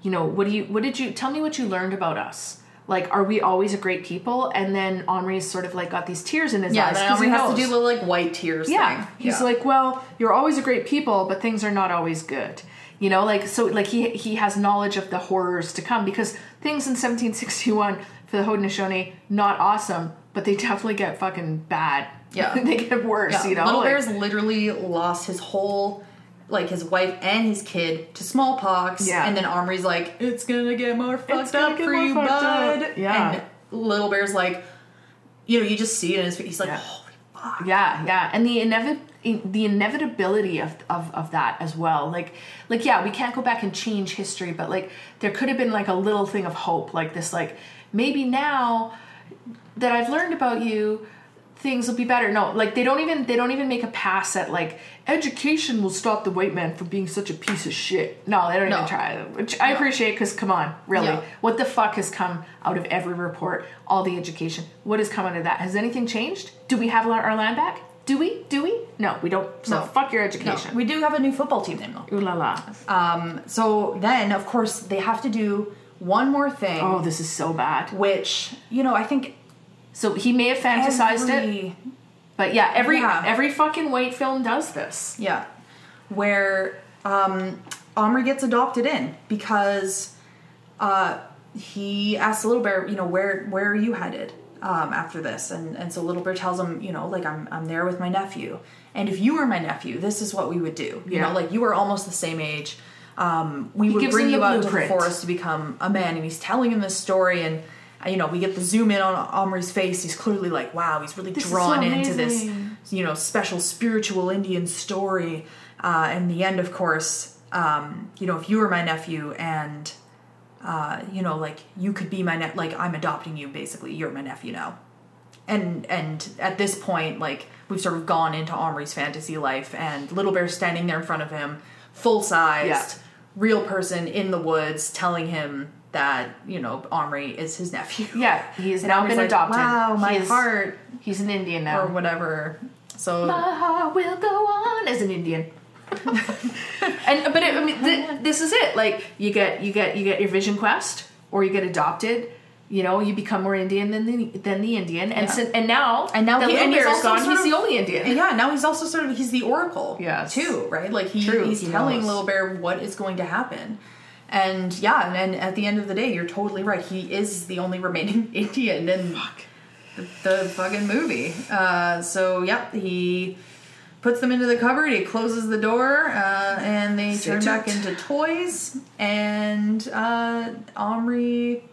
Speaker 1: you know, what do you what did you tell me what you learned about us? Like, are we always a great people? And then Henri's sort of like got these tears in his eyes. 'cause he knows.
Speaker 2: the like white tears
Speaker 1: Yeah. He's like, well, you're always a great people, but things are not always good. You know, like so like he he has knowledge of the horrors to come because things in 1761 for the Haudenosaunee not awesome, but they definitely get fucking bad.
Speaker 2: Yeah.
Speaker 1: they get worse,
Speaker 2: Yeah,
Speaker 1: you know.
Speaker 2: Little
Speaker 1: like-
Speaker 2: Bear's literally lost his whole, like his wife and his kid to smallpox.
Speaker 1: Yeah.
Speaker 2: And then Omri's like, it's gonna get more fucked
Speaker 1: gonna
Speaker 2: up
Speaker 1: get
Speaker 2: for
Speaker 1: more
Speaker 2: you,
Speaker 1: fucked
Speaker 2: bud.
Speaker 1: up. Yeah.
Speaker 2: And Little Bear's like, you know, you just see it in his face. He's like,
Speaker 1: Yeah.
Speaker 2: holy fuck.
Speaker 1: Yeah, yeah, and the inevi- in- the inevitability of, of of that as well. Like like yeah, we can't go back and change history, but like there could have been like a little thing of hope, like this like maybe now that I've learned about you things will be better no like they don't even they don't even make a pass at like education will stop the white man from being such a piece of shit no they don't even
Speaker 2: No.
Speaker 1: try which i appreciate because come on really
Speaker 2: Yeah.
Speaker 1: what the fuck has come out of every report all the education what has come out of that has anything changed do we have our our land back do we do we no we don't so
Speaker 2: No.
Speaker 1: fuck your
Speaker 2: No,
Speaker 1: education
Speaker 2: we Um, do have a new football team name though.
Speaker 1: ooh la la
Speaker 2: So then, of course, they have to do one more thing,
Speaker 1: oh this is so bad
Speaker 2: which, you know, I think.
Speaker 1: so he may have fantasized it
Speaker 2: every-
Speaker 1: but yeah every
Speaker 2: Yeah.
Speaker 1: every fucking white film does this
Speaker 2: Yeah. Where um Omri gets adopted in because uh he asks Little Bear, you know, where where are you headed um after this? And and so Little Bear tells him, you know, like I'm I'm there with my nephew. And if you were my nephew, this is what we would do. You
Speaker 1: Yeah.
Speaker 2: know, like you are almost the same age. Um we would
Speaker 1: gives
Speaker 2: bring
Speaker 1: him the
Speaker 2: you out
Speaker 1: blueprint.
Speaker 2: to the forest to become a man and he's telling him this story and uh, you know, we get the zoom in on Omri's face. He's clearly like, wow, he's really
Speaker 1: is so
Speaker 2: drawn into this
Speaker 1: amazing.
Speaker 2: you know special spiritual Indian story. Uh, in the end, of course, um, you know if you were my nephew and uh, you know like you could be my ne- like I'm adopting you basically. You're my nephew now, and and at this point like we've sort of gone into Omri's fantasy life and Little Bear standing there in front of him, full sized,
Speaker 1: Yeah.
Speaker 2: real person in the woods, telling him that you know Omri is his nephew.
Speaker 1: Yeah, he has
Speaker 2: And
Speaker 1: now
Speaker 2: Omri's
Speaker 1: been
Speaker 2: like,
Speaker 1: adopted.
Speaker 2: Wow, my
Speaker 1: He is-
Speaker 2: heart
Speaker 1: He's an Indian now.
Speaker 2: or whatever. So
Speaker 1: My heart will go on as an Indian. and but it, I mean, th- this is it. Like you get you get you get your vision quest, or you get adopted. You know, you become more Indian than the than the Indian, and sin- and now
Speaker 2: And now
Speaker 1: the
Speaker 2: he-
Speaker 1: little
Speaker 2: and he's
Speaker 1: bear is
Speaker 2: also
Speaker 1: gone.
Speaker 2: sort
Speaker 1: He's
Speaker 2: of-
Speaker 1: the only Indian.
Speaker 2: And yeah, now he's also sort of he's the oracle.
Speaker 1: Yes.
Speaker 2: Too, right? Like he,
Speaker 1: True,
Speaker 2: he's
Speaker 1: he
Speaker 2: telling
Speaker 1: knows.
Speaker 2: Little Bear what is going to happen. And yeah, and, and at the end of the day, you're totally right. He is the only remaining Indian in the, the fucking movie. Uh, so yep, he puts them into the cupboard. He closes the door, uh, and they
Speaker 1: Stay
Speaker 2: turn back
Speaker 1: tuned.
Speaker 2: into toys. And uh, Omri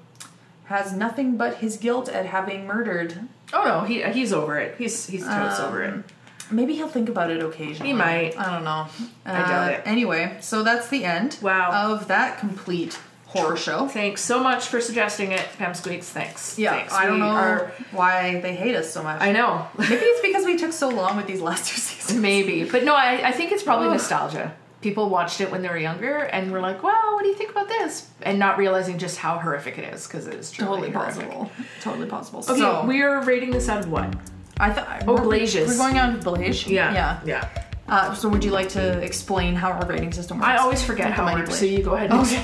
Speaker 2: has nothing but his guilt at having murdered.
Speaker 1: Oh no, he he's over it. He's he's totes over
Speaker 2: Um.
Speaker 1: it.
Speaker 2: Maybe he'll think about it occasionally.
Speaker 1: He might.
Speaker 2: I don't know.
Speaker 1: I doubt
Speaker 2: Uh,
Speaker 1: it.
Speaker 2: Anyway, so that's the end.
Speaker 1: Wow.
Speaker 2: Of that complete horror show.
Speaker 1: Thanks so much for suggesting it, Pam Squeaks. Thanks.
Speaker 2: Yeah,
Speaker 1: Thanks.
Speaker 2: I don't
Speaker 1: We
Speaker 2: know
Speaker 1: are-
Speaker 2: why they hate us so much.
Speaker 1: I know.
Speaker 2: Maybe it's because we took so long with these last two seasons.
Speaker 1: Maybe, but no, I, I think it's probably nostalgia. People watched it when they were younger and were like, "Wow, what do you think about this?" and not realizing just how horrific it is because it is truly
Speaker 2: Totally
Speaker 1: horrific.
Speaker 2: possible. Totally possible.
Speaker 1: Okay,
Speaker 2: so
Speaker 1: we are rating this out of what?
Speaker 2: I thought
Speaker 1: Oh,
Speaker 2: we're-
Speaker 1: Blages.
Speaker 2: We're going on to Blage.
Speaker 1: yeah,
Speaker 2: yeah. Uh, so would you like to explain how our rating system works?
Speaker 1: I always forget
Speaker 2: Like the
Speaker 1: how
Speaker 2: Mighty
Speaker 1: much.
Speaker 2: Blage.
Speaker 1: So you go ahead. And
Speaker 2: Okay.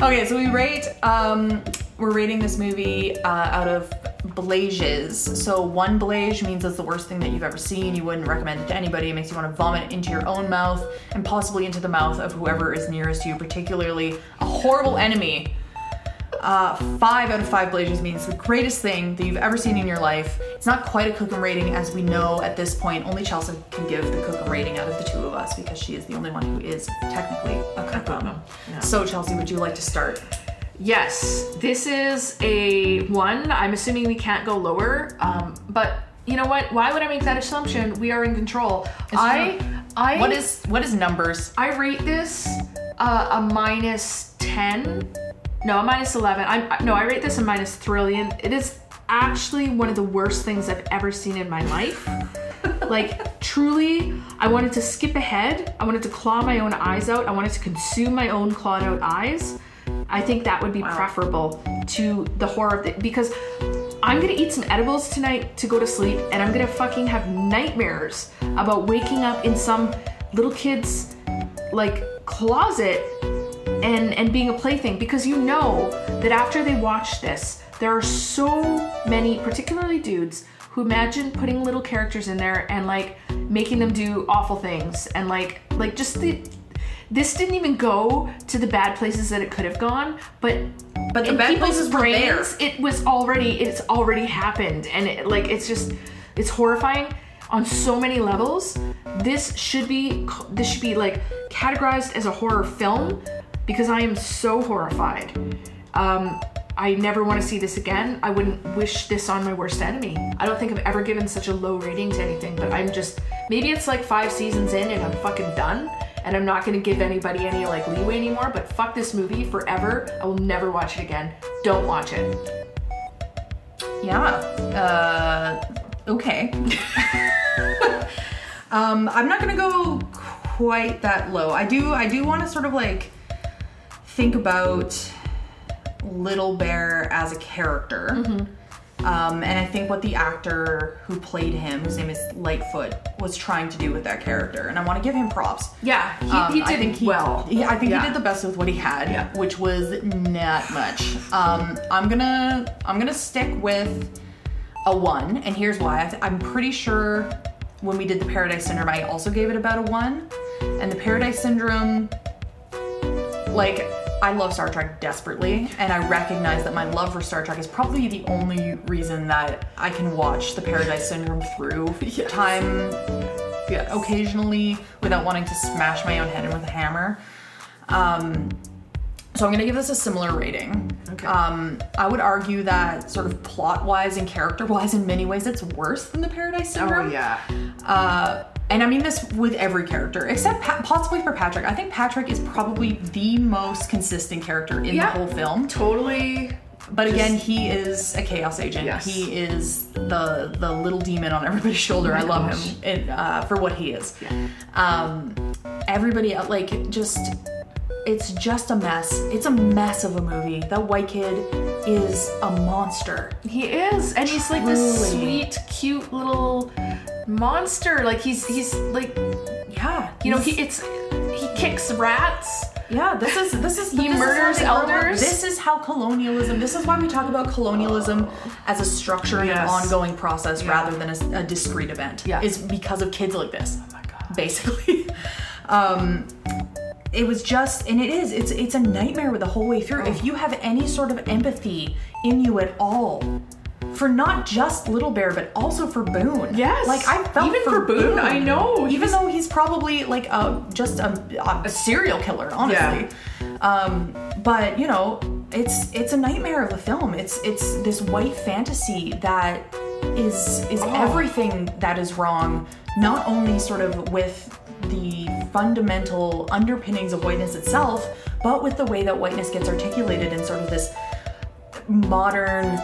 Speaker 2: Okay, so we rate. Um, we're rating this movie uh, out of blages. So one blage means it's the worst thing that you've ever seen. You wouldn't recommend it to anybody. It makes you want to vomit into your own mouth and possibly into the mouth of whoever is nearest to you, particularly a horrible enemy. Uh, five out of five blazes means the greatest thing that you've ever seen in your life. It's not quite a Cookham rating, as we know at this point. Only Chelsea can give the Cookham rating out of the two of us because she is the only one who is technically a Cookham. So, Chelsea, would you like to start?
Speaker 1: Yes, this is a one. I'm assuming we can't go lower. Um, but you know what? Why would I make that assumption? We are in control. I, I.
Speaker 2: What is what is numbers?
Speaker 1: I rate this uh, a minus 10 No, a minus 11. I'm, I- no, I rate this a minus trillion. It is actually one of the worst things I've ever seen in my life. Like, truly, I wanted to skip ahead. I wanted to claw my own eyes out. I wanted to consume my own clawed out eyes. I think that would be preferable to the horror of it because I'm gonna eat some edibles tonight to go to sleep and I'm gonna fucking have nightmares about waking up in some little kid's like closet and and being a plaything because you know that after they watch this there are so many particularly dudes who imagine putting little characters in there and like making them do awful things and like like just the this didn't even go to the bad places that it could have gone but but
Speaker 2: the bad places were there.
Speaker 1: it was already it's already happened and it, like it's just it's horrifying on so many levels this should be this should be like categorized as a horror film because i am so horrified um i never want to see this again i wouldn't wish this on my worst enemy i don't think i've ever given such a low rating to anything but i'm just maybe it's like five seasons in and i'm fucking done and i'm not gonna give anybody any like leeway anymore but fuck this movie forever i will never watch it again don't watch it
Speaker 2: Yeah. Uh, okay. um, I'm not gonna go quite that low. I do. I do want to sort of like think about Little Bear as a character. Um, and I think what the actor who played him, whose name is Lightfoot, was trying to do with that character, and I want to give him props.
Speaker 1: Yeah, he,
Speaker 2: Um,
Speaker 1: he
Speaker 2: I
Speaker 1: did
Speaker 2: think he-
Speaker 1: well.
Speaker 2: Yeah, I think
Speaker 1: Yeah.
Speaker 2: he did the best with what he had,
Speaker 1: Yeah.
Speaker 2: which was not much. Um, I'm gonna I'm gonna stick with a one, and here's why. I th- I'm pretty sure when we did the Paradise Syndrome, I also gave it about a one, and the Paradise Syndrome, like. I love Star Trek desperately, and I recognize that my love for Star Trek is probably the only reason that I can watch The Paradise Syndrome through time occasionally without wanting to smash my own head in with a hammer. Um, so I'm gonna give this a similar rating.
Speaker 1: Okay.
Speaker 2: Um, I would argue that sort of plot-wise and character-wise, in many ways, it's worse than the Paradise Syndrome. Uh, and I mean this with every character, except pa- possibly for Patrick. I think Patrick is probably the most consistent character in
Speaker 1: Yeah.
Speaker 2: the whole film.
Speaker 1: totally.
Speaker 2: But again, he is a chaos agent.
Speaker 1: Yes.
Speaker 2: He is the the little demon on everybody's shoulder.
Speaker 1: Oh
Speaker 2: I love him and, uh, for what he is. Um, everybody el- like just it's just a mess. It's a mess of a movie. That white kid is a monster.
Speaker 1: He is, and he's like this
Speaker 2: Truly.
Speaker 1: sweet, cute little monster. Like he's he's like
Speaker 2: Yeah,
Speaker 1: you know he it's he kicks rats.
Speaker 2: Yeah, this is this is
Speaker 1: He
Speaker 2: this is how
Speaker 1: murders
Speaker 2: they grow up.
Speaker 1: elders.
Speaker 2: This is how colonialism. This is why we talk about colonialism as a structure and an
Speaker 1: Yes.
Speaker 2: ongoing process rather than a, a discrete event.
Speaker 1: Yeah.
Speaker 2: is because of kids like this. Oh my god. Basically, um, it was just, and it is. It's it's a nightmare with the whole way through.
Speaker 1: Oh.
Speaker 2: If you have any sort of empathy in you at all. For not just Little Bear, but also for Boone.
Speaker 1: Yes.
Speaker 2: like I felt
Speaker 1: Even for Boone, I know.
Speaker 2: Even though he's probably like a just a, a serial killer, honestly
Speaker 1: Yeah.
Speaker 2: um, but you know it's it's a nightmare of a film it's it's this white fantasy that is is everything that is wrong not only sort of with the fundamental underpinnings of whiteness itself but with the way that whiteness gets articulated in sort of this modern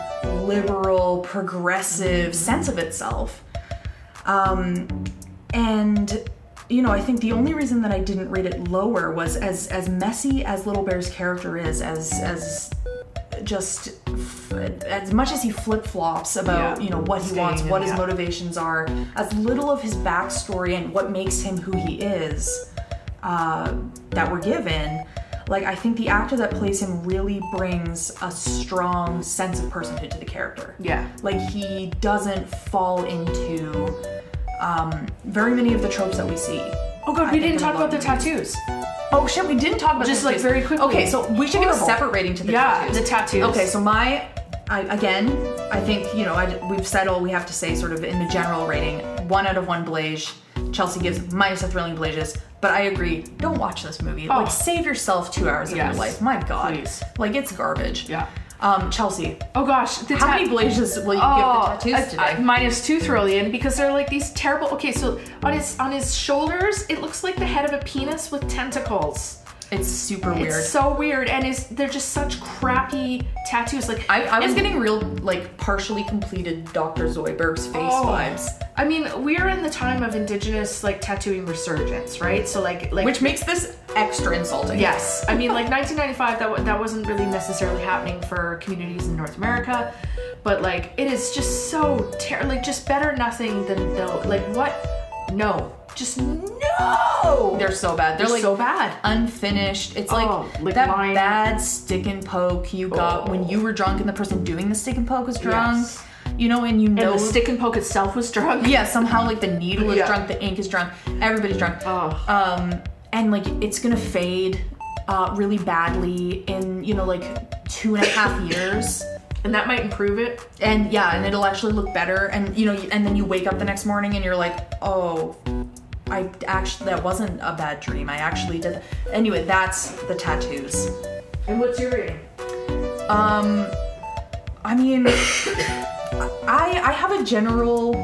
Speaker 2: liberal progressive sense of itself um, and you know, I think the only reason that I didn't rate it lower was as as messy as Little Bear's character is, as as just f- as much as he flip flops about
Speaker 1: Yeah.
Speaker 2: you know what he wants,
Speaker 1: Staying
Speaker 2: what
Speaker 1: in-
Speaker 2: his
Speaker 1: yeah.
Speaker 2: motivations are, as little of his backstory and what makes him who he is uh, that we're given. Like I think the actor that plays him really brings a strong sense of personhood to the character
Speaker 1: Yeah.
Speaker 2: like he doesn't fall into um, very many of the tropes that we see.
Speaker 1: Oh god,
Speaker 2: I
Speaker 1: we
Speaker 2: think
Speaker 1: didn't
Speaker 2: I'm
Speaker 1: talk about the
Speaker 2: alone.
Speaker 1: tattoos.
Speaker 2: Oh shit, we didn't talk about
Speaker 1: Just,
Speaker 2: this
Speaker 1: like,
Speaker 2: case.
Speaker 1: very quickly.
Speaker 2: Okay, so we should give a
Speaker 1: Horrible.
Speaker 2: separate rating to the
Speaker 1: yeah,
Speaker 2: tattoos.
Speaker 1: the tattoos.
Speaker 2: Okay, so my, I, again, I think you know I, we've said all we have to say sort of in the general rating. One out of one Blaze. Chelsea gives minus a thrilling Blazes, but I agree. Don't watch this movie.
Speaker 1: Oh.
Speaker 2: Like save yourself two hours of
Speaker 1: Yes.
Speaker 2: your life. My God,
Speaker 1: Please.
Speaker 2: like it's garbage.
Speaker 1: Yeah.
Speaker 2: Um, Chelsea,
Speaker 1: oh gosh, the
Speaker 2: how
Speaker 1: tat-
Speaker 2: many Blazes will you
Speaker 1: Oh,
Speaker 2: give the tattoos
Speaker 1: I- I-
Speaker 2: today?
Speaker 1: minus two trillion because they're like these terrible. Okay, so on his on his shoulders, it looks like the head of a penis with tentacles.
Speaker 2: It's super
Speaker 1: It's
Speaker 2: weird.
Speaker 1: so weird, and it's they're just such crappy tattoos. Like
Speaker 2: I, I was
Speaker 1: it's-
Speaker 2: getting real, like, partially completed Dr. Zoidberg's face
Speaker 1: Oh.
Speaker 2: vibes.
Speaker 1: I mean, we're in the time of indigenous like tattooing resurgence, right? So like like
Speaker 2: Which makes this extra insulting.
Speaker 1: Yes, I mean, like 1995, that wa- that wasn't really necessarily happening for communities in North America, but like it is just so ter- like just better nothing than no. Like what? No, just no.
Speaker 2: They're so bad. They're,
Speaker 1: They're
Speaker 2: like
Speaker 1: so bad.
Speaker 2: unfinished. It's like,
Speaker 1: Oh, like
Speaker 2: that
Speaker 1: lying. Oh.
Speaker 2: bad stick and poke you got when you were drunk and the person doing the stick and poke was drunk.
Speaker 1: Yes.
Speaker 2: You know, and you know
Speaker 1: And the stick and poke itself was drunk.
Speaker 2: yeah, somehow like the needle is
Speaker 1: Yeah.
Speaker 2: drunk, the ink is drunk, everybody's drunk.
Speaker 1: Oh.
Speaker 2: Um, and like it's gonna fade uh, really badly in you know like two and a half years.
Speaker 1: And that might improve it.
Speaker 2: And yeah, and it'll actually look better. And you know, you- and then you wake up the next morning and you're like, oh, I actually that wasn't a bad dream. I actually did. That. Anyway, that's the tattoos.
Speaker 1: And what's your rating?
Speaker 2: Um, I mean, I I have a general.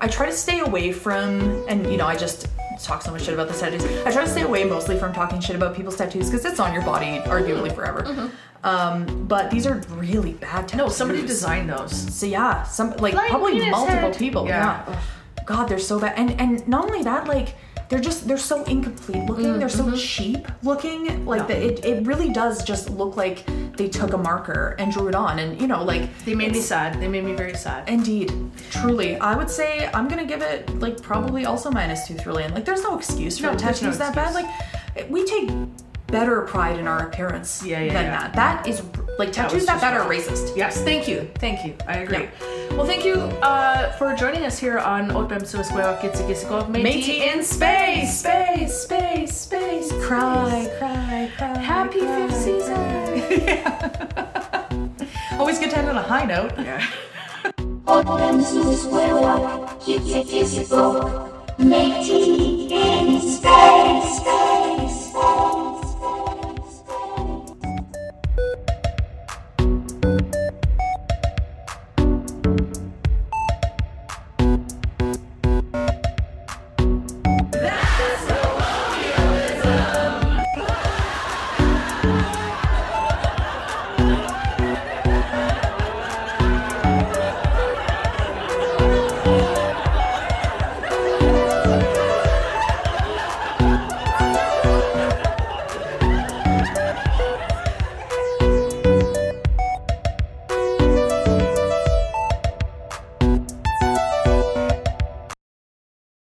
Speaker 2: I try to stay away from, and you know, I just talk so much shit about the tattoos. I try to stay away mostly from talking shit about people's tattoos because it's on your body arguably forever. Um, but these are really bad tattoos.
Speaker 1: Mm-hmm. No, somebody designed those.
Speaker 2: So yeah, some like
Speaker 1: Flying
Speaker 2: probably
Speaker 1: penis
Speaker 2: multiple
Speaker 1: head.
Speaker 2: people.
Speaker 1: Yeah.
Speaker 2: Yeah. God, they're so bad. And and not only that, like they're just they're so incomplete looking.
Speaker 1: Mm,
Speaker 2: They're so
Speaker 1: mm-hmm.
Speaker 2: cheap looking. Like the, it it really does just look like they took a marker and drew it on. And you know like
Speaker 1: They made me
Speaker 2: it's-
Speaker 1: sad. They made me very sad.
Speaker 2: Indeed, truly, I would say I'm gonna give it like probably also minus two thrillion. Like there's no excuse for
Speaker 1: No,
Speaker 2: the
Speaker 1: there's
Speaker 2: tattoos
Speaker 1: no
Speaker 2: that bad.
Speaker 1: excuse.
Speaker 2: Like we take better pride in our appearance
Speaker 1: Yeah, yeah,
Speaker 2: than
Speaker 1: yeah.
Speaker 2: that. That is like tattoos
Speaker 1: was
Speaker 2: that
Speaker 1: just
Speaker 2: bad are
Speaker 1: wrong.
Speaker 2: racist.
Speaker 1: Yes, thank you. Thank you. I agree. Well, thank you uh, for joining us here on Otem Suesqueo Kitsikisiko.
Speaker 2: Matey in space, space, space, space. Cry, cry, cry.
Speaker 1: Happy
Speaker 2: cry.
Speaker 1: fifth season.
Speaker 9: Always good to end on a high note.
Speaker 3: Put them to the square one. Kiss a kiss a book. Make tea in space, space.